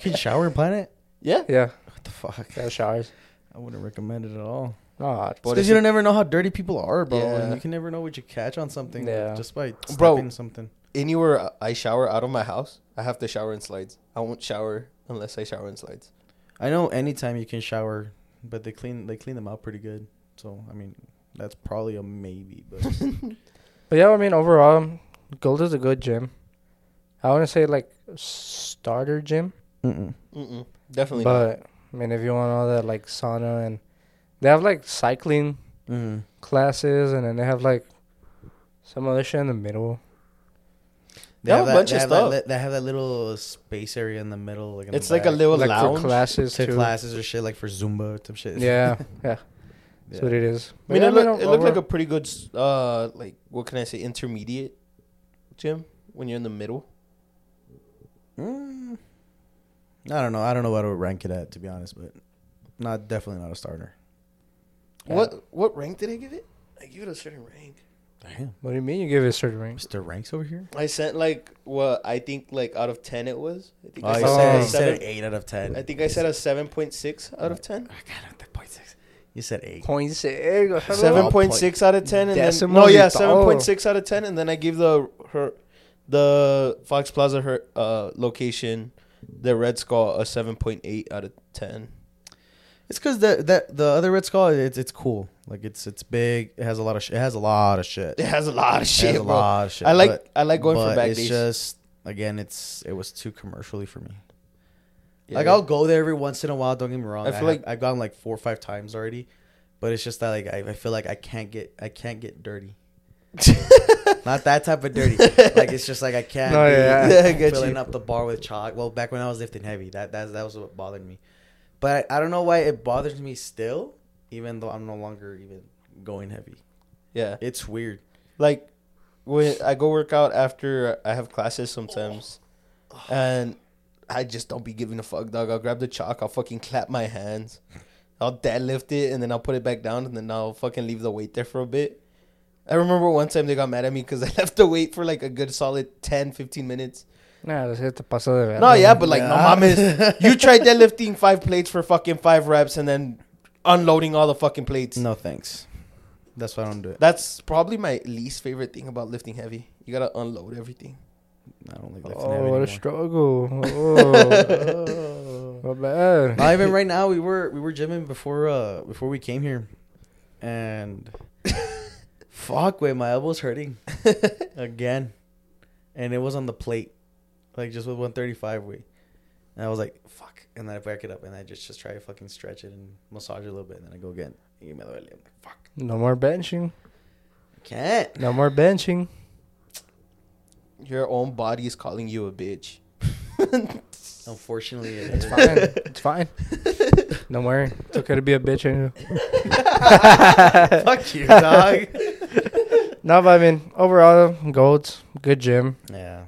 [SPEAKER 2] can shower in Planet.
[SPEAKER 1] Yeah.
[SPEAKER 3] Yeah.
[SPEAKER 2] What the fuck?
[SPEAKER 3] Yeah, showers.
[SPEAKER 2] I wouldn't recommend it at all.
[SPEAKER 3] No,
[SPEAKER 1] But
[SPEAKER 2] Because
[SPEAKER 1] if
[SPEAKER 2] you
[SPEAKER 1] it-
[SPEAKER 2] don't never know how dirty people are, bro. And
[SPEAKER 1] Yeah.
[SPEAKER 2] you can never know what you catch on something
[SPEAKER 3] Yeah.
[SPEAKER 2] just by
[SPEAKER 1] Bro.
[SPEAKER 2] stepping something.
[SPEAKER 1] Anywhere I shower out of my house, I have to shower in slides. I won't shower unless I shower in slides.
[SPEAKER 2] I know anytime you can shower, but they clean they clean them out pretty good. So I mean, that's probably a maybe. But
[SPEAKER 3] But yeah, I mean, overall, um, Gold is a good gym. I want to say like starter gym,
[SPEAKER 2] Mm-mm.
[SPEAKER 1] Mm-mm. Definitely. not.
[SPEAKER 3] but I mean, if you want all that like sauna and they have like cycling
[SPEAKER 2] Mm.
[SPEAKER 3] classes, and then they have like some other shit in the middle.
[SPEAKER 2] They
[SPEAKER 1] They
[SPEAKER 2] have
[SPEAKER 1] have a
[SPEAKER 2] that,
[SPEAKER 1] bunch
[SPEAKER 2] they
[SPEAKER 1] of
[SPEAKER 2] have that
[SPEAKER 1] stuff.
[SPEAKER 2] li- they have that little space area in the middle. Like in the
[SPEAKER 1] it's like a
[SPEAKER 2] back,
[SPEAKER 1] little
[SPEAKER 3] like
[SPEAKER 1] lounge.
[SPEAKER 3] for classes
[SPEAKER 2] to
[SPEAKER 3] too.
[SPEAKER 2] classes or shit, like for Zumba type shit.
[SPEAKER 3] Yeah, yeah.
[SPEAKER 2] Yeah.
[SPEAKER 3] That's what it is.
[SPEAKER 1] I
[SPEAKER 3] But
[SPEAKER 1] mean,
[SPEAKER 3] yeah,
[SPEAKER 1] it, look, it looked
[SPEAKER 3] over-
[SPEAKER 1] like a pretty good, s- uh, like what can I say, intermediate gym when you're in the middle.
[SPEAKER 2] Mm. I don't know. I don't know what I would rank it at to be honest, but not definitely not a starter.
[SPEAKER 3] Yeah.
[SPEAKER 1] What what rank did I give it? I give it a certain rank.
[SPEAKER 2] Damn,
[SPEAKER 3] What do you mean you give it a certain ring?
[SPEAKER 2] Mr. Ranks over here.
[SPEAKER 1] I sent like what I think like out of ten it was. I think
[SPEAKER 2] Oh,
[SPEAKER 1] I,
[SPEAKER 2] you
[SPEAKER 1] sent
[SPEAKER 2] said,
[SPEAKER 1] a
[SPEAKER 2] you said
[SPEAKER 1] seven-
[SPEAKER 2] an eight out of ten.
[SPEAKER 1] I think I said a seven point six out of ten.
[SPEAKER 2] I got the point six. You said eight.
[SPEAKER 3] Point six.
[SPEAKER 1] Seven point six out of ten, and then
[SPEAKER 3] Decimal,
[SPEAKER 1] no, yeah,
[SPEAKER 3] you thought.
[SPEAKER 1] seven
[SPEAKER 2] oh.
[SPEAKER 1] point six out of ten, and then I give the her the Fox Plaza her uh location, the Red Skull a seven point eight out of ten.
[SPEAKER 2] It's because the that the other Red Skull it's it's cool. Like it's it's big. It has a lot of sh- it has a lot of shit.
[SPEAKER 1] It has a lot of shit,
[SPEAKER 2] it has a
[SPEAKER 1] bro.
[SPEAKER 2] lot of shit.
[SPEAKER 1] I like
[SPEAKER 2] but-
[SPEAKER 1] I like going for
[SPEAKER 2] but
[SPEAKER 1] back
[SPEAKER 2] it's
[SPEAKER 1] days.
[SPEAKER 2] just again it's it was too commercially for me.
[SPEAKER 1] Yeah.
[SPEAKER 2] Like I'll go there every once in a while. Don't get me wrong. I
[SPEAKER 1] I feel
[SPEAKER 2] feel
[SPEAKER 1] like-
[SPEAKER 2] I've gone like four or five times already, but it's just that like I, I feel like I can't get I can't get dirty. Not that type of dirty. like it's just like I can't
[SPEAKER 3] No,
[SPEAKER 2] be
[SPEAKER 3] yeah.
[SPEAKER 1] Yeah, I get
[SPEAKER 2] filling
[SPEAKER 1] you.
[SPEAKER 2] up the bar with chalk. Well, back when I was lifting heavy, that that that was what bothered me. But I, I don't know why it bothers me still, even though I'm no longer even going heavy.
[SPEAKER 1] yeah,
[SPEAKER 2] It's weird.
[SPEAKER 1] like when I go work out after I have classes sometimes, and I just don't be giving a fuck, dog. I'll grab the chalk, I'll fucking clap my hands, I'll deadlift it, and then I'll put it back down, and then I'll fucking leave the weight there for a bit. I remember one time they got mad at me because I left the weight for like a good solid 10, 15 minutes.
[SPEAKER 3] Nah, let's hit the paso de verga.
[SPEAKER 1] No, yeah, but like, no
[SPEAKER 2] Yeah.
[SPEAKER 1] mames. You tried deadlifting five plates for fucking five reps and then unloading all the fucking plates.
[SPEAKER 2] No thanks. That's why I don't do it.
[SPEAKER 1] That's probably my least favorite thing about lifting heavy. You gotta unload everything.
[SPEAKER 2] I don't like lifting heavy
[SPEAKER 3] Oh, what
[SPEAKER 2] anymore.
[SPEAKER 3] a struggle. Oh, my bad.
[SPEAKER 2] Not even right now. We were we were gymming before uh before we came here, and fuck, wait, my elbow's hurting again, and it was on the plate, like just with one thirty five weight, and I was like fuck, and then I back it up and I just just try to fucking stretch it and massage it a little bit, and then I go again. Y me duele. I'm like fuck,
[SPEAKER 3] No more benching.
[SPEAKER 2] I can't.
[SPEAKER 3] No more benching.
[SPEAKER 1] Your own body is calling you a bitch.
[SPEAKER 2] Unfortunately, it
[SPEAKER 3] It's
[SPEAKER 2] is.
[SPEAKER 3] fine. It's fine. Don't worry. It's okay to be a bitch. Anyway.
[SPEAKER 2] fuck you, dog.
[SPEAKER 3] No, but I mean, overall, golds, good gym.
[SPEAKER 2] Yeah.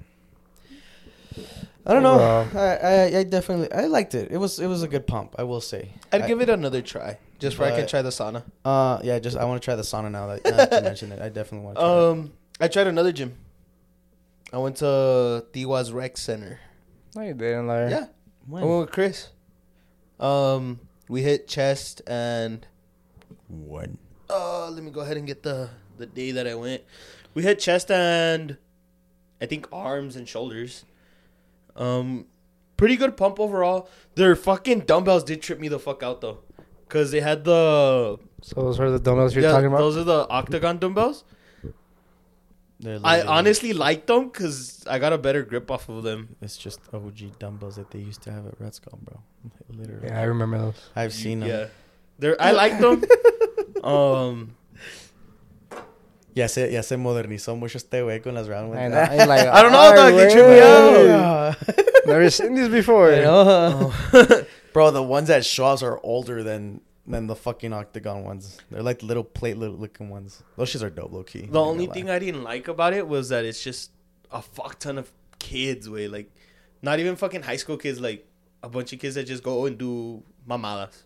[SPEAKER 2] I don't know.
[SPEAKER 3] Overall.
[SPEAKER 2] I, I I definitely I liked it. It was it was a good pump. I will say.
[SPEAKER 1] I'd
[SPEAKER 2] I-
[SPEAKER 1] give it another try, just where I can
[SPEAKER 2] But-
[SPEAKER 1] try the sauna.
[SPEAKER 2] Uh, yeah, just I want to try the sauna now that, now that you mentioned it. I definitely want to. Try
[SPEAKER 3] Oh.
[SPEAKER 1] Um, I tried another gym. I went to Tiwa's Rec Center.
[SPEAKER 3] No, you didn't, liar.
[SPEAKER 1] Yeah,
[SPEAKER 2] it.
[SPEAKER 1] I
[SPEAKER 3] Oh.
[SPEAKER 1] went with Chris. Um, we hit chest and
[SPEAKER 2] One.
[SPEAKER 1] uh, let me go ahead and get the the day that I went.
[SPEAKER 5] We hit chest and I think arms and shoulders.
[SPEAKER 1] Um, pretty good pump overall. Their fucking dumbbells did trip me the fuck out though, cause they had the
[SPEAKER 3] So those are the dumbbells you're
[SPEAKER 1] yeah,
[SPEAKER 3] talking about?
[SPEAKER 1] those are the octagon dumbbells. I honestly like them because I got a better grip off of them.
[SPEAKER 2] It's just OG dumbbells that they used to have at Red Skull, bro. Literally.
[SPEAKER 3] yeah, I remember those.
[SPEAKER 2] I've seen them.
[SPEAKER 1] Yeah, they're I like them. um,
[SPEAKER 2] Ya se, ya se modernizó mucho este güey con las round
[SPEAKER 3] I
[SPEAKER 2] ones.
[SPEAKER 3] know. It's like,
[SPEAKER 2] I don't know,
[SPEAKER 3] "Alright,
[SPEAKER 2] dog. They trip me
[SPEAKER 3] word.
[SPEAKER 2] out.
[SPEAKER 3] Never seen this before.
[SPEAKER 2] You know? Oh.
[SPEAKER 3] uh,
[SPEAKER 2] Bro, the ones at Shaw's are older than than the fucking octagon ones. They're like the little plate li- looking ones. Those shits are dope low key.
[SPEAKER 6] The only thing I didn't like about it was that it's just a fuck ton of kids, way like not even fucking high school kids, like a bunch of kids that just go and do mamadas.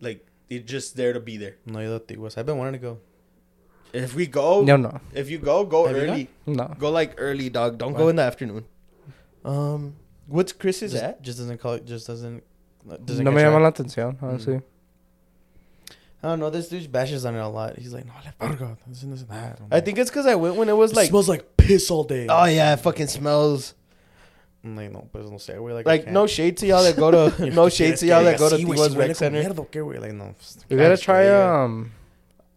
[SPEAKER 6] Like they're just there to be there.
[SPEAKER 2] No, you don't think was. I've been wanting to go.
[SPEAKER 6] If we go,
[SPEAKER 3] No, no,
[SPEAKER 6] if you go, go
[SPEAKER 2] Have you
[SPEAKER 6] early.
[SPEAKER 3] no.
[SPEAKER 1] Go like early, dog. Don't
[SPEAKER 2] Why?
[SPEAKER 1] go in the afternoon. Um, what's Chris's
[SPEAKER 2] Just,
[SPEAKER 1] at?
[SPEAKER 2] just doesn't call it. Just doesn't. doesn't
[SPEAKER 3] No me
[SPEAKER 2] catch
[SPEAKER 3] llama
[SPEAKER 2] my-
[SPEAKER 3] la atención, honestly.
[SPEAKER 2] I don't know. This dude bashes on it a lot. He's like, no, la verga. This and this and that. I'm
[SPEAKER 1] I
[SPEAKER 2] like,
[SPEAKER 1] think it's because I went when it was
[SPEAKER 2] "It
[SPEAKER 1] like.
[SPEAKER 2] smells like piss all day.
[SPEAKER 1] Oh yeah, it fucking smells.
[SPEAKER 2] I'm like, no, pues no sé, güey. Like, I
[SPEAKER 1] Like
[SPEAKER 2] can't.
[SPEAKER 1] no shade to y'all that go to no shade to y'all that go to
[SPEAKER 2] Sí, güey,
[SPEAKER 1] Tijuana's
[SPEAKER 2] sí,
[SPEAKER 1] Rec
[SPEAKER 2] huele
[SPEAKER 1] Center.
[SPEAKER 2] como mierda, ¿qué, güey? Like, no, pues,
[SPEAKER 3] We gotta
[SPEAKER 2] cállate,
[SPEAKER 3] try
[SPEAKER 2] güey.
[SPEAKER 3] um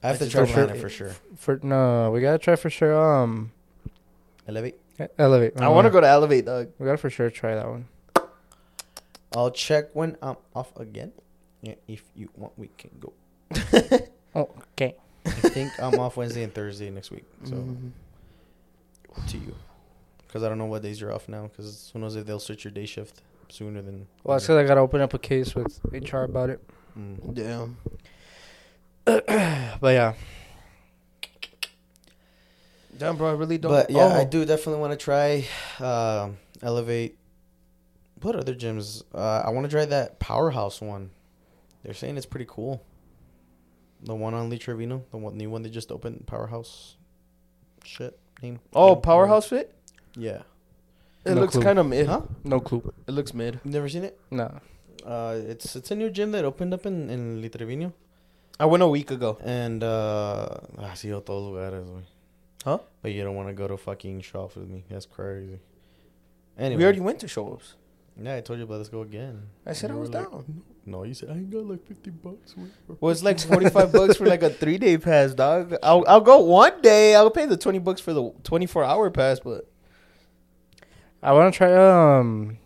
[SPEAKER 2] I have to
[SPEAKER 1] For
[SPEAKER 2] try
[SPEAKER 1] sure.
[SPEAKER 2] Atlanta for sure.
[SPEAKER 3] for no, we gotta try for sure um e-,
[SPEAKER 2] Elevate.
[SPEAKER 3] elevate. Mm-hmm.
[SPEAKER 1] I want to go to Elevate, dog.
[SPEAKER 3] We gotta for sure try that one.
[SPEAKER 2] I'll check when I'm off again. Yeah, if you want, we can go.
[SPEAKER 3] Okay. Mm-hmm.
[SPEAKER 2] I think I'm off Wednesday and Thursday next week. So to you, because I don't know what days you're off now. Because who knows if they'll switch your day shift sooner than.
[SPEAKER 3] Well, I said I gotta open up a case with HR about it.
[SPEAKER 2] Mm.
[SPEAKER 1] Damn.
[SPEAKER 3] But yeah,
[SPEAKER 1] Damn, bro. I really don't.
[SPEAKER 2] But yeah, I
[SPEAKER 1] Oh.
[SPEAKER 2] do definitely want to try uh, Elevate. What other gyms? Uh, I want to try that Powerhouse one. They're saying it's pretty cool. The one on Lee Trevino, the one, new one they just opened, Powerhouse. Shit name.
[SPEAKER 1] Oh, Powerhouse Fit.
[SPEAKER 2] Yeah.
[SPEAKER 1] It
[SPEAKER 3] No
[SPEAKER 1] looks
[SPEAKER 3] clue.
[SPEAKER 1] kind of mid.
[SPEAKER 2] Huh?
[SPEAKER 3] no clue.
[SPEAKER 1] It looks mid.
[SPEAKER 2] You've never seen it?
[SPEAKER 3] No.
[SPEAKER 2] Uh, it's it's a new gym that opened up in in Lee Trevino,
[SPEAKER 1] I went a week ago.
[SPEAKER 2] and uh, ha sido todos lugares, güey.
[SPEAKER 1] Huh?
[SPEAKER 2] But you don't want to go to fucking shops with me. That's crazy. Anyway,
[SPEAKER 1] We already went to shows.
[SPEAKER 2] Yeah, I told you about let's go again.
[SPEAKER 1] I said
[SPEAKER 2] You
[SPEAKER 1] I
[SPEAKER 2] were
[SPEAKER 1] was
[SPEAKER 2] like,
[SPEAKER 1] down.
[SPEAKER 2] No, you said I ain't got like fifty bucks.
[SPEAKER 1] Well, it's like forty five bucks for like a three day pass, dog. I'll I'll go one day. I'll pay the twenty bucks for the twenty four hour pass, but
[SPEAKER 3] I want to try um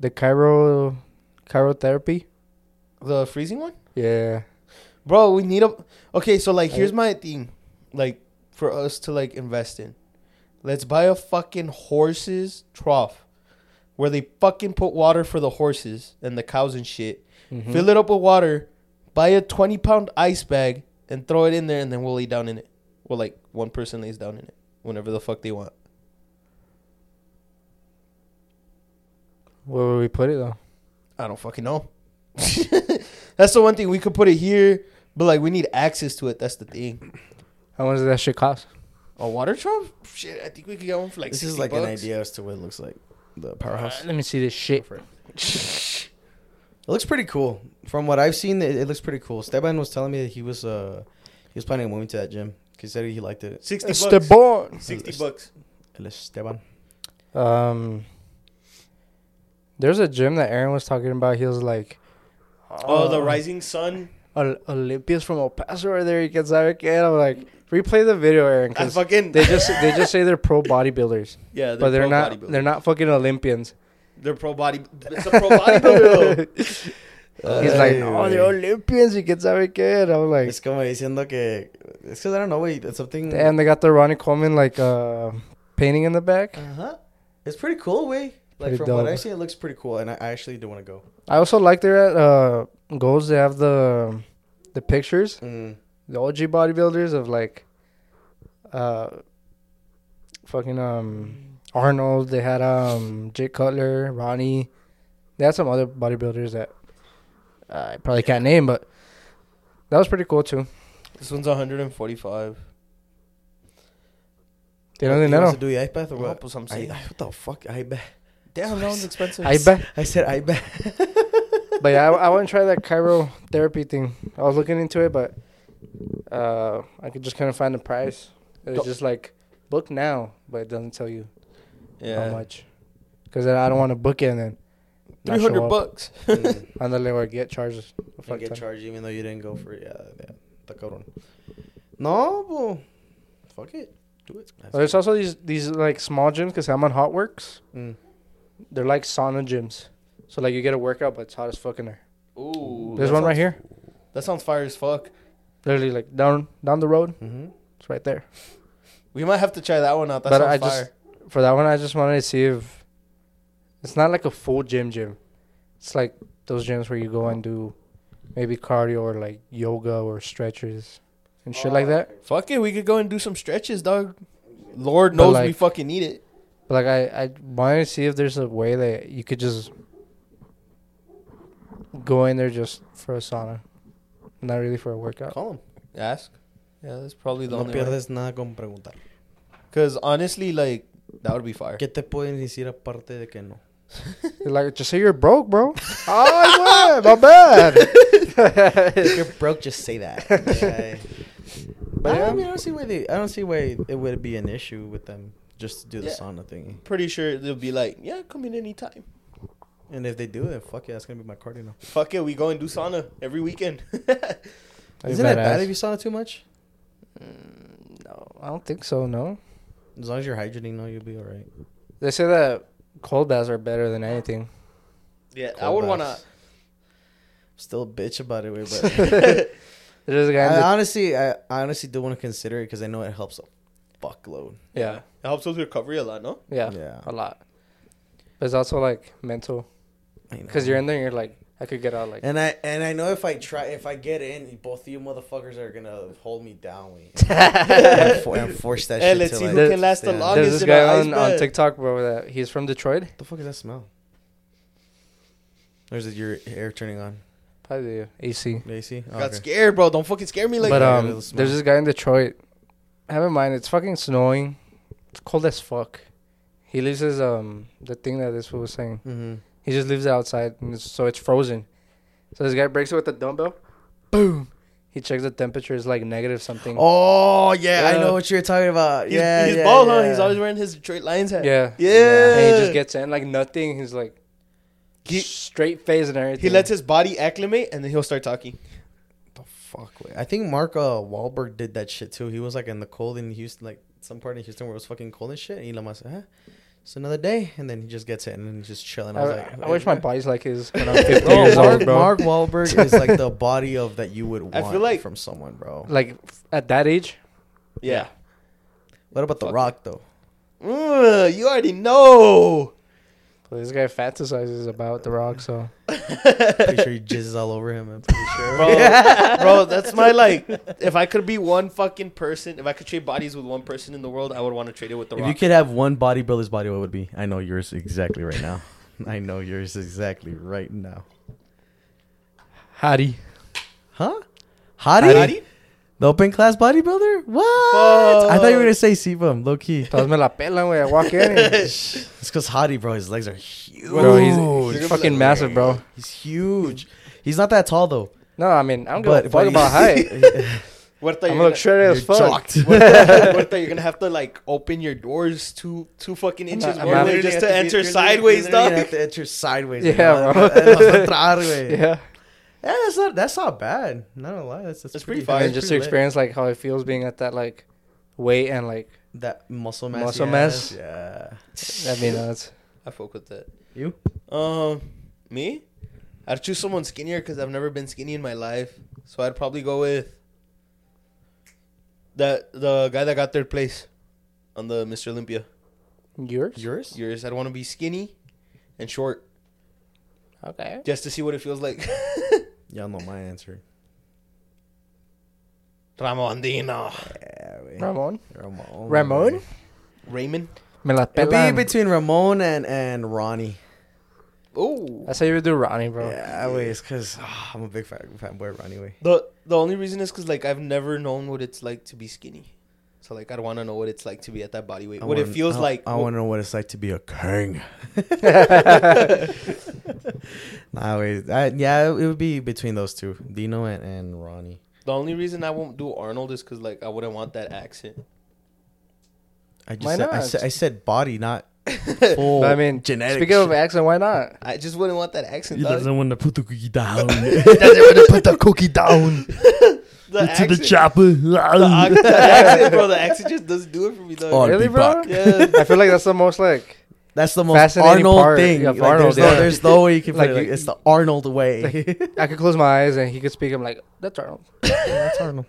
[SPEAKER 3] the chiro chirotherapy.
[SPEAKER 1] the freezing one,
[SPEAKER 3] Yeah.
[SPEAKER 1] bro. We need a okay. So like,
[SPEAKER 3] I-
[SPEAKER 1] here's my thing, like for us to like invest in. Let's buy a fucking horses trough, where they fucking put water for the horses and the cows and shit.
[SPEAKER 2] Mm-hmm.
[SPEAKER 3] Mhm.
[SPEAKER 1] Fill it up with water. Buy a twenty pound ice bag and throw it in there, and then we'll lay down in it. Well, like one person lays down in it whenever the fuck they want.
[SPEAKER 3] Where would we put it though?
[SPEAKER 1] I don't fucking know. That's the one thing we could put it here, but like we need access to it. That's the thing.
[SPEAKER 3] How much does that shit cost?
[SPEAKER 1] A water trough? Shit, I think we could get one for like.
[SPEAKER 2] this is
[SPEAKER 1] 60
[SPEAKER 2] like an
[SPEAKER 1] bucks.
[SPEAKER 2] idea as to what it looks like. The powerhouse.
[SPEAKER 3] Uh, Let me see this shit.
[SPEAKER 2] For it. It looks pretty cool. From what I've seen, it, it looks pretty cool. Steban was telling me that he was uh he was planning on moving to that gym. 'cause He said he liked it.
[SPEAKER 6] Sixty
[SPEAKER 3] It's
[SPEAKER 6] bucks.
[SPEAKER 3] born.
[SPEAKER 6] Sixty bucks.
[SPEAKER 2] El Esteban.
[SPEAKER 3] Um, there's a gym that Aaron was talking about. He was like,
[SPEAKER 6] Oh, the
[SPEAKER 3] uh,
[SPEAKER 6] Rising Sun.
[SPEAKER 3] Ol- Olympias from El Paso are there. You can saber que I'm like, replay the video, Aaron.
[SPEAKER 6] I
[SPEAKER 3] 'cause
[SPEAKER 6] fucking
[SPEAKER 3] they just they just say they're pro bodybuilders,
[SPEAKER 6] yeah, they're
[SPEAKER 3] but they're
[SPEAKER 6] pro
[SPEAKER 3] not
[SPEAKER 6] bodybuilders.
[SPEAKER 3] they're not fucking Olympians.
[SPEAKER 6] They're pro body. It's a pro bodybuilder.
[SPEAKER 2] Uh,
[SPEAKER 3] He's like, no, they're Olympians. You can saber que. And I'm like,
[SPEAKER 2] Es como diciendo que. It's because I don't know, wait, it's something.
[SPEAKER 3] damn, they got the Ronnie Coleman like uh, painting in the back.
[SPEAKER 2] Uh huh. It's pretty cool, way. Like
[SPEAKER 3] Pretty
[SPEAKER 2] from
[SPEAKER 3] dope.
[SPEAKER 2] what I've seen, it looks pretty cool, and I, I actually do want to go.
[SPEAKER 3] I also like their at uh, goals. They have the the pictures,
[SPEAKER 2] Mm.
[SPEAKER 3] the OG bodybuilders of like, uh, fucking um Arnold. They had um Jake Cutler, Ronnie. They had some other bodybuilders that uh, I probably can't name, but that was pretty cool too.
[SPEAKER 1] This one's 145.
[SPEAKER 3] They don't
[SPEAKER 2] You want us to
[SPEAKER 3] know.
[SPEAKER 2] do the iPath or
[SPEAKER 1] No,
[SPEAKER 2] what?
[SPEAKER 1] pues I'm
[SPEAKER 2] I,
[SPEAKER 1] saying.
[SPEAKER 2] what the fuck? I bet.
[SPEAKER 1] Damn, that one's expensive.
[SPEAKER 3] I bet.
[SPEAKER 2] I said I bet.
[SPEAKER 3] But yeah, I, I want to try that chirotherapy thing. I was looking into it, but uh, I could just kind of find the price. It's
[SPEAKER 1] Don't-
[SPEAKER 3] just like book now, but it doesn't tell you
[SPEAKER 2] Oh
[SPEAKER 3] how
[SPEAKER 1] yeah,
[SPEAKER 3] much. Because I don't want to book it and then not
[SPEAKER 1] three
[SPEAKER 3] show
[SPEAKER 1] hundred
[SPEAKER 3] up.
[SPEAKER 1] bucks.
[SPEAKER 2] Mm.
[SPEAKER 3] And then they would get charged. a
[SPEAKER 2] Fuck
[SPEAKER 3] fuck
[SPEAKER 2] get
[SPEAKER 3] ton.
[SPEAKER 2] charged even though you didn't go for it. Yeah, yeah. Está cabrón. No, bro. Fuck it. Do it.
[SPEAKER 3] But There's also these these like small gyms because I'm on Hot Works.
[SPEAKER 2] Mm.
[SPEAKER 3] They're like sauna gyms. So like you get a workout, but it's hot as fuck in there.
[SPEAKER 1] Ooh,
[SPEAKER 3] There's
[SPEAKER 1] that
[SPEAKER 3] one right
[SPEAKER 1] sounds-
[SPEAKER 3] here,
[SPEAKER 1] That sounds fire as fuck.
[SPEAKER 3] literally like down down the road.
[SPEAKER 2] Mm-hmm.
[SPEAKER 3] It's right there.
[SPEAKER 1] We might have to try that one out. That's
[SPEAKER 3] but
[SPEAKER 1] on
[SPEAKER 3] I
[SPEAKER 1] fire.
[SPEAKER 3] just for that one, I just wanted to see if it's not like a full gym gym. It's like those gyms where you go and do maybe cardio or like yoga or stretches and shit
[SPEAKER 1] Oh,
[SPEAKER 3] like that.
[SPEAKER 1] Fuck it, we could go and do some stretches, dog. Lord knows we
[SPEAKER 3] like-
[SPEAKER 1] fucking need it.
[SPEAKER 3] But like I, I wanted to see if there's a way that you could just go in there just for a sauna, not really for a workout.
[SPEAKER 2] Call him.
[SPEAKER 1] Ask. Yeah, that's probably the
[SPEAKER 2] No
[SPEAKER 1] only way.
[SPEAKER 2] pierdes nada con preguntar.
[SPEAKER 1] Because honestly, like that would be fire.
[SPEAKER 2] ¿Qué te pueden decir aparte de que no?
[SPEAKER 3] You're like just say you're broke, bro. oh, I went, my bad.
[SPEAKER 2] If you're broke, just say that.
[SPEAKER 3] But
[SPEAKER 2] I,
[SPEAKER 3] yeah.
[SPEAKER 2] don't- Ah, I mean, I don't see why they. I don't see why it would be an issue with them just to do the
[SPEAKER 1] Yeah.
[SPEAKER 2] sauna thingy.
[SPEAKER 1] Pretty sure they'll be like, yeah, come in anytime.
[SPEAKER 2] And if they do, then fuck it, that's gonna be my cardio now.
[SPEAKER 1] Fuck it, we go and do sauna every weekend.
[SPEAKER 3] Like
[SPEAKER 2] Isn't that
[SPEAKER 3] badass.
[SPEAKER 2] bad if you sauna too much?
[SPEAKER 3] No, I don't think so. No,
[SPEAKER 2] As long as you're hydrating, no, you'll be all right.
[SPEAKER 3] they say that cold baths are better than anything.
[SPEAKER 1] yeah, I
[SPEAKER 2] Cold
[SPEAKER 1] would wanna.
[SPEAKER 2] baths. Still a bitch about it, way, but
[SPEAKER 3] There's a guy. in
[SPEAKER 2] I
[SPEAKER 3] the-
[SPEAKER 2] honestly, I, I honestly do want to consider it because I know it helps a fuckload.
[SPEAKER 3] yeah,
[SPEAKER 1] It helps with recovery a lot, no?
[SPEAKER 3] yeah,
[SPEAKER 2] Yeah.
[SPEAKER 3] a lot. But it's also like mental
[SPEAKER 2] I know.
[SPEAKER 3] because you're in there. and You're like, I could get out. Like,
[SPEAKER 2] And I and I know if I try if I get in, both of you motherfuckers are gonna hold me down. We and for- and force that
[SPEAKER 1] Hey,
[SPEAKER 2] shit.
[SPEAKER 1] let's
[SPEAKER 2] till
[SPEAKER 1] see
[SPEAKER 2] I
[SPEAKER 1] who can last the
[SPEAKER 2] stand.
[SPEAKER 1] longest.
[SPEAKER 3] there's
[SPEAKER 1] is
[SPEAKER 3] this
[SPEAKER 1] in a
[SPEAKER 3] guy
[SPEAKER 1] ice
[SPEAKER 3] on, on
[SPEAKER 1] bed.
[SPEAKER 3] TikTok, bro. That he's from Detroit.
[SPEAKER 2] What the fuck is that smell? Or is it your air turning on?
[SPEAKER 3] Probably the AC.
[SPEAKER 2] The AC? Oh,
[SPEAKER 1] Got
[SPEAKER 2] okay.
[SPEAKER 1] scared, bro. Don't fucking scare me like
[SPEAKER 3] but
[SPEAKER 1] that.
[SPEAKER 3] um,
[SPEAKER 2] little
[SPEAKER 3] there's
[SPEAKER 2] smile.
[SPEAKER 3] this guy in Detroit. Have in mind, it's fucking snowing. It's cold as fuck. He leaves his um the thing that this fool was saying.
[SPEAKER 2] Mhm.
[SPEAKER 3] He just leaves it outside, and it's, so it's frozen. So this guy breaks it with a dumbbell. Boom. He checks the temperature. It's like negative something.
[SPEAKER 2] Oh yeah, I
[SPEAKER 3] Yeah.
[SPEAKER 2] know what you're talking about.
[SPEAKER 1] He's,
[SPEAKER 2] yeah,
[SPEAKER 1] he's
[SPEAKER 2] yeah,
[SPEAKER 1] bald, huh?
[SPEAKER 2] yeah.
[SPEAKER 1] He's always wearing his Detroit Lions hat.
[SPEAKER 3] Yeah.
[SPEAKER 1] Yeah.
[SPEAKER 3] And he just gets in like nothing. He's like
[SPEAKER 1] He-
[SPEAKER 3] straight face and everything.
[SPEAKER 1] He lets his body acclimate and then he'll start talking.
[SPEAKER 2] the fuck. Wait. I think Mark uh, Wahlberg did that shit too. He was like in the cold in Houston, like some part in Houston where it was fucking cold and shit. And Elon Musk, huh? It's another day, and then he just gets it and then he's just chilling.
[SPEAKER 3] I,
[SPEAKER 2] I was like,
[SPEAKER 3] I wish my body's like his when I'm 50
[SPEAKER 2] Bro,
[SPEAKER 3] years
[SPEAKER 2] Mark,
[SPEAKER 3] old, bro.
[SPEAKER 2] Mark Wahlberg is like the body of that you would want
[SPEAKER 1] I feel like-
[SPEAKER 2] from someone, bro.
[SPEAKER 3] Like f- at that age,
[SPEAKER 1] Yeah.
[SPEAKER 2] What about The
[SPEAKER 1] Fuck.
[SPEAKER 2] Rock though?
[SPEAKER 1] Mm, you already know.
[SPEAKER 3] well, this guy fantasizes about The Rock. So
[SPEAKER 2] Pretty sure he jizzes all over him. I'm pretty sure.
[SPEAKER 1] Bro, bro, that's my like. If I could be one fucking person, if I could trade bodies with one person in the world, I would want to trade it with the
[SPEAKER 2] if
[SPEAKER 1] Rock.
[SPEAKER 2] you could have one bodybuilder's body, what would it be? I know yours exactly right now. I know yours exactly right now.
[SPEAKER 3] Hottie.
[SPEAKER 2] Huh? Hottie?
[SPEAKER 1] Hottie?
[SPEAKER 2] The open class bodybuilder? What? I thought you were gonna say sebum, low key.
[SPEAKER 3] Todos me la pelan, güey. I walk in. and-
[SPEAKER 2] it's because Hottie, bro, his legs are huge.
[SPEAKER 3] bro, he's- he's,
[SPEAKER 1] You're gonna be
[SPEAKER 3] fucking
[SPEAKER 1] like,
[SPEAKER 3] massive, bro.
[SPEAKER 2] He's huge. He's not that tall though.
[SPEAKER 3] No, I mean, I don't give
[SPEAKER 2] But-
[SPEAKER 3] a fuck
[SPEAKER 2] but
[SPEAKER 3] about
[SPEAKER 2] he's-
[SPEAKER 3] height.
[SPEAKER 1] Huerta,
[SPEAKER 3] I'm
[SPEAKER 1] you're
[SPEAKER 3] gonna look
[SPEAKER 1] gonna,
[SPEAKER 3] shredded as
[SPEAKER 2] You're
[SPEAKER 3] fuck.
[SPEAKER 2] chalked.
[SPEAKER 1] Huerta, you're gonna have to like open your doors two two fucking inches
[SPEAKER 3] not- I'm
[SPEAKER 1] more
[SPEAKER 3] not-
[SPEAKER 1] than
[SPEAKER 3] Literally
[SPEAKER 1] just to
[SPEAKER 2] You're
[SPEAKER 1] enter
[SPEAKER 2] literally-
[SPEAKER 1] sideways,
[SPEAKER 2] you're literally gonna
[SPEAKER 1] dog.
[SPEAKER 2] have to enter sideways.
[SPEAKER 3] Yeah,
[SPEAKER 2] bro.
[SPEAKER 3] bro.
[SPEAKER 2] yeah.
[SPEAKER 3] Yeah.
[SPEAKER 2] that's not that's not bad. Not gonna lie, that's, that's
[SPEAKER 1] That's pretty
[SPEAKER 2] high.
[SPEAKER 1] fire.
[SPEAKER 3] And
[SPEAKER 1] it's
[SPEAKER 3] just to
[SPEAKER 2] Pretty lit.
[SPEAKER 3] experience like how it feels being at that like weight and like
[SPEAKER 2] that muscle mass.
[SPEAKER 3] Muscle
[SPEAKER 2] yes,
[SPEAKER 3] mass.
[SPEAKER 2] Yeah.
[SPEAKER 3] that'd be nuts.
[SPEAKER 1] I fuck with that.
[SPEAKER 2] You?
[SPEAKER 1] Um, me? I'd choose someone skinnier because I've never been skinny in my life. So I'd probably go with that the guy that got third place on the Mr. Olympia.
[SPEAKER 3] Yours?
[SPEAKER 2] Yours?
[SPEAKER 1] Yours. I'd want to be skinny and short
[SPEAKER 3] Okay.
[SPEAKER 1] just to see what it feels like.
[SPEAKER 2] Y'all know my answer.
[SPEAKER 1] Ramondino.
[SPEAKER 2] Yeah, wait.
[SPEAKER 3] Ramon?
[SPEAKER 2] Ramon.
[SPEAKER 3] Ramon?
[SPEAKER 1] Raymond.
[SPEAKER 3] Me la
[SPEAKER 2] It'd
[SPEAKER 3] pelan.
[SPEAKER 2] Oh, be between Ramon and, and Ronnie.
[SPEAKER 1] Oh.
[SPEAKER 3] That's how you would do Ronnie, bro.
[SPEAKER 2] Yeah, wait, it's because ah, I'm a big fan, fanboy of Ronnie. Way.
[SPEAKER 1] The the only reason is because like I've never known what it's like to be skinny. So like I'd want to know what it's like to be at that body weight.
[SPEAKER 2] I
[SPEAKER 1] what it
[SPEAKER 2] wanna-
[SPEAKER 1] feels
[SPEAKER 2] I-
[SPEAKER 1] like.
[SPEAKER 2] I want to know what it's like to be a king. nah, wait. I, yeah, it would be between those two, Dino and, and Ronnie.
[SPEAKER 1] The only reason I won't do Arnold is because like I wouldn't want that accent.
[SPEAKER 2] I just
[SPEAKER 3] Why
[SPEAKER 2] said, I
[SPEAKER 3] not?
[SPEAKER 2] said I said body, not full.
[SPEAKER 3] But I mean,
[SPEAKER 2] genetic.
[SPEAKER 3] speaking of accent, why not?
[SPEAKER 1] I just wouldn't want that accent.
[SPEAKER 2] he
[SPEAKER 1] dog.
[SPEAKER 2] doesn't want to put the cookie down.
[SPEAKER 7] put the cookie down
[SPEAKER 1] the
[SPEAKER 7] to the
[SPEAKER 1] accent-
[SPEAKER 7] chopper.
[SPEAKER 1] the ac- the accent, bro. The accent just doesn't do it for me, though.
[SPEAKER 2] Oh, I'd
[SPEAKER 3] Really,
[SPEAKER 2] be
[SPEAKER 3] bro?
[SPEAKER 2] back.
[SPEAKER 1] Yeah.
[SPEAKER 3] I feel like that's the most like
[SPEAKER 2] That's the most
[SPEAKER 3] Fascinating
[SPEAKER 2] Arnold
[SPEAKER 3] part
[SPEAKER 2] thing.
[SPEAKER 3] of
[SPEAKER 2] Like,
[SPEAKER 3] Arnold,
[SPEAKER 2] there's, no,
[SPEAKER 3] yeah.
[SPEAKER 2] there's no way you can
[SPEAKER 3] Like,
[SPEAKER 2] put it. Like,
[SPEAKER 3] you-
[SPEAKER 2] it's the Arnold way.
[SPEAKER 3] I could close my eyes and he could speak. I'm like, that's Arnold.
[SPEAKER 2] That's Arnold.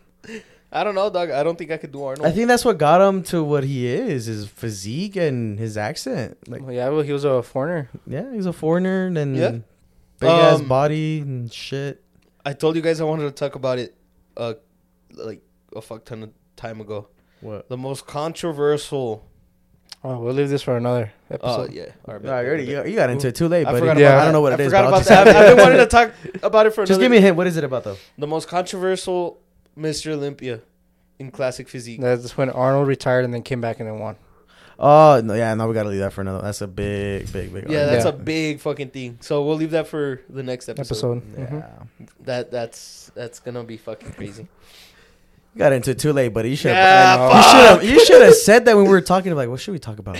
[SPEAKER 1] I don't know, dog. I don't think I could do Arnold.
[SPEAKER 2] I think that's what got him to what he is: his physique and his accent. Like,
[SPEAKER 3] Well, yeah, well, he was a foreigner.
[SPEAKER 2] yeah, he's a foreigner and then
[SPEAKER 1] Yeah.
[SPEAKER 2] big ass
[SPEAKER 1] Um,
[SPEAKER 2] body and shit.
[SPEAKER 1] I told you guys I wanted to talk about it, uh, like a fuck ton of time ago.
[SPEAKER 2] What?
[SPEAKER 1] The most controversial.
[SPEAKER 3] Oh, we'll leave this for another
[SPEAKER 1] Oh
[SPEAKER 3] episode.
[SPEAKER 1] yeah, all right,
[SPEAKER 2] No, you
[SPEAKER 1] bet,
[SPEAKER 2] already
[SPEAKER 1] bet, bet.
[SPEAKER 2] you, you got into it too late,
[SPEAKER 1] I
[SPEAKER 2] buddy.
[SPEAKER 1] forgot
[SPEAKER 3] Yeah.
[SPEAKER 2] I don't know what it
[SPEAKER 1] I
[SPEAKER 2] is.
[SPEAKER 1] forgot
[SPEAKER 2] but I'll
[SPEAKER 1] about
[SPEAKER 2] just-
[SPEAKER 1] that. I've, I've been wanting to talk about it for.
[SPEAKER 2] just
[SPEAKER 1] another-
[SPEAKER 2] give me a hint. What is it about though?
[SPEAKER 1] the most controversial Mr. Olympia in classic physique.
[SPEAKER 3] That's when Arnold retired and then came back and then won.
[SPEAKER 2] Oh no, yeah, no, we gotta leave that for another. That's a big, big, big.
[SPEAKER 1] Yeah, that's
[SPEAKER 3] Yeah.
[SPEAKER 1] a big fucking thing. So we'll leave that for the next episode.
[SPEAKER 3] Episode.
[SPEAKER 2] Yeah.
[SPEAKER 3] Mhm.
[SPEAKER 1] Mm-hmm. That that's that's gonna be fucking crazy.
[SPEAKER 2] You got into it too late, buddy. You should have.
[SPEAKER 1] Yeah,
[SPEAKER 3] know.
[SPEAKER 2] You should have. You should have said that when we were talking. Like, what should we talk about?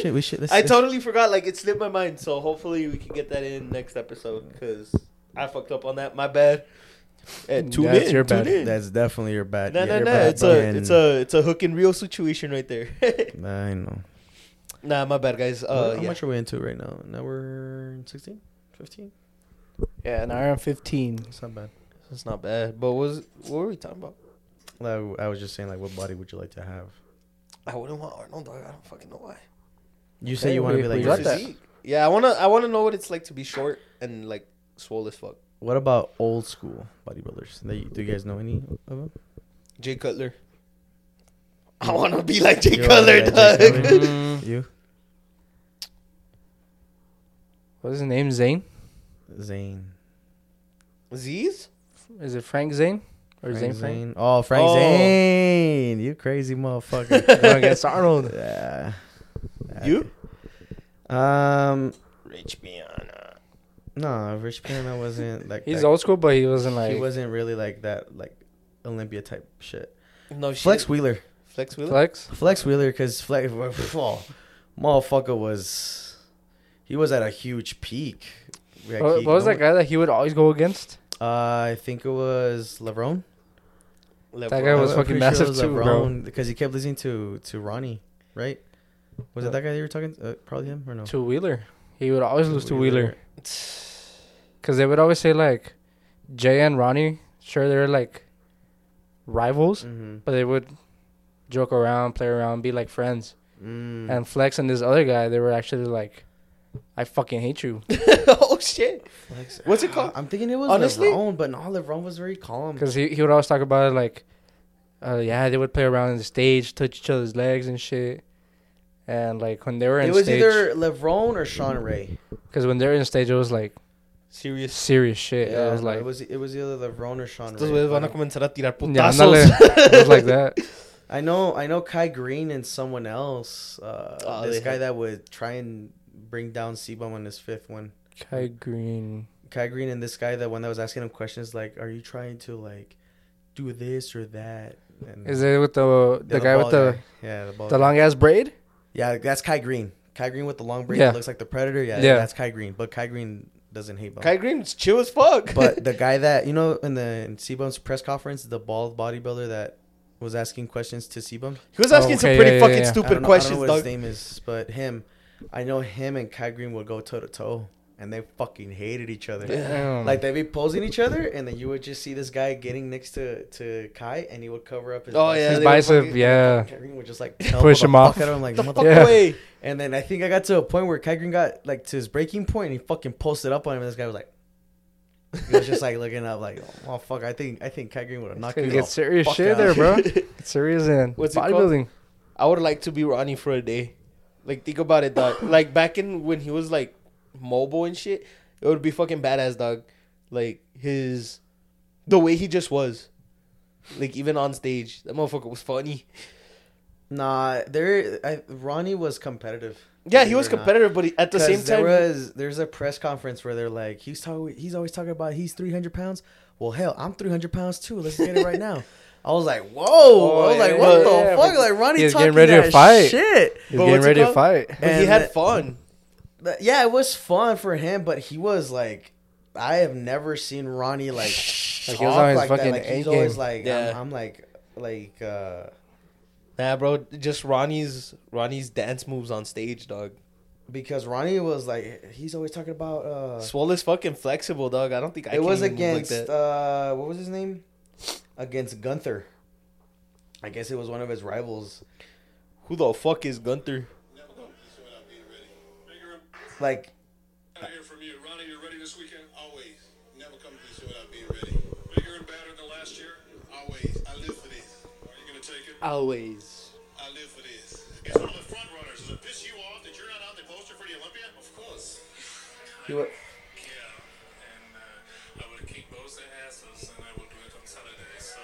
[SPEAKER 2] Shit, we should. Let's,
[SPEAKER 1] I totally forgot. Like it slipped my mind. So hopefully we can get that in next episode because I fucked up on that. My bad. Eh, tune
[SPEAKER 3] That's
[SPEAKER 1] in,
[SPEAKER 3] your
[SPEAKER 1] tune
[SPEAKER 3] bad.
[SPEAKER 1] in.
[SPEAKER 2] That's definitely your bad.
[SPEAKER 1] No,
[SPEAKER 2] yeah,
[SPEAKER 1] no,
[SPEAKER 2] your
[SPEAKER 1] no.
[SPEAKER 2] bad
[SPEAKER 1] It's a,
[SPEAKER 2] fucking-
[SPEAKER 1] it's a, it's a hook and reel situation right there.
[SPEAKER 2] I know.
[SPEAKER 1] nah, my bad, guys.
[SPEAKER 2] What-
[SPEAKER 1] Uh,
[SPEAKER 2] how
[SPEAKER 1] yeah.
[SPEAKER 2] much are we into right now? Now we're 16, 15.
[SPEAKER 3] Yeah, an hour and 15.
[SPEAKER 2] It's not bad.
[SPEAKER 1] It's not bad. But what was what were we talking about?
[SPEAKER 2] Like, I was just saying, like, what body would you like to have?
[SPEAKER 1] I wouldn't want Arnold. Dog. I don't fucking know why.
[SPEAKER 2] You
[SPEAKER 3] Okay,
[SPEAKER 2] say you want to
[SPEAKER 3] we-
[SPEAKER 2] be
[SPEAKER 3] we
[SPEAKER 2] like.
[SPEAKER 3] got
[SPEAKER 2] your-
[SPEAKER 3] that.
[SPEAKER 1] Physique. Yeah, I wanna, I wanna know what it's like to be short and like swole as fuck.
[SPEAKER 2] What about old school bodybuilders? They- Do you guys know any of them?
[SPEAKER 1] Jay Cutler. I wanna be like Jay
[SPEAKER 2] You wanna
[SPEAKER 1] Cutler,
[SPEAKER 2] be
[SPEAKER 1] dog.
[SPEAKER 2] like Jay Cutler? You,
[SPEAKER 3] What's his name? Zane?
[SPEAKER 2] Zane.
[SPEAKER 1] Z's?
[SPEAKER 3] Is it Frank Zane? Or
[SPEAKER 2] Frank
[SPEAKER 3] Zane Frank?
[SPEAKER 2] Zane. Oh, Frank
[SPEAKER 1] Oh.
[SPEAKER 2] Zane. You crazy motherfucker.
[SPEAKER 3] Going against Arnold.
[SPEAKER 2] yeah.
[SPEAKER 1] You?
[SPEAKER 2] Um.
[SPEAKER 1] Rich Biana.
[SPEAKER 2] No, Rich Piana wasn't like.
[SPEAKER 3] He's
[SPEAKER 2] that-
[SPEAKER 3] old school, but he wasn't like.
[SPEAKER 2] He wasn't really like that, like Olympia type shit.
[SPEAKER 1] No shit.
[SPEAKER 2] Flex Wheeler,
[SPEAKER 1] Flex Wheeler.
[SPEAKER 3] Flex?
[SPEAKER 2] Flex Wheeler, because Flex, oh, motherfucker was, he was at a huge peak. Like,
[SPEAKER 3] What,
[SPEAKER 2] he-
[SPEAKER 3] what was
[SPEAKER 2] no
[SPEAKER 3] that guy that he would always go against?
[SPEAKER 2] one- Uh, I think it was LeBron.
[SPEAKER 3] That guy
[SPEAKER 2] I-
[SPEAKER 3] was
[SPEAKER 2] I'm pretty sure
[SPEAKER 3] fucking
[SPEAKER 2] it
[SPEAKER 3] massive
[SPEAKER 2] was
[SPEAKER 3] too, bro.
[SPEAKER 2] because he kept losing to to Ronnie, right? Was it that guy you were talking? Uh, probably him or no?
[SPEAKER 3] Two Wheeler. He would always lose to Wheeler.
[SPEAKER 2] Wheeler.
[SPEAKER 3] Because they would always say, like, Jay and Ronnie, sure, they're like rivals,
[SPEAKER 2] Mm-hmm.
[SPEAKER 3] but they would joke around, play around, be like friends.
[SPEAKER 2] Mm.
[SPEAKER 3] And Flex and this other guy, they were actually like, I fucking hate you.
[SPEAKER 1] oh shit.
[SPEAKER 2] Flex-
[SPEAKER 1] What's it called?
[SPEAKER 2] I'm thinking it was
[SPEAKER 1] Honestly-
[SPEAKER 2] LeBron, but no, LeBron was very calm.
[SPEAKER 3] Because Mm. he, he would always talk about it like, uh, yeah, they would play around on the stage, touch each other's legs and shit. And like when they were in
[SPEAKER 2] It was
[SPEAKER 3] stage,
[SPEAKER 2] either LeBron or Sean Ray.
[SPEAKER 3] because when they were in stage, it was like
[SPEAKER 1] Serious.
[SPEAKER 3] serious shit. it was
[SPEAKER 2] no,
[SPEAKER 3] like,
[SPEAKER 2] it was it was either LeBron or Sean
[SPEAKER 1] Estos
[SPEAKER 2] Ray.
[SPEAKER 1] güeyes van a comenzar a tirar
[SPEAKER 3] yeah,
[SPEAKER 1] putazos.
[SPEAKER 3] ándale. it was like that.
[SPEAKER 2] I know I know Kai Green and someone else. Uh,
[SPEAKER 1] Oh,
[SPEAKER 2] this
[SPEAKER 1] they-
[SPEAKER 2] guy that would try and bring down Sebum on his fifth one.
[SPEAKER 3] Kai Green.
[SPEAKER 2] Kai Green and this guy, the one that was asking him questions like, "Are you trying to like do this or that?" And
[SPEAKER 3] Is it with the the, guy with
[SPEAKER 2] bald
[SPEAKER 3] the
[SPEAKER 2] yeah the, bald
[SPEAKER 3] the
[SPEAKER 2] guy.
[SPEAKER 3] long ass braid?
[SPEAKER 2] yeah that's Kai Green. Kai Green with the long braid
[SPEAKER 3] Yeah.
[SPEAKER 2] that looks like the Predator. Yeah,
[SPEAKER 3] Yeah.
[SPEAKER 2] that's Kai Green. But Kai Green doesn't hate Bum.
[SPEAKER 1] Kai Green's chill as fuck.
[SPEAKER 2] But the guy that you know in the in Seabum's press conference, the bald bodybuilder that was asking questions to Seabum.
[SPEAKER 1] he was asking
[SPEAKER 3] Okay,
[SPEAKER 1] some pretty
[SPEAKER 3] yeah, yeah,
[SPEAKER 1] fucking
[SPEAKER 3] yeah. I
[SPEAKER 2] I don't
[SPEAKER 1] stupid
[SPEAKER 2] know,
[SPEAKER 1] questions,
[SPEAKER 2] I don't know what
[SPEAKER 1] dog.
[SPEAKER 2] his name is, but him, I know him and Kai Green would go toe to toe, and they fucking hated each other.
[SPEAKER 3] Damn.
[SPEAKER 2] Like they'd be posing each other, and then you would just see this guy getting next to to Kai, and he would cover up his.
[SPEAKER 1] Oh,
[SPEAKER 2] bicep.
[SPEAKER 1] yeah,
[SPEAKER 3] His
[SPEAKER 1] they were
[SPEAKER 3] bicep,
[SPEAKER 1] fucking-
[SPEAKER 3] yeah.
[SPEAKER 2] Kai Green would just like
[SPEAKER 3] Push him off.
[SPEAKER 2] Fuck out of him, like,
[SPEAKER 1] the
[SPEAKER 2] "Motherfucker."
[SPEAKER 1] fuck
[SPEAKER 3] Yeah.
[SPEAKER 1] away.
[SPEAKER 2] And then I think I got to a point where Kai Green got like to his breaking point, and he fucking posted up on him, and this guy was like. he was just like looking up, like, oh fuck! I think I think Kai Green would have knocked
[SPEAKER 3] Gonna
[SPEAKER 2] you
[SPEAKER 3] get
[SPEAKER 2] off.
[SPEAKER 3] serious
[SPEAKER 2] fuck
[SPEAKER 3] shit
[SPEAKER 2] out.
[SPEAKER 3] there, bro. Get serious in
[SPEAKER 1] What's it called?
[SPEAKER 3] bodybuilding.
[SPEAKER 1] I would like to be Ronnie for a day. Like think about it, dog. like back in when he was like mobile and shit, it would be fucking badass, dog. Like his, the way he just was, like even on stage, that motherfucker was funny.
[SPEAKER 2] Nah, there. I, Ronnie was competitive.
[SPEAKER 1] Yeah, he
[SPEAKER 2] believe
[SPEAKER 1] was
[SPEAKER 2] it or not.
[SPEAKER 1] competitive, but he, at the
[SPEAKER 2] 'Cause
[SPEAKER 1] same time,
[SPEAKER 2] there was there's a press conference where they're like, he's talking, he's always talking about he's 300 pounds. Well, hell, I'm 300 pounds too. Let's get it right now. I was like, whoa! I was
[SPEAKER 1] yeah,
[SPEAKER 2] like, what
[SPEAKER 1] yeah,
[SPEAKER 2] the
[SPEAKER 3] Oh, yeah,
[SPEAKER 2] fuck?
[SPEAKER 3] but
[SPEAKER 2] Like Ronnie
[SPEAKER 3] he's
[SPEAKER 2] talking
[SPEAKER 3] getting ready to
[SPEAKER 2] that
[SPEAKER 3] fight.
[SPEAKER 2] shit.
[SPEAKER 3] He's
[SPEAKER 1] But
[SPEAKER 3] getting
[SPEAKER 1] what's it
[SPEAKER 3] ready to
[SPEAKER 1] called?
[SPEAKER 3] fight.
[SPEAKER 1] but he
[SPEAKER 2] and
[SPEAKER 1] had
[SPEAKER 2] that-
[SPEAKER 1] fun.
[SPEAKER 2] But yeah, it was fun for him, but he was like, I have never seen Ronnie like
[SPEAKER 3] Like,
[SPEAKER 2] talk
[SPEAKER 3] he was on his
[SPEAKER 2] like
[SPEAKER 3] fucking
[SPEAKER 2] that. Like, he's
[SPEAKER 3] A
[SPEAKER 2] always
[SPEAKER 3] game.
[SPEAKER 2] like, I'm,
[SPEAKER 1] Yeah.
[SPEAKER 2] I'm like, like. uh
[SPEAKER 1] Nah, bro, just Ronnie's Ronnie's dance moves on stage, dog.
[SPEAKER 2] because Ronnie was like, he's always talking about. uh
[SPEAKER 1] Swole is fucking flexible, dog. I don't think I
[SPEAKER 2] It
[SPEAKER 1] can
[SPEAKER 2] was
[SPEAKER 1] even move
[SPEAKER 2] against
[SPEAKER 1] like that.
[SPEAKER 2] uh, what was his name? Against Gunther. I guess it was one of his rivals.
[SPEAKER 4] Who the fuck is Gunther?
[SPEAKER 2] Like,
[SPEAKER 8] I hear from you. Ronnie, you're ready this weekend? Always. Never come to this without being ready. Bigger and badder than last year? Always. I live for this. Are you going to take it?
[SPEAKER 3] Always.
[SPEAKER 8] I live for this. It's one of the front runners. Does it piss you off that you're not on the poster for the Olympia? Of course.
[SPEAKER 3] You wa-
[SPEAKER 8] Yeah. And uh, I will kick both their asses and I will do it on Saturday. So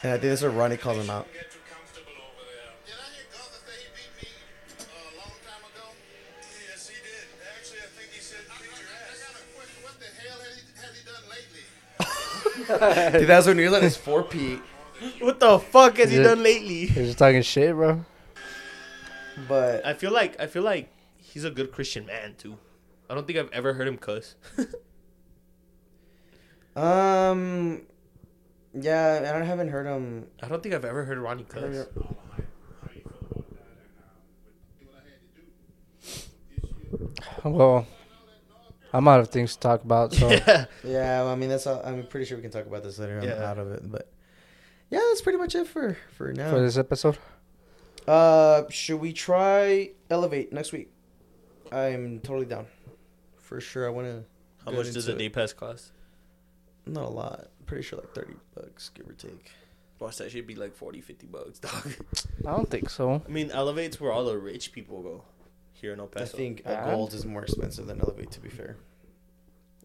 [SPEAKER 2] and I think that's where Ronnie calls him out.
[SPEAKER 8] get too comfortable over there. Did I hear Gunther say he beat me uh, a long time ago? Yes, he did. Actually, I think he said beat your ass. I got a question. What the hell has he, has he done lately?
[SPEAKER 2] Dude, that's when he was on his four P.
[SPEAKER 1] What the fuck has he
[SPEAKER 3] Yeah.
[SPEAKER 1] done lately?
[SPEAKER 3] You're just talking shit, bro.
[SPEAKER 2] But
[SPEAKER 1] I feel like I feel like he's a good Christian man too. I don't think I've ever heard him cuss.
[SPEAKER 2] um, yeah, I don't- haven't heard him.
[SPEAKER 1] I don't think I've ever heard Ronnie cuss.
[SPEAKER 3] Well, I'm out of things to talk about, so
[SPEAKER 1] Yeah.
[SPEAKER 2] Yeah, well, I mean that's. All, I'm pretty sure we can talk about this later.
[SPEAKER 1] Yeah.
[SPEAKER 2] I'm out of it, but yeah, that's pretty much it for for now.
[SPEAKER 3] for this episode,
[SPEAKER 2] Uh, should we try elevate next week? I'm totally down. For sure, I want to.
[SPEAKER 1] How much does a day pass cost?
[SPEAKER 2] Not a lot. Pretty sure like thirty bucks, give or take.
[SPEAKER 1] Boss, that should be like 40, 50 bucks, dog.
[SPEAKER 3] I don't think so.
[SPEAKER 1] I mean, elevates where all the rich people go here in El
[SPEAKER 2] I
[SPEAKER 1] Paso.
[SPEAKER 2] think
[SPEAKER 3] Uh,
[SPEAKER 2] uh, gold is more expensive than elevate. To be fair,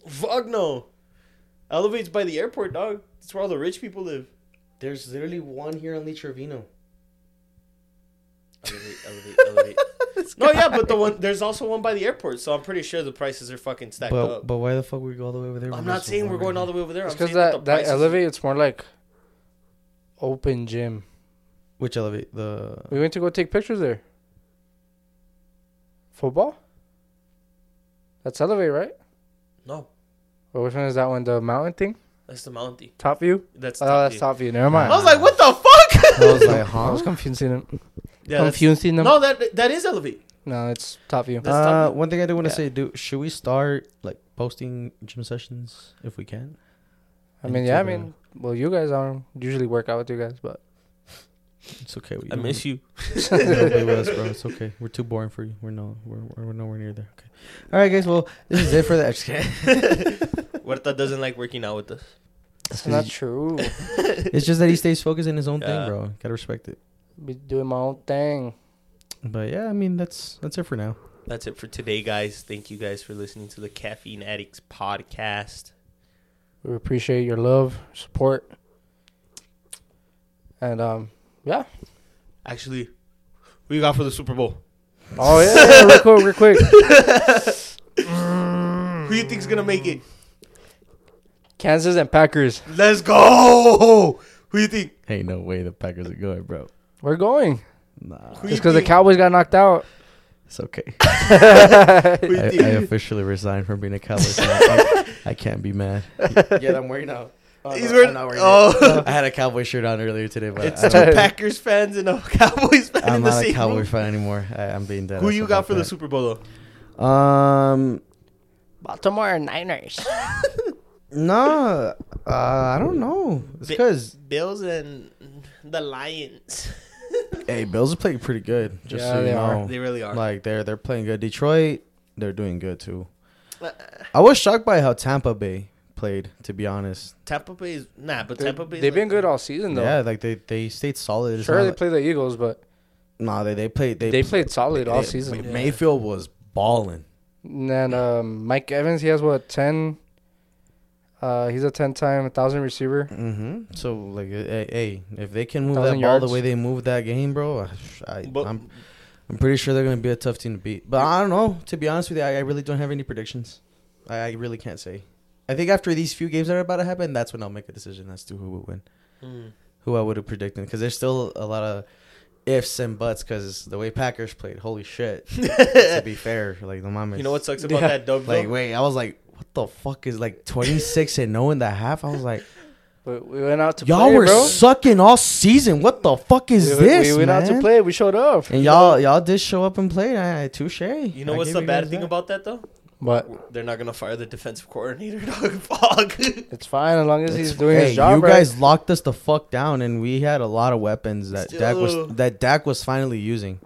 [SPEAKER 1] Fuck no. Elevates by the airport, dog. That's where all the rich people live.
[SPEAKER 2] there's literally one here on Lee Trevino.
[SPEAKER 1] Elevate, elevate, elevate. no, yeah, but the one there's also one by the airport, so I'm pretty sure the prices are fucking stacked
[SPEAKER 2] But
[SPEAKER 1] up.
[SPEAKER 2] but why the fuck we go all the way over there?
[SPEAKER 1] I'm not saying we're going all the way over there.
[SPEAKER 3] It's
[SPEAKER 1] I'm saying
[SPEAKER 3] because that
[SPEAKER 1] the
[SPEAKER 3] that
[SPEAKER 1] prices-
[SPEAKER 3] elevate. It's more like open gym.
[SPEAKER 2] Which elevate the?
[SPEAKER 3] We went to go take pictures there. Football. That's elevate, right?
[SPEAKER 1] No,
[SPEAKER 3] Well, which one is that one? The mountain thing,
[SPEAKER 1] that's the Mountie.
[SPEAKER 3] top view.
[SPEAKER 1] That's
[SPEAKER 3] oh,
[SPEAKER 1] top
[SPEAKER 3] that's
[SPEAKER 1] view.
[SPEAKER 3] top view. Never mind.
[SPEAKER 1] I was like, what the fuck?
[SPEAKER 2] I was like,
[SPEAKER 3] I was
[SPEAKER 2] huh?
[SPEAKER 3] confusing them.
[SPEAKER 1] Yeah, that's-
[SPEAKER 3] confusing them.
[SPEAKER 1] No, that that is elevate.
[SPEAKER 3] No, it's top view.
[SPEAKER 1] That's tough.
[SPEAKER 2] Uh, one thing I do want to
[SPEAKER 1] Yeah.
[SPEAKER 2] say, dude, should we start like posting gym sessions if we can?
[SPEAKER 3] I mean, yeah, I mean, well, you guys aren't usually work out with you guys, but
[SPEAKER 2] It's okay. We
[SPEAKER 1] I
[SPEAKER 2] don't-
[SPEAKER 1] miss you.
[SPEAKER 2] Don't play with us, bro. It's okay. We're too boring for you. We're no, we're, we're nowhere near there. Okay. All right, guys. Well, this is it for the extra.
[SPEAKER 1] Huerta doesn't like working out with us.
[SPEAKER 3] it's not true.
[SPEAKER 2] It's just that he stays focused in his own
[SPEAKER 1] Yeah.
[SPEAKER 2] thing, bro. Gotta respect it.
[SPEAKER 3] Be doing my own thing.
[SPEAKER 2] But yeah, I mean, that's that's it for now.
[SPEAKER 1] That's it for today, guys. Thank you guys for listening to the Caffeine Addicts podcast.
[SPEAKER 3] We appreciate your love, support, and um, yeah.
[SPEAKER 1] Actually, what you got for the Super Bowl?
[SPEAKER 3] Oh yeah, yeah, real quick, real quick.
[SPEAKER 1] Who you think's gonna make it?
[SPEAKER 3] Kansas and Packers.
[SPEAKER 1] Let's go. Who you think?
[SPEAKER 2] Hey, no way the Packers are going, bro.
[SPEAKER 3] We're going.
[SPEAKER 2] Nah,
[SPEAKER 1] Who
[SPEAKER 3] Just
[SPEAKER 1] you
[SPEAKER 3] because the
[SPEAKER 1] think?
[SPEAKER 3] Cowboys got knocked out.
[SPEAKER 2] it's okay.
[SPEAKER 1] Who you
[SPEAKER 2] I,
[SPEAKER 1] think?
[SPEAKER 2] I officially resigned from being a Cowboys. fan. I, I can't be mad.
[SPEAKER 7] Yeah, I'm wearing out.
[SPEAKER 1] He's wearing. Oh,
[SPEAKER 2] I had a Cowboy shirt on earlier today, but
[SPEAKER 1] it's
[SPEAKER 2] I
[SPEAKER 1] two
[SPEAKER 2] don't-
[SPEAKER 1] Packers fans and a Cowboys fan in
[SPEAKER 2] I'm
[SPEAKER 1] the
[SPEAKER 2] not a
[SPEAKER 1] same
[SPEAKER 2] Cowboy
[SPEAKER 1] room.
[SPEAKER 2] fan anymore. I, I'm being dead.
[SPEAKER 1] Who
[SPEAKER 2] ass
[SPEAKER 1] you
[SPEAKER 2] about
[SPEAKER 1] got for the
[SPEAKER 2] that.
[SPEAKER 1] Super Bowl though?
[SPEAKER 2] Um,
[SPEAKER 3] Baltimore Niners.
[SPEAKER 2] no, uh, I don't know. It's
[SPEAKER 1] Bi-
[SPEAKER 2] because
[SPEAKER 1] Bills and the Lions.
[SPEAKER 2] Hey, Bills are playing pretty good. Just
[SPEAKER 3] Yeah,
[SPEAKER 2] so you
[SPEAKER 3] they are.
[SPEAKER 2] know,
[SPEAKER 1] They really are.
[SPEAKER 2] like they're they're playing good. Detroit, they're doing good too.
[SPEAKER 3] Uh,
[SPEAKER 2] I was shocked by how Tampa Bay played. To be honest,
[SPEAKER 1] Tampa Bay is nah, but
[SPEAKER 3] They've
[SPEAKER 1] Tampa Bay.
[SPEAKER 3] been good all season though.
[SPEAKER 2] yeah, like they they stayed solid.
[SPEAKER 3] sure, they played the Eagles, but
[SPEAKER 2] No, they they played they,
[SPEAKER 3] they played solid all
[SPEAKER 2] they-
[SPEAKER 3] season.
[SPEAKER 2] Mayfield was balling.
[SPEAKER 3] And then um, Mike Evans, he has what ten? Uh, he's a ten-time thousand receiver.
[SPEAKER 2] Mm-hmm. So like, hey, hey, if they can move that ball
[SPEAKER 3] 1,000
[SPEAKER 2] the
[SPEAKER 3] yards.
[SPEAKER 2] way they moved that game, bro, I,
[SPEAKER 1] But-
[SPEAKER 2] I'm I'm pretty sure they're gonna be a tough team to beat. But I don't know. To be honest with you, I, I really don't have any predictions. I, I really can't say. I think after these few games that are about to happen, that's when I'll make a decision as to who will win,
[SPEAKER 1] Mm.
[SPEAKER 2] who I would have predicted. Because there's still a lot of ifs and buts. Because the way Packers played, holy shit. to be fair, like the mom.
[SPEAKER 1] You know what sucks about
[SPEAKER 3] Yeah.
[SPEAKER 1] that dub? though?
[SPEAKER 2] Like wait, I was like, what the fuck is like 26 and 0 in the half? I was like.
[SPEAKER 3] But we went out to
[SPEAKER 2] Y'all
[SPEAKER 3] play,
[SPEAKER 2] were
[SPEAKER 3] bro.
[SPEAKER 2] sucking all season. What the fuck is
[SPEAKER 3] we, we-
[SPEAKER 2] this,
[SPEAKER 3] we went out to
[SPEAKER 2] man?
[SPEAKER 3] play. We showed up.
[SPEAKER 2] And y'all, y'all did show up and play. I, I touche.
[SPEAKER 1] You know what's the bad thing about that though?
[SPEAKER 3] But
[SPEAKER 1] They're not gonna fire the defensive coordinator, dog. Fuck.
[SPEAKER 3] it's fine as long as he's doing
[SPEAKER 2] Hey,
[SPEAKER 3] his job.
[SPEAKER 2] you
[SPEAKER 3] right?
[SPEAKER 2] guys locked us the fuck down, and we had a lot of weapons that Dak
[SPEAKER 1] Still.
[SPEAKER 2] was that Dak was finally using.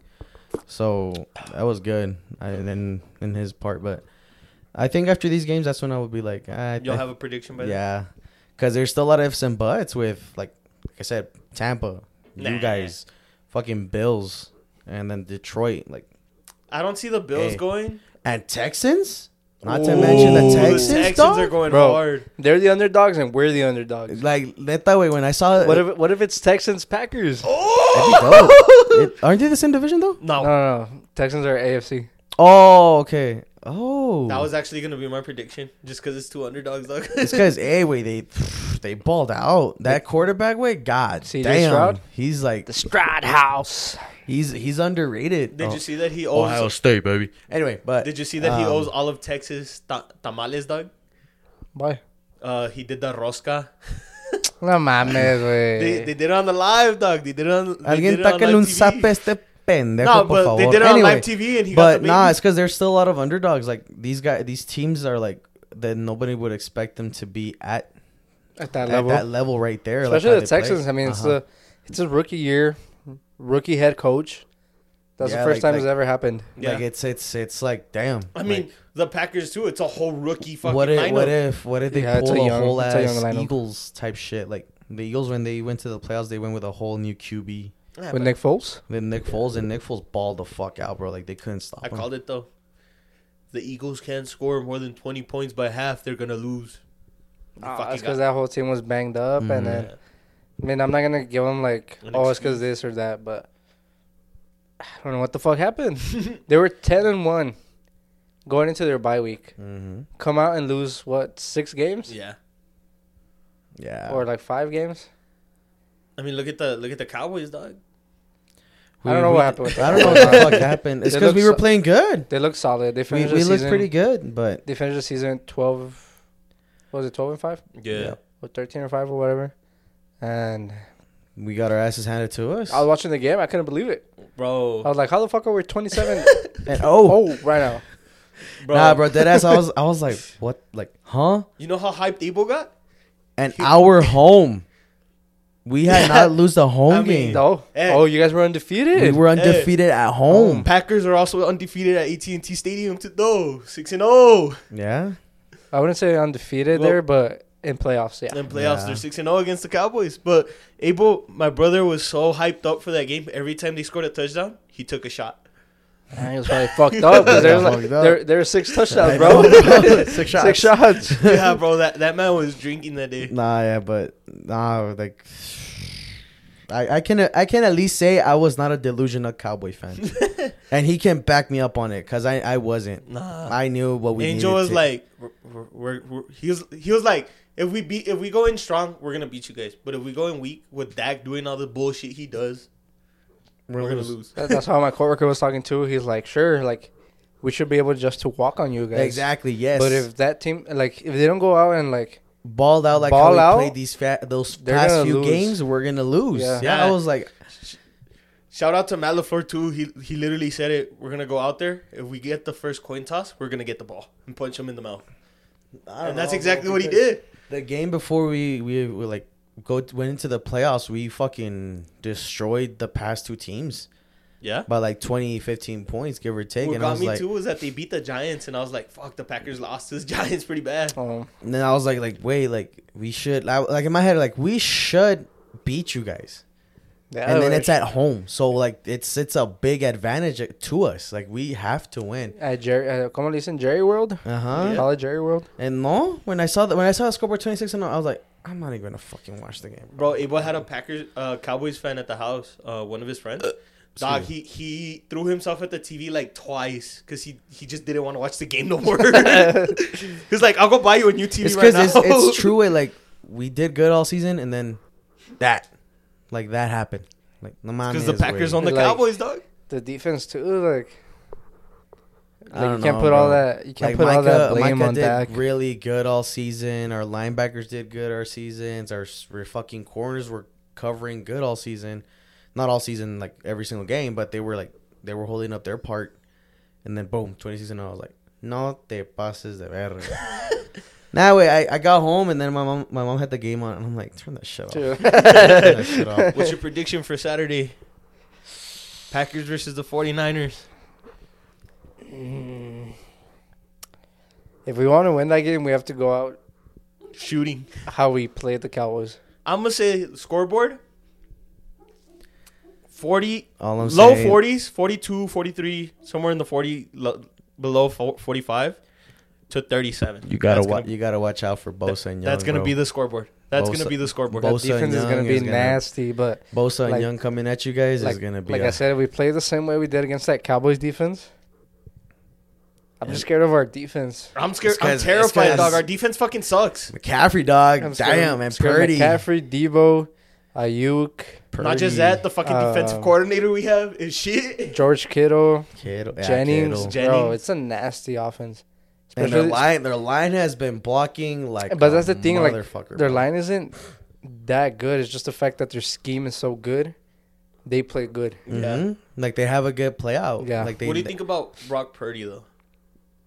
[SPEAKER 2] So that was good, I, in in his part. But I think after these games, that's when I would be like, "Ah, I,
[SPEAKER 1] Y'all
[SPEAKER 2] I-
[SPEAKER 1] have a prediction by
[SPEAKER 2] yeah, because there's still a lot of ifs and buts with like like I said, Tampa,
[SPEAKER 1] Nah.
[SPEAKER 2] you guys, fucking Bills, and then Detroit, like
[SPEAKER 1] then? I don't see the Bills
[SPEAKER 2] Hey.
[SPEAKER 1] going.
[SPEAKER 2] and Texans. Not to mention
[SPEAKER 1] Ooh,
[SPEAKER 2] the Texans, dog?
[SPEAKER 1] are going
[SPEAKER 3] Bro.
[SPEAKER 1] hard.
[SPEAKER 3] They're the underdogs and we're the underdogs.
[SPEAKER 2] Like that way when I saw it,
[SPEAKER 3] What if what if it's Texans Packers? No,
[SPEAKER 2] that'd be dope. It- aren't they the same division though?
[SPEAKER 1] No,
[SPEAKER 3] no, no. Texans are AFC.
[SPEAKER 2] Oh, okay. Oh,
[SPEAKER 1] that was actually gonna be my prediction, just because it's two underdogs, dog.
[SPEAKER 2] it's because anyway they they balled out that quarterback way. God
[SPEAKER 3] CJ
[SPEAKER 2] damn,
[SPEAKER 3] Stroud?
[SPEAKER 2] he's like
[SPEAKER 3] Stroud House.
[SPEAKER 2] he's he's underrated.
[SPEAKER 1] Did
[SPEAKER 2] Oh,
[SPEAKER 1] you see that he owes?
[SPEAKER 2] State, baby. Anyway, but
[SPEAKER 1] Did you see that he
[SPEAKER 2] um,
[SPEAKER 1] owes all of Texas ta- tamales, dog?
[SPEAKER 3] Bye.
[SPEAKER 1] Uh, he did the rosca.
[SPEAKER 3] No mames, güey.
[SPEAKER 1] They, they did it on the live, dog. They did it on. They
[SPEAKER 2] Alguien
[SPEAKER 1] did it on
[SPEAKER 2] tácale un
[SPEAKER 1] live
[SPEAKER 2] zape
[SPEAKER 1] TV.
[SPEAKER 2] a este pendejo,
[SPEAKER 1] No,
[SPEAKER 2] por
[SPEAKER 1] but
[SPEAKER 2] favor.
[SPEAKER 1] they did it on
[SPEAKER 2] anyway,
[SPEAKER 1] live TV, and he got
[SPEAKER 2] but
[SPEAKER 1] the baby.
[SPEAKER 2] nah, it's because there's still a lot of underdogs. Like these guys, these teams are like that. Nobody would expect them to be at,
[SPEAKER 3] at that
[SPEAKER 2] at
[SPEAKER 3] level.
[SPEAKER 2] that level right there. like
[SPEAKER 3] Especially
[SPEAKER 2] how
[SPEAKER 3] the
[SPEAKER 2] they play.
[SPEAKER 3] Texans. I mean, it's
[SPEAKER 2] Uh-huh.
[SPEAKER 3] the it's a rookie year, rookie head coach. That's
[SPEAKER 2] Yeah,
[SPEAKER 3] the first
[SPEAKER 2] like-
[SPEAKER 3] time it's
[SPEAKER 2] like-
[SPEAKER 3] ever happened.
[SPEAKER 1] Yeah.
[SPEAKER 2] like it's it's it's like damn.
[SPEAKER 1] I mean, the Packers too. It's a whole rookie fucking
[SPEAKER 2] what if
[SPEAKER 1] lineup.
[SPEAKER 2] what if what if they
[SPEAKER 3] Yeah, it's
[SPEAKER 2] pull
[SPEAKER 3] a
[SPEAKER 2] a,
[SPEAKER 3] young-
[SPEAKER 2] whole
[SPEAKER 3] it's a young
[SPEAKER 2] ass
[SPEAKER 3] lineup.
[SPEAKER 2] Eagles type shit? Like the Eagles when they went to the playoffs, they went with a whole new QB.
[SPEAKER 1] Yeah,
[SPEAKER 3] With
[SPEAKER 1] but
[SPEAKER 3] Nick Foles?
[SPEAKER 2] Then Nick Foles and Nick Foles balled the fuck out, bro. Like they couldn't stop
[SPEAKER 1] I
[SPEAKER 2] him.
[SPEAKER 1] called it though. The Eagles can't score more than twenty points by half. They're gonna lose. You
[SPEAKER 3] Ah,
[SPEAKER 1] fucking
[SPEAKER 3] that's because
[SPEAKER 1] got-
[SPEAKER 3] that whole team was banged up,
[SPEAKER 2] Mm-hmm.
[SPEAKER 3] and then I mean, I'm not gonna give them like,
[SPEAKER 1] An
[SPEAKER 3] oh, it's because this or that, but I don't know what the fuck happened. they were ten and one going into their bye week.
[SPEAKER 2] Mhm.
[SPEAKER 3] Come out and lose what six games
[SPEAKER 1] yeah.
[SPEAKER 2] Yeah.
[SPEAKER 3] or like five games?
[SPEAKER 1] I mean, look at the look at the Cowboys, dog.
[SPEAKER 3] I don't know what happened with
[SPEAKER 2] I
[SPEAKER 3] that.
[SPEAKER 2] don't know what the fuck happened. It's
[SPEAKER 3] They
[SPEAKER 2] because we
[SPEAKER 3] look
[SPEAKER 2] were
[SPEAKER 3] so-
[SPEAKER 2] playing good.
[SPEAKER 3] They look solid. They
[SPEAKER 2] We,
[SPEAKER 3] finished.
[SPEAKER 2] we
[SPEAKER 3] the
[SPEAKER 2] looked
[SPEAKER 3] season,
[SPEAKER 2] pretty good, but
[SPEAKER 3] They finished the season twelve. What was it twelve and five
[SPEAKER 1] Yeah.
[SPEAKER 3] or thirteen or five or whatever? And
[SPEAKER 2] we got our asses handed to us.
[SPEAKER 3] I was watching the game. I couldn't believe it. I
[SPEAKER 1] bro.
[SPEAKER 3] was like, how the fuck are we twenty seven?
[SPEAKER 2] And, oh,
[SPEAKER 3] oh, right now.
[SPEAKER 1] Bro,
[SPEAKER 2] nah, bro, that ass. I was I was like, what? Like, huh?
[SPEAKER 1] You know how hyped Ebo got?
[SPEAKER 2] An hour home. We had
[SPEAKER 1] Yeah.
[SPEAKER 2] not lose the home
[SPEAKER 1] I mean,
[SPEAKER 2] game.
[SPEAKER 3] No.
[SPEAKER 1] Hey.
[SPEAKER 3] Oh, you guys were undefeated.
[SPEAKER 2] We were undefeated at home.
[SPEAKER 1] Packers are also undefeated at AT and T Stadium too. Though six and oh. zero
[SPEAKER 2] Yeah.
[SPEAKER 3] I wouldn't say undefeated
[SPEAKER 1] Well-
[SPEAKER 3] there, but in playoffs, yeah.
[SPEAKER 1] in playoffs,
[SPEAKER 2] Yeah.
[SPEAKER 1] they're six and zero against the Cowboys. But Abel, my brother, was so hyped up for that game. Every time they scored a touchdown, he took a shot.
[SPEAKER 3] Man, He was probably fucked up. 'cause There was like,
[SPEAKER 2] Fucked up.
[SPEAKER 3] there, there were six touchdowns, bro. six shots. Six shots.
[SPEAKER 1] yeah, bro, that, that man was drinking that day.
[SPEAKER 2] Nah, yeah, but nah, like I, I can I can at least say I was not a delusional cowboy fan, and he can back me up on it because I, I wasn't.
[SPEAKER 1] Nah,
[SPEAKER 2] I knew what we.
[SPEAKER 1] Angel
[SPEAKER 2] needed
[SPEAKER 1] was
[SPEAKER 2] to-
[SPEAKER 1] like, we're, we're, we're, we're- he was he was like, if we beat if we go in strong, we're gonna beat you guys. But if we go in weak with Dak doing all the bullshit he does, we're, gonna lose.
[SPEAKER 3] That- That's how my coworker was talking to. He's like, sure, like we should be able just to walk on you guys.
[SPEAKER 2] exactly yes,
[SPEAKER 3] But if that team, like, if they don't go out and like,
[SPEAKER 2] balled out like
[SPEAKER 3] Ball
[SPEAKER 2] how
[SPEAKER 3] out,
[SPEAKER 2] we played these fa- those
[SPEAKER 3] they're
[SPEAKER 2] past
[SPEAKER 3] gonna
[SPEAKER 2] few
[SPEAKER 3] lose.
[SPEAKER 2] games, we're gonna lose.
[SPEAKER 3] Yeah.
[SPEAKER 2] Yeah.
[SPEAKER 1] Yeah.
[SPEAKER 2] I was like,
[SPEAKER 1] Shout out to Matt LaFleur too. He he literally said it. We're gonna go out there. If we get the first coin toss, we're gonna get the ball and punch him in the mouth.
[SPEAKER 2] I don't
[SPEAKER 1] And that's
[SPEAKER 2] know,
[SPEAKER 1] exactly
[SPEAKER 2] bro,
[SPEAKER 1] what he
[SPEAKER 2] because
[SPEAKER 1] did.
[SPEAKER 2] The game before we we were like go went into the playoffs, we fucking destroyed the past two teams
[SPEAKER 1] Yeah.
[SPEAKER 2] by like 20, 15 points, give or take.
[SPEAKER 1] What
[SPEAKER 2] and I
[SPEAKER 1] got
[SPEAKER 2] was
[SPEAKER 1] me
[SPEAKER 2] like,
[SPEAKER 1] too was that they beat the Giants, and I was like, "Fuck, the Packers lost to the Giants pretty bad."
[SPEAKER 3] um,
[SPEAKER 2] And then I was like, like, wait, like we should, I, like in my head, like we should beat you guys.
[SPEAKER 3] yeah,
[SPEAKER 2] and then
[SPEAKER 3] we're-
[SPEAKER 2] it's at home, so like it's it's a big advantage to us. Like we have to win.
[SPEAKER 3] at Jerry. Uh, come on, listen, Jerry World.
[SPEAKER 2] Uh huh.
[SPEAKER 3] Call it Jerry World.
[SPEAKER 2] And no, when I saw that, when I saw the scoreboard twenty six and all, I was like, I'm not even gonna fucking watch the game.
[SPEAKER 1] Bro, Abel had a Packers uh, Cowboys fan at the house. Uh, one of his friends. Dog, he, he threw himself at the TV like twice because he, he just didn't want to watch the game no more. He's like, I'll go buy you a new TV
[SPEAKER 2] It's
[SPEAKER 1] right
[SPEAKER 2] because
[SPEAKER 1] now.
[SPEAKER 2] it's, it's true. Way like we did good all season, and then that, like that happened. Like no
[SPEAKER 1] because
[SPEAKER 2] mames,
[SPEAKER 1] the Packers
[SPEAKER 2] güey.
[SPEAKER 1] on the
[SPEAKER 3] Like-
[SPEAKER 1] Cowboys, dog.
[SPEAKER 3] The defense too, like,
[SPEAKER 2] I
[SPEAKER 3] like
[SPEAKER 2] don't
[SPEAKER 3] you can't
[SPEAKER 2] know,
[SPEAKER 3] put all
[SPEAKER 2] bro.
[SPEAKER 3] that. You can't
[SPEAKER 2] Like
[SPEAKER 3] put all that
[SPEAKER 2] Micah,
[SPEAKER 3] blame
[SPEAKER 2] Micah
[SPEAKER 3] on
[SPEAKER 2] did
[SPEAKER 3] Dak.
[SPEAKER 2] really good all season. Our linebackers did good our seasons. Our s- our fucking corners were covering good all season. Not all season, like every single game, but they were like they were holding up their part. And then boom, twenty season. I was like, No te pases de verga. Nah, wait. I, I got home and then my mom my mom had the game on and I'm like, turn that shit off. Turn that shit off.
[SPEAKER 1] What's your prediction for Saturday? Packers versus the 49ers.
[SPEAKER 3] If we want to win that game, we have to go out
[SPEAKER 1] Shooting.
[SPEAKER 3] how we played the Cowboys.
[SPEAKER 1] I'm going to say scoreboard 40,
[SPEAKER 2] All I'm
[SPEAKER 1] low
[SPEAKER 2] saying-
[SPEAKER 1] 40s, 42, 43, somewhere in the 40, lo, below fo- 45 to 37.
[SPEAKER 9] You gotta
[SPEAKER 1] That's
[SPEAKER 9] wa-
[SPEAKER 1] gonna-
[SPEAKER 2] You gotta watch out for Bosa and Young.
[SPEAKER 1] That's going to
[SPEAKER 2] bro.
[SPEAKER 1] be the scoreboard. That's
[SPEAKER 2] Both
[SPEAKER 1] going
[SPEAKER 2] si-
[SPEAKER 1] to be the scoreboard.
[SPEAKER 2] both- Bosa and
[SPEAKER 3] Defense is
[SPEAKER 2] Young
[SPEAKER 3] going to be
[SPEAKER 2] is gonna-
[SPEAKER 3] nasty, but
[SPEAKER 2] Bosa and
[SPEAKER 3] like-
[SPEAKER 2] Young coming at you guys
[SPEAKER 3] like,
[SPEAKER 2] is gonna be.
[SPEAKER 3] like
[SPEAKER 2] a-
[SPEAKER 3] I said, we play the same way we did against that Cowboys defense. I'm just scared of our defense.
[SPEAKER 1] I'm scared.
[SPEAKER 2] This
[SPEAKER 1] I'm
[SPEAKER 2] guy's- this
[SPEAKER 1] terrified,
[SPEAKER 2] guy's-
[SPEAKER 1] dog. Our defense fucking sucks.
[SPEAKER 2] McCaffrey dog.
[SPEAKER 3] I'm scared,
[SPEAKER 2] damn, man.
[SPEAKER 3] I'm scared of
[SPEAKER 2] Purdy.
[SPEAKER 3] McCaffrey, Debo, Ayuk,
[SPEAKER 2] Purdy. Uh,
[SPEAKER 1] Not just that, the fucking defensive
[SPEAKER 3] Um,
[SPEAKER 1] coordinator we have is shit.
[SPEAKER 3] George Kittle,
[SPEAKER 2] Kittle, yeah,
[SPEAKER 3] Jennings.
[SPEAKER 2] Kittle.
[SPEAKER 3] Bro,
[SPEAKER 1] Jennings.
[SPEAKER 3] it's a nasty offense.
[SPEAKER 2] And their line, their line has been blocking like.
[SPEAKER 3] But
[SPEAKER 2] a
[SPEAKER 3] that's the thing, like,
[SPEAKER 2] motherfucker,
[SPEAKER 3] Their
[SPEAKER 2] bro.
[SPEAKER 3] line isn't that good. It's just the fact that their scheme is so good. They play good.
[SPEAKER 2] Mhm. Like they have a good play out.
[SPEAKER 3] Yeah.
[SPEAKER 2] Like they,
[SPEAKER 1] What do you think about Brock Purdy though?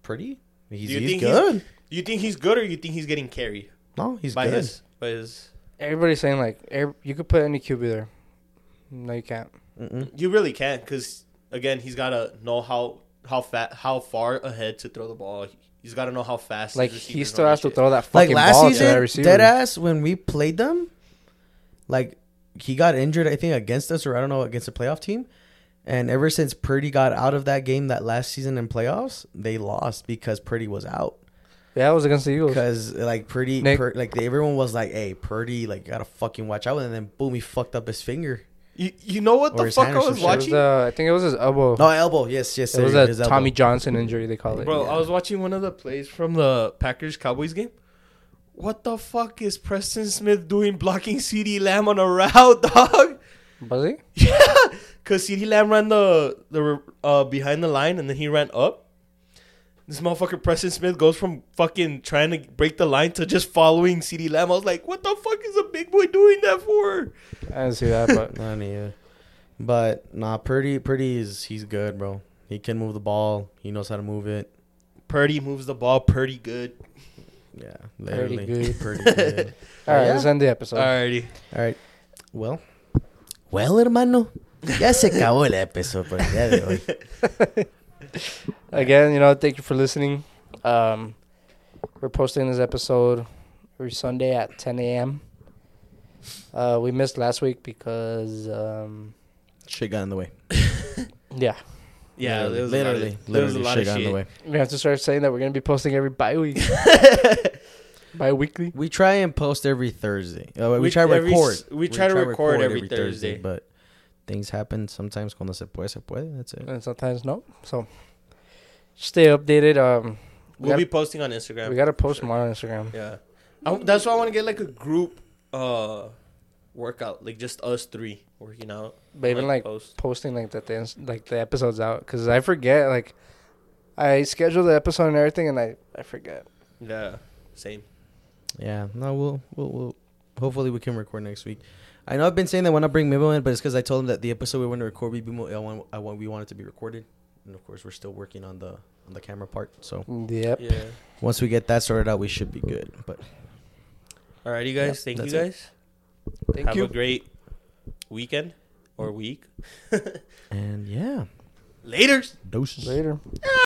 [SPEAKER 2] Pretty. He's,
[SPEAKER 1] Do you
[SPEAKER 2] he's
[SPEAKER 1] think he's-
[SPEAKER 2] good.
[SPEAKER 1] You think he's good or you think he's getting carried
[SPEAKER 2] no, he's
[SPEAKER 1] by
[SPEAKER 2] good.
[SPEAKER 1] his by his?
[SPEAKER 3] Everybody's saying like ev- you could put any QB there. No, you can't.
[SPEAKER 2] Mm-mm.
[SPEAKER 1] You really can't because again, he's gotta know how how fat how far ahead to throw the ball. He's gotta know how fast.
[SPEAKER 3] Like
[SPEAKER 1] his
[SPEAKER 3] he
[SPEAKER 1] receivers
[SPEAKER 3] still
[SPEAKER 1] are and
[SPEAKER 3] has to
[SPEAKER 1] shit.
[SPEAKER 3] throw that
[SPEAKER 2] Like
[SPEAKER 3] fucking
[SPEAKER 2] last
[SPEAKER 3] ball to that
[SPEAKER 2] season,
[SPEAKER 3] receiver.
[SPEAKER 2] dead ass when we played them, like he got injured. I think against us or I don't know against a playoff team. And ever since Purdy got out of that game that last season in playoffs, they lost because Purdy was out.
[SPEAKER 3] Yeah, it was against the Eagles.
[SPEAKER 2] Because like Purdy,
[SPEAKER 3] Nick-
[SPEAKER 2] Pur- like everyone was like, "Hey, Purdy, like you gotta fucking watch out." And then boom, he fucked up his finger.
[SPEAKER 1] You, you know what
[SPEAKER 2] Or
[SPEAKER 1] the
[SPEAKER 2] his
[SPEAKER 1] fuck
[SPEAKER 2] hand
[SPEAKER 1] I
[SPEAKER 2] or
[SPEAKER 1] was
[SPEAKER 2] some shit.
[SPEAKER 3] It was,
[SPEAKER 1] watching,
[SPEAKER 3] uh, I think it was his elbow.
[SPEAKER 2] No elbow. Yes, yes.
[SPEAKER 3] it was
[SPEAKER 2] there
[SPEAKER 3] a
[SPEAKER 2] go, his elbow.
[SPEAKER 3] Tommy Johnson injury. They call it.
[SPEAKER 1] bro. I was watching one of the plays from the Packers Cowboys game. What the fuck is Preston Smith doing blocking CD Lamb on a route, dog?
[SPEAKER 3] was he?
[SPEAKER 1] Cause CD Lamb ran the the uh, behind the line and then he ran up. This motherfucker Preston Smith goes from fucking trying to break the line to just following CD Lamb. I was like, what the fuck is a big boy doing that for?
[SPEAKER 3] I didn't see that, but
[SPEAKER 2] Not either. But nah, Purdy, Purdy is he's good, bro. He can move the ball. He knows how to move it.
[SPEAKER 1] Purdy moves the ball pretty good.
[SPEAKER 2] Yeah,
[SPEAKER 3] Purdy
[SPEAKER 2] literally.
[SPEAKER 3] good.
[SPEAKER 2] Purdy good.
[SPEAKER 3] all right,
[SPEAKER 2] Yeah.
[SPEAKER 3] let's end the episode.
[SPEAKER 1] Alrighty.
[SPEAKER 2] All right. Well, well, hermano. Ya se acabó el episodio por el día de hoy.
[SPEAKER 3] Again, you know, thank you for listening. Um, we're posting this episode every Sunday at 10 a.m. Uh, we missed last week because, um,
[SPEAKER 2] Shit got in the way.
[SPEAKER 3] yeah,
[SPEAKER 1] Yeah, there was
[SPEAKER 2] literally,
[SPEAKER 1] a lot of, there was a
[SPEAKER 2] literally,
[SPEAKER 1] lot
[SPEAKER 2] shit
[SPEAKER 1] of
[SPEAKER 2] got in
[SPEAKER 1] shit.
[SPEAKER 2] the way.
[SPEAKER 3] we have to start saying that we're gonna be posting every bi-week, bi-weekly.
[SPEAKER 2] We try and post every Thursday. Uh, we,
[SPEAKER 1] We-
[SPEAKER 2] try to
[SPEAKER 1] every
[SPEAKER 2] record.
[SPEAKER 1] s- we try to record every Thursday.
[SPEAKER 2] but things happen sometimes. Cuando se puede, se puede. That's
[SPEAKER 1] Uh.
[SPEAKER 2] it.
[SPEAKER 3] And sometimes no. So stay updated. Um, we,
[SPEAKER 1] We'll
[SPEAKER 3] gotta,
[SPEAKER 1] be posting on Instagram.
[SPEAKER 3] we gotta post more on Instagram.
[SPEAKER 1] yeah. I, that's why I want to get like a group uh workout, like just us three working out.
[SPEAKER 3] But even like
[SPEAKER 1] post.
[SPEAKER 3] posting like that the ins- like the episodes out because I forget like I schedule the episode and everything and I I forget.
[SPEAKER 1] Yeah. Same.
[SPEAKER 2] Yeah, no, we'll, we'll, we'll, hopefully we can record next week. I know I've been saying that when I bring Mimo in, but it's because I told him that the episode we want to record, we, we, I want, I want, we want it to be recorded, and of course we're still working on the on the camera part. So
[SPEAKER 3] Yep.
[SPEAKER 1] Mm, Yeah.
[SPEAKER 2] once we get that sorted out, we should be good. But
[SPEAKER 1] Alrighty guys, thank you
[SPEAKER 2] that's it.
[SPEAKER 1] guys.
[SPEAKER 3] Thank
[SPEAKER 1] Have
[SPEAKER 3] you.
[SPEAKER 1] a great weekend or week.
[SPEAKER 2] and yeah,
[SPEAKER 1] Laters.
[SPEAKER 2] doses.
[SPEAKER 3] Later.